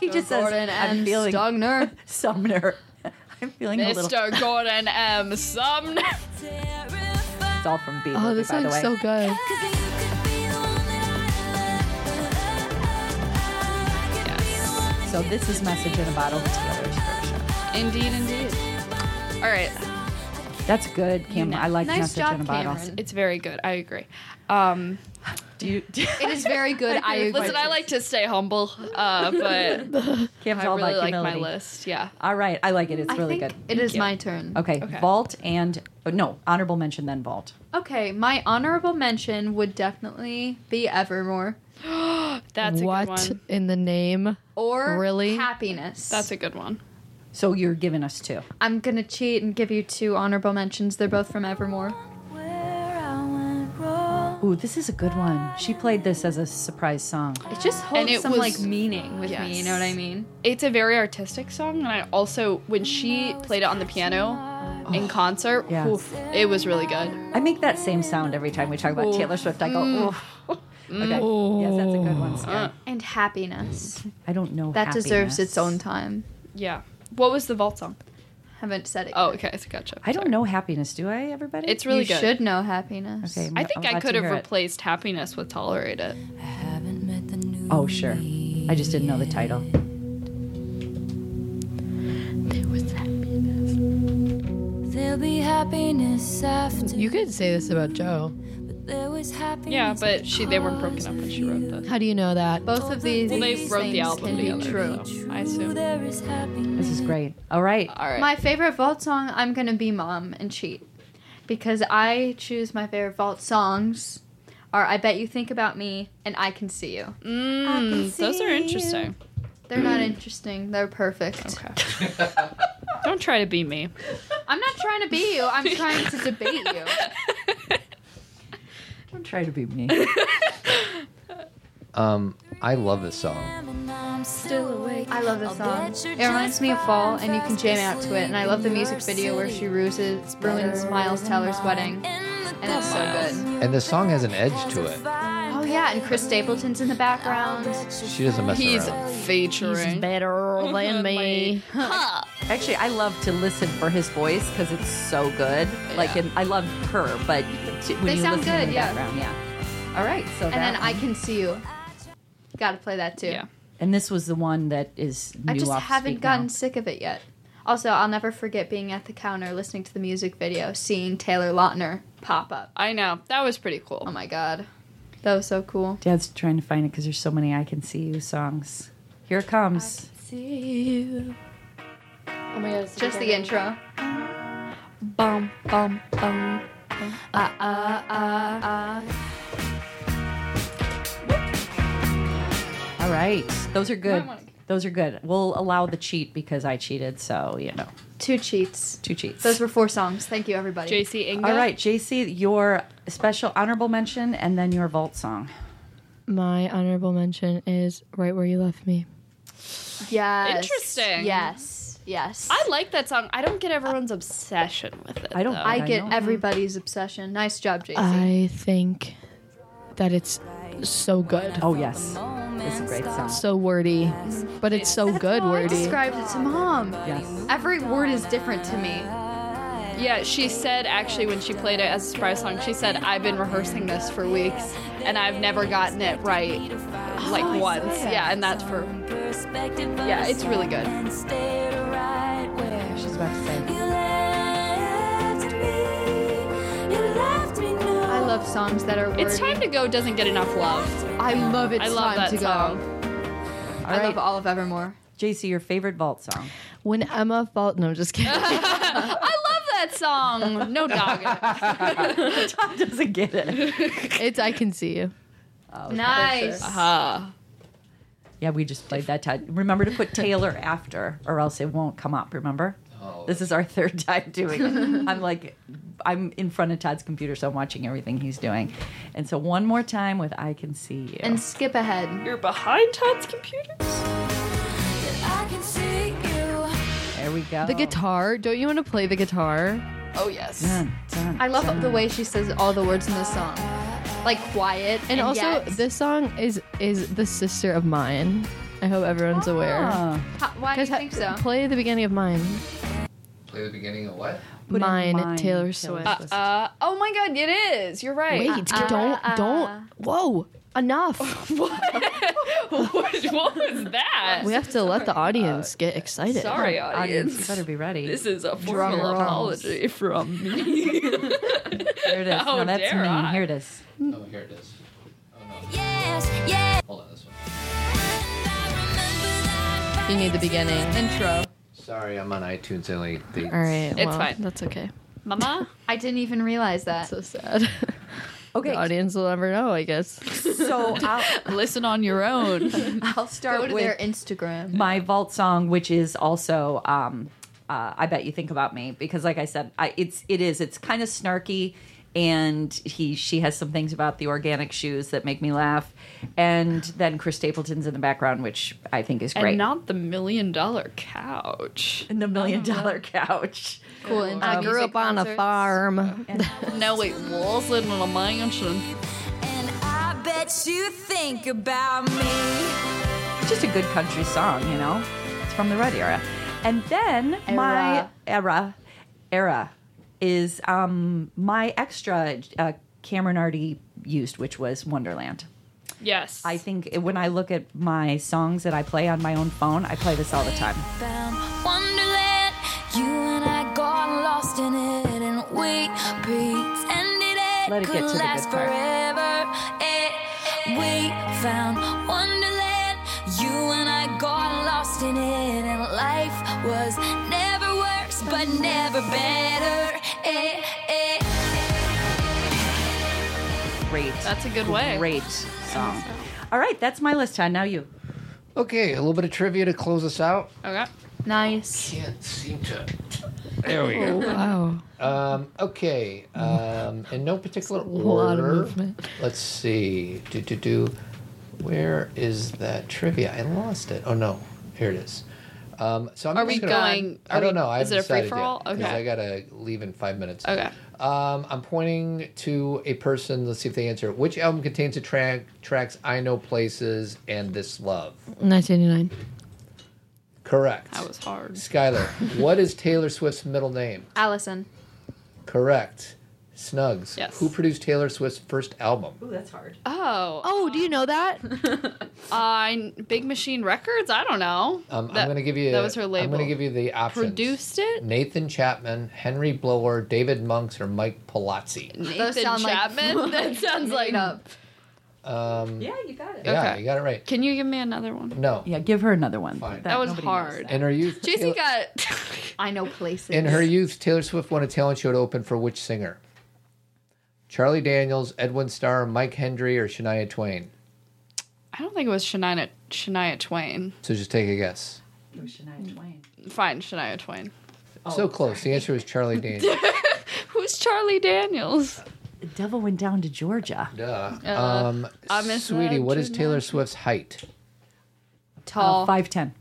S2: he just says,
S4: Gordon
S2: I'm
S4: and
S2: feeling
S4: Stogner.
S2: Sumner. I'm feeling a little.
S3: Mr. Gordon M. Sumner.
S2: It's all from B.
S6: Oh,
S2: movie,
S6: this
S2: by the
S6: song's
S2: way.
S6: so good.
S2: So this is Message in a Bottle, the Taylor's version.
S3: Indeed, indeed. All right.
S2: That's good, Kim. I like
S4: Nice
S2: Message
S4: job,
S2: in a Bottle.
S4: Cameron.
S3: It's very good. I agree. Um,
S2: Do you, do,
S4: It is very good. I agree.
S3: listen, I like to stay humble, uh, but
S2: Kim's
S3: I
S2: all
S3: really
S2: about
S3: like my
S2: humility.
S3: list. Yeah.
S2: All right, I like it. It's
S4: I
S2: really
S4: think
S2: good.
S4: It is my turn.
S2: Okay,
S3: Okay.
S2: Vault and oh, no honorable mention then Vault.
S4: Okay, my honorable mention would definitely be Evermore
S3: That's a good
S6: what
S3: one.
S6: in the name?
S4: or
S6: Really?
S4: Happiness.
S3: That's a good one.
S2: So you're giving us two.
S4: I'm gonna cheat and give you two honorable mentions. They're both from Evermore.
S2: Ooh, this is a good one. She played this as a surprise song.
S4: It just holds
S3: And it
S4: some
S3: was-
S4: like meaning with me. You know what I
S3: Yes.
S4: mean?
S3: It's a very artistic song, and I also when she played it on the piano
S4: Oh.
S3: in concert,
S2: Yeah.
S3: oof, it was really good.
S2: I make that same sound every time we talk about Taylor Swift. I go,
S4: Mm.
S2: ooh. Okay. Yes, that's a good one. Sarah.
S4: And happiness
S2: I don't know.
S4: Mm. that deserves
S2: happiness.
S4: its own time.
S3: Yeah. What was the vault song?
S4: Haven't said it.
S3: Oh,
S4: yet.
S3: okay, I gotcha.
S2: I don't know happiness, do I, everybody?
S3: It's really
S4: you
S3: good.
S4: should know happiness.
S2: Okay.
S3: I
S2: I'm
S3: think I
S2: glad to
S3: could have
S2: hear it.
S3: replaced happiness with tolerate it.
S2: Oh, sure. I just didn't know the title.
S5: There'll be happiness after
S6: You could say this about Joe.
S5: there was happiness.
S3: Yeah, but she they weren't broken up when she wrote this.
S6: How do you know that?
S4: Both of these
S3: Well, they wrote
S4: things
S3: the album
S4: can
S3: together.
S4: be true.
S3: so I assume.
S5: There is happiness.
S2: This is great. All right.
S3: All right.
S4: My favorite vault song, I'm gonna be mom and cheat. Because I choose my favorite vault songs are I Bet You Think About Me and I Can See You.
S3: Mm, those are interesting.
S4: They're not interesting, they're perfect.
S3: Mm. Okay. Don't try to be me.
S4: I'm not trying to be you, I'm trying to debate you.
S2: Don't try to be me.
S1: Um, I love this song.
S5: And I'm still awake.
S4: I love this song. It reminds me of fall and you can jam out to it. And I love the music video where she ruses, ruins Miles Teller's wedding. And it's so good.
S1: And the song has an edge to it.
S4: Oh yeah, and Chris Stapleton's in the background.
S1: She doesn't mess
S3: He's
S1: around.
S3: featuring.
S6: better than me.
S2: Actually, I love to listen for his voice because it's so good. Like, and I love her, but t- when
S4: They
S2: you
S4: sound
S2: listen in
S4: good,
S2: the
S4: yeah.
S2: background, yeah. All right, so
S4: And then I Can See You. Gotta play that too.
S3: Yeah.
S2: and this was the one that is new
S4: I just
S2: off
S4: haven't
S2: Speak Now.
S4: gotten sick of it yet. Also, I'll never forget being at the counter listening to the music video, seeing Taylor Lautner pop up.
S3: I know. That was pretty cool.
S4: Oh my god. That was so cool.
S2: Dad's trying to find it because there's so many "I Can See You" songs. Here it comes.
S6: Oh my god.
S4: Just the intro.
S6: Bum, bum, bum.
S4: Uh,
S2: All right, those are good.
S4: wanna-
S2: Those are good. We'll allow the cheat because I cheated, so you know,
S4: Two cheats.
S2: two cheats.
S4: Those were four songs. Thank you, everybody.
S3: JC Inga.
S2: All right, JC, your special honorable mention, and then your vault song.
S6: My honorable mention is Right Where You Left Me.
S4: Yes.
S3: Interesting.
S4: Yes. Yes.
S3: I like that song. I don't get everyone's obsession with it.
S2: I don't-
S3: though.
S4: I get
S2: know.
S4: everybody's obsession. Nice job, JC.
S6: I think that it's so good.
S2: Oh yes, it's a great song.
S6: So wordy, but it's so good
S4: I
S6: wordy.
S4: described it to mom.
S2: Yes.
S4: Every word is different to me.
S3: Yeah, she said actually when she played it as a surprise song, she said, I've been rehearsing this for weeks and I've never gotten it right like
S6: Oh,
S3: once. Yeah, and that's for.
S5: Perspective, but
S3: Yeah, it's really good.
S5: I stayed right where
S2: She's about to say.
S5: you left me. You left me no.
S4: I love songs that are wordy.
S3: It's Time to Go doesn't get enough love.
S4: I love it's
S3: I love
S4: time
S3: that
S4: to go.
S3: song.
S4: I love all of Evermore.
S2: JC, your favorite vault song.
S6: When Emma Fault, no, I'm just kidding.
S3: I love that song. No dog.
S2: Tom doesn't get it.
S6: it's I Can See You.
S4: Nice.
S3: Ah.
S2: Yeah, we just played that time. Remember to put Taylor after, or else it won't come up. Remember? This is our third time doing it. I'm like, I'm in front of Todd's computer, so I'm watching everything he's doing. And so one more time with I Can See You.
S4: And skip ahead.
S3: You're behind Todd's computer?
S5: I can see you.
S2: there we go.
S6: The guitar. Don't you want to play the guitar?
S3: Oh, yes.
S2: Dun, dun,
S4: I love
S2: dun.
S4: the way she says all the words in this song. like quiet
S6: And, also,
S4: yet-
S6: this song is is the sister of mine. I hope everyone's aware.
S2: Ah.
S4: How- why do you think so?
S6: Play the beginning of mine.
S1: Play the beginning of what?
S2: Put in
S6: mine,
S2: mine, Taylor
S6: Taylor Swift.
S3: Uh, uh, oh my god, it is. You're right.
S6: Wait, don't
S4: uh.
S6: don't. Whoa, enough.
S3: what, what was that?
S6: we have to let the audience get excited.
S3: Sorry, audience.
S2: Audience, you better be ready.
S3: This is a formal
S4: rolls.
S3: apology from
S2: Here
S3: me.
S2: it is.
S3: How
S2: No, that's
S3: dare
S2: me.
S3: I.
S2: Here it is.
S1: Oh, here it is. Oh,
S5: Yes, yes.
S1: Hold on, this one.
S6: You need the beginning.
S4: intro.
S1: Sorry, I'm on iTunes only. They,
S6: All right,
S3: It's
S6: well,
S3: fine.
S6: That's okay.
S3: Mama?
S4: I didn't even realize that.
S6: So sad.
S2: Okay,
S6: the audience will never know, I guess.
S2: so I'll,
S3: Listen on your own.
S2: I'll
S4: Go
S2: start
S4: to
S2: with
S4: their Instagram.
S2: my vault song, which is also um, uh, "I Bet You Think About Me," because, like I said, I, it's it is it's kind of snarky, and he she has some things about the organic shoes that make me laugh, and then Chris Stapleton's in the background, which I think is great.
S3: And not the million dollar couch.
S2: And the million dollar couch.
S4: Cool. intro
S6: I grew
S4: music
S6: up on a
S4: concerts.
S6: farm.
S3: No, wait, walls in a mansion.
S5: And I bet you think about me.
S2: It's just a good country song, you know. It's from the Red era, and then my era era is um, my extra uh, Cameron already used, which was Wonderland.
S3: Yes.
S2: I think it- when I look at my songs that I play on my own phone, I play this all the time.
S5: Found Wonderland. You and I got lost in it, and we pretended it
S2: Let it get
S5: could
S2: to the good
S5: last
S2: part.
S5: forever. Eh, we found Wonderland. You and I got lost in it, and life was never worse, but never better. Eh, eh.
S2: Great.
S3: That's a good way.
S2: Great song. All right, that's my list, Todd. Now you.
S1: Okay, a little bit of trivia to close us out.
S3: Okay.
S4: Nice.
S1: Can't seem to. There we go.
S3: Oh,
S6: Wow.
S1: Um, okay, um, in no particular order.
S6: lot of movement.
S1: Let's see. Do do do. Where is that trivia? I lost it. Oh no, here it is. Um, so I'm
S3: Are
S1: just
S3: we
S1: gonna-
S3: going-
S1: I
S3: are
S1: don't
S3: we-
S1: know. I
S3: is
S1: haven't
S3: it a
S1: decided yet,
S3: free-for-all?
S1: 'cause
S3: Okay.
S1: I gotta leave in five minutes.
S3: Okay.
S1: Um, I'm pointing to a person. Let's see if they answer. Which album contains the track tracks "I Know Places" and "This Love"?
S6: 1989.
S1: Correct.
S3: That was hard.
S1: Skylar. what is Taylor Swift's middle name?
S4: Allison.
S1: Correct. Snugs.
S3: Yes.
S1: Who produced Taylor Swift's first album?
S2: Ooh, that's hard.
S3: Oh.
S6: Oh, do you know that?
S3: I Big Machine Records. I don't know.
S1: Um,
S3: That-
S1: I'm going to give you.
S3: That was her label.
S1: I'm going to give you the options.
S3: Produced it.
S1: Nathan Chapman, Henry Blower, David Monks, or Mike Palazzi.
S4: Those
S3: Nathan
S4: sound like-
S3: Chapman. that sounds like.
S1: Um,
S2: Yeah, you got it.
S1: Yeah,
S3: Okay.
S1: you got it right.
S3: Can you give me another one?
S1: No.
S2: Yeah, give her another one.
S1: Fine.
S3: That was
S2: nobody
S3: hard.
S2: knows
S1: In her youth,
S3: JC got.
S4: I know places.
S1: in her youth, Taylor Swift won a talent show to open for which singer? Charlie Daniels, Edwin Starr, Mike Hendry, or Shania Twain?
S3: I don't think it was Shania Shania Twain.
S1: So just take a guess.
S2: that. It was Shania Twain.
S3: Fine, Shania Twain. Oh,
S1: so close. The answer was Charlie Daniels.
S3: Who's Charlie Daniels?
S2: The devil went down to Georgia. Uh,
S1: Duh. Um,
S3: I miss
S1: sweetie,
S3: that
S1: what is
S3: too
S1: Taylor
S3: much.
S1: Swift's height?
S3: Oh.
S4: Tall.
S2: Five ten.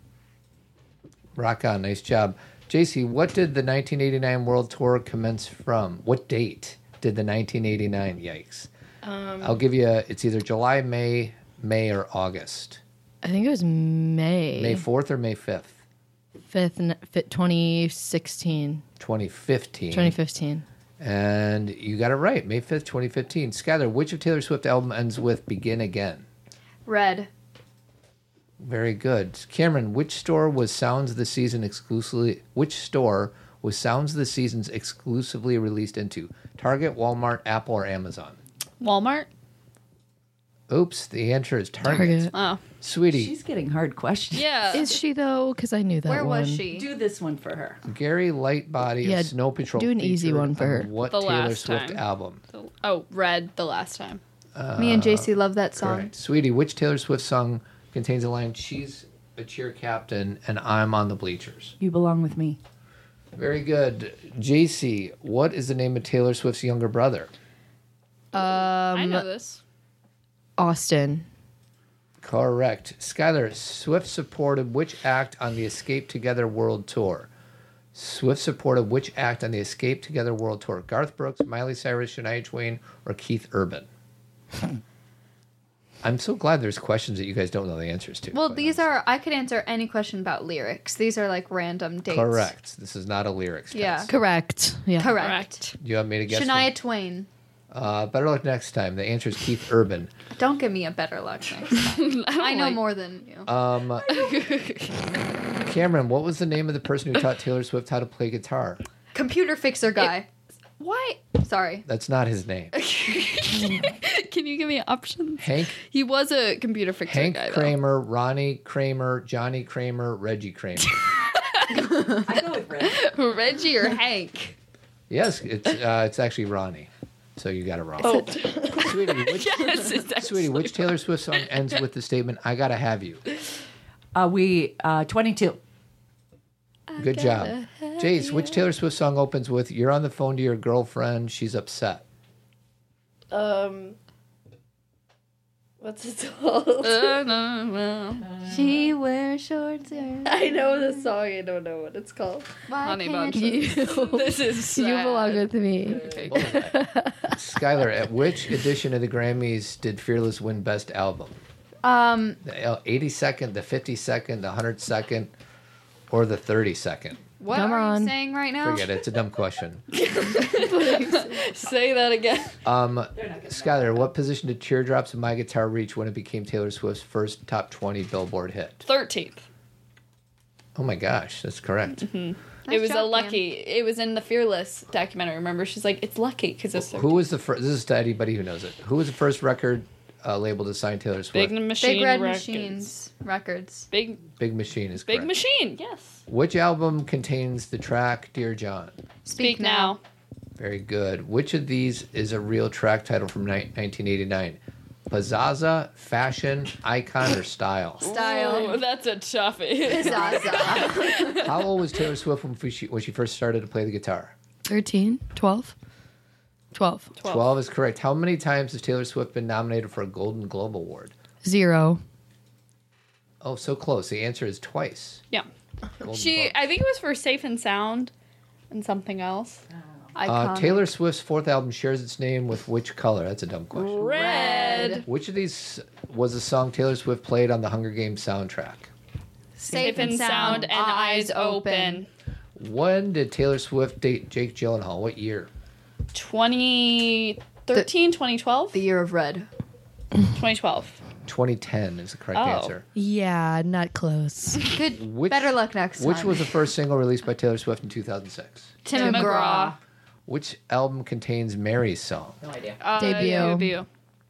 S1: Rock on, nice job. JC, what did the 1989 World Tour commence from? What date did the 1989? Yikes. I'll give you, a, it's either July, May, May, or August.
S6: I think it was May,
S1: May 4th or May 5th,
S6: 5th, n- fi- 2016,
S1: 2015.
S6: 2015.
S1: And you got it right, May 5th, 2015. Skylar, which of Taylor Swift album ends with Begin Again?
S4: Red.
S1: Very good. Cameron, which store was Sounds of the Season exclusively which store was Sounds of the Seasons exclusively released into? Target, Walmart, Apple, or Amazon?
S3: Walmart.
S1: Oops, the answer is Target.
S6: Target.
S3: Oh,
S1: Sweetie,
S2: She's getting hard questions.
S3: yeah.
S6: Is she though? Because I knew that
S4: Where was
S6: one.
S4: she?
S2: Do this one for her.
S1: Gary Lightbody
S6: Yeah,
S1: of Snow Patrol.
S6: do an easy
S1: featured
S6: one for
S1: on
S6: her.
S1: What
S3: The
S1: Taylor
S3: last
S1: Swift
S3: time.
S1: album?
S3: The- oh, red the last time.
S6: Uh,
S4: Me and JC love that song.
S1: Correct. Sweetie, which Taylor Swift song contains the line "She's a cheer captain and I'm on the bleachers"?
S2: You belong with me.
S1: Very good, JC. What is the name of Taylor Swift's younger brother?
S4: Um,
S3: I know this.
S6: Austin.
S1: Correct. Skylar, Swift supported which act on the Escape Together World Tour? Swift supported which act on the Escape Together World Tour? Garth Brooks, Miley Cyrus, Shania Twain, or Keith Urban? I'm so glad there's questions that you guys don't know the answers to.
S4: Well,
S1: quite
S4: these
S1: honestly.
S4: are I could answer any question about lyrics. These are like random dates.
S1: uh, correct. This is not a lyrics
S4: Yeah.
S1: test.
S6: Correct. Yeah.
S4: Correct.
S1: You want me to guess?
S4: Shania Twain.
S1: one? Uh, better luck next time. The answer is Keith Urban.
S4: Don't give me a better luck next time. I, know more than you.
S1: Um, Cameron, what was the name of the person who taught Taylor Swift how to play guitar?
S4: Computer fixer guy.
S3: Why?
S4: Sorry.
S1: That's not his name.
S3: Can you give me options?
S1: Hank
S3: He was a computer fixer
S1: Hank
S3: guy, though.
S1: Kramer, Ronnie Kramer, Johnny Kramer, Reggie Kramer.
S2: I go with red.
S4: Reggie or Hank?
S1: yes, it's uh, it's actually Ronnie. So you got it wrong. Sweetie, which,
S3: Yes, it's
S1: sweetie, which Taylor Swift song ends with the statement "I gotta have you"?
S2: Uh, we uh, 22.
S1: Good job, Jace. Which Taylor Swift song opens with "You're on the phone to your girlfriend, she's upset"?
S11: Um, what's it called?
S4: She wears shorts. yeah.
S11: I know the song. I don't know what it's called.
S4: Why
S3: Honey
S4: can't
S3: Bunch.
S4: you-
S3: this is
S6: You
S3: sad.
S6: belong with me.
S3: Okay.
S1: Skylar, at which edition of the Grammys did Fearless win Best Album?
S4: Um,
S1: The L- 82nd, the 52nd, the 102nd, or the 32nd?
S4: what
S6: Come
S4: are
S6: on.
S4: you saying right
S3: Oh.
S4: now?
S1: Forget it. It's a dumb question.
S11: Say that again.
S1: Um, Skylar, what position did Teardrops and My Guitar reach when it became Taylor Swift's first top 20 Billboard hit?
S3: 13th.
S1: Oh my gosh, that's correct.
S3: Mm-hmm.
S4: Nice
S11: it was
S4: job,
S11: a
S4: Cam.
S11: lucky. It was in the Fearless documentary. Remember, she's like, "It's lucky because it's so
S1: Who was the first? This is to anybody who knows it. Who was the first record uh, label to sign Taylor Swift?
S3: Big Machine.
S4: Big Red
S3: Records.
S4: Machines records.
S3: Big
S1: Big Machine is
S3: Big
S1: correct.
S3: Machine. Yes.
S1: Which album contains the track Dear John?
S3: Speak now.
S1: Very good. Which of these is a real track title from ni- 1989? Pazzaza, fashion, icon, or style?
S4: Style.
S11: Oh, that's a toughie.
S4: Zaza.
S1: How old was Taylor Swift when she, when she first started to play the guitar?
S6: 13, 12. 12.
S1: 12. is correct. How many times has Taylor Swift been nominated for a Golden Globe Award?
S6: Zero.
S1: Oh, so close. The answer is twice.
S3: Yeah.
S1: Golden
S11: she,
S1: Globe.
S11: I think it was for Safe and Sound, and something else.
S1: uh,
S4: Iconic.
S1: Taylor Swift's fourth album shares its name with which color? That's a dumb question.
S11: Red.
S1: Which of these was a song Taylor Swift played on the Hunger Games soundtrack?
S4: Safe and sound.
S3: and eyes open.
S1: When did Taylor Swift date Jake Gyllenhaal? What year?
S11: 2013, 2012,
S4: The year of red.
S11: 2012.
S1: 2010 is the correct
S11: Oh.
S1: answer.
S6: Yeah, not close.
S4: Good.
S1: Which-
S4: Better luck next time.
S1: Which was the first single released by Taylor Swift in 2006?
S4: Tim McGraw.
S1: Which album contains Mary's song?
S9: No idea.
S3: Uh,
S6: Debut.
S3: Debut.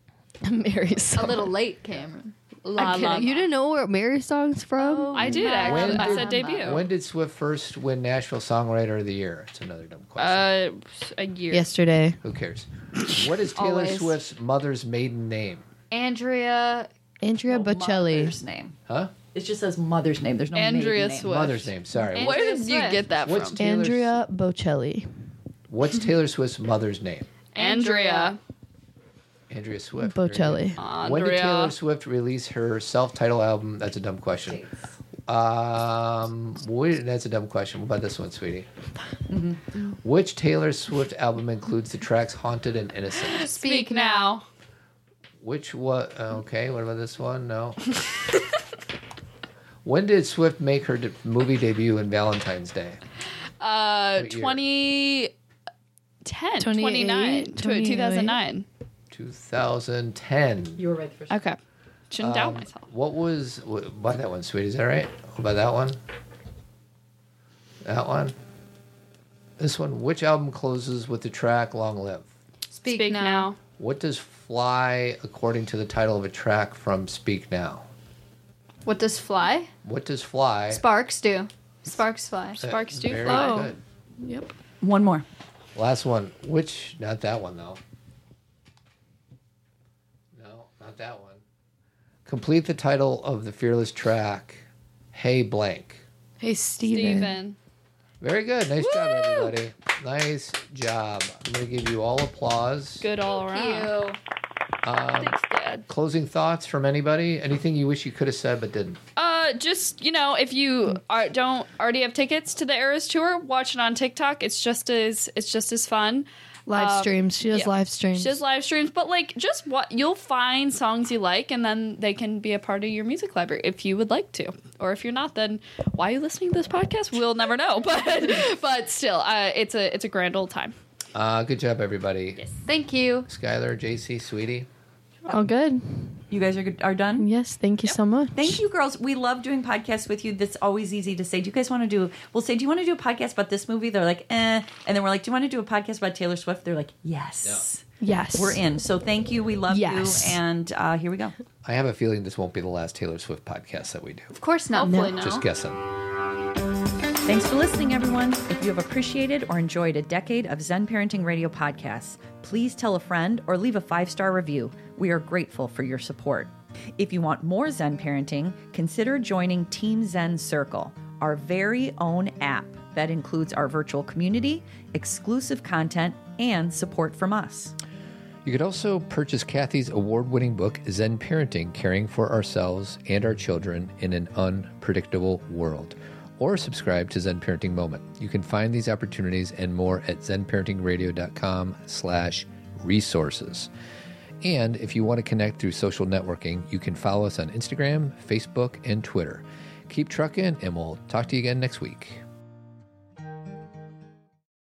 S6: Mary's
S4: A
S6: song.
S4: little late, Cameron.
S11: La,
S4: I'm
S11: la,
S4: kidding.
S6: You didn't know where Mary's song's from?
S3: I did actually.
S1: When
S3: I
S1: did-
S3: said debut.
S1: When did Swift first win Nashville Songwriter of the Year? It's another dumb question.
S3: uh, a year.
S6: Yesterday.
S1: Who cares? What is Taylor
S4: Always.
S1: Swift's mother's maiden name?
S4: Andrea.
S2: Oh,
S6: Andrea Bocelli.
S2: Mother's name.
S1: Huh?
S2: It just says mother's name. There's no
S3: Andrea
S2: maiden name.
S3: Swift.
S1: Mother's name. Sorry.
S4: And-
S1: What-
S3: Where did you
S4: Swift.
S3: get that
S1: What's
S3: from?
S1: Taylor's-
S6: Andrea Bocelli.
S1: What's Taylor Swift's mother's name?
S3: Andrea.
S1: Andrea Swift. Very
S6: Bocelli.
S1: good. When did Taylor
S3: Andrea.
S1: Swift release her self-titled album? That's a dumb question. Um, wait, that's a dumb question. What about this one, sweetie?
S3: Mm-hmm.
S1: Which Taylor Swift album includes the tracks "Haunted" and "Innocent"?
S3: Speak now.
S1: Which what? Okay, what about this one? No. when did Swift make her de- movie debut in Valentine's Day?
S3: Uh,
S1: What year?
S3: 2010, 29,
S6: 28,
S3: 2009.
S1: 2010.
S9: You were right the first
S3: Okay.
S1: Um,
S3: Shouldn't doubt myself.
S1: What was what, about that one, sweetie? Is that right? What about that one? That one. This one. Which album closes with the track "Long Live"?
S4: Speak,
S3: Speak
S4: now.
S3: now.
S1: What does "Fly" according to the title of a track from "Speak Now"?
S4: What does fly?
S1: What does "Fly"?
S4: Sparks do. Sparks fly.
S3: Sparks do
S1: Very
S3: flow.
S1: good.
S2: One more.
S1: Last one. Which? Not that one though. No, not that one. Complete the title of the Fearless track. Hey blank.
S6: Hey, Steven.
S11: Steven.
S1: Very good. Nice job, everybody. Nice job. I'm going to give you all applause.
S11: Good all around.
S4: Ew.
S1: Um,
S11: Thanks, Dad.
S1: Closing thoughts from anybody? Anything you wish you could have said but didn't?
S3: Uh, just you know, if you are, don't already have tickets to the Eras tour, watch it on TikTok. It's just as it's just as fun.
S6: Live
S3: Um,
S6: streams. She does
S3: yeah.
S6: live streams.
S3: She does live streams, but like just what you'll find songs you like, and then they can be a part of your music library if you would like to, or if you're not, then why are you listening to this podcast? We'll never know. But but still, uh, it's a it's a grand old time.
S1: Uh, good job, everybody.
S4: Thank you.
S1: Skylar, JC, sweetie.
S6: All good.
S2: You guys are good, are done.
S6: Yes. Thank you so much.
S2: Thank you, girls. We love doing podcasts with you. That's always easy to say. Do you guys want to do? We'll say, do you want to do a podcast about this movie? They're like, eh. And then we're like, do you want to do a podcast about Taylor Swift? They're like, yes.
S6: Yes.
S2: We're in. So thank you. We love
S6: Yes.
S2: you. And uh, here we go.
S1: I have a feeling this won't be the last Taylor Swift podcast that we do.
S4: Of course not.
S3: Hopefully not.
S1: Just guessing.
S2: Thanks for listening, everyone. If you have appreciated or enjoyed a decade of Zen Parenting Radio podcasts, please tell a friend or leave a five star review. We are grateful for your support. If you want more Zen parenting, consider joining Team Zen Circle, our very own app that includes our virtual community, exclusive content, and support from us.
S1: You could also purchase Kathy's award winning book, Zen Parenting Caring for Ourselves and Our Children in an Unpredictable World, or subscribe to Zen Parenting Moment. You can find these opportunities and more at zenparentingradio.com slash resources. And if you want to connect through social networking, you can follow us on Instagram, Facebook, and Twitter. Keep trucking, and we'll talk to you again next week.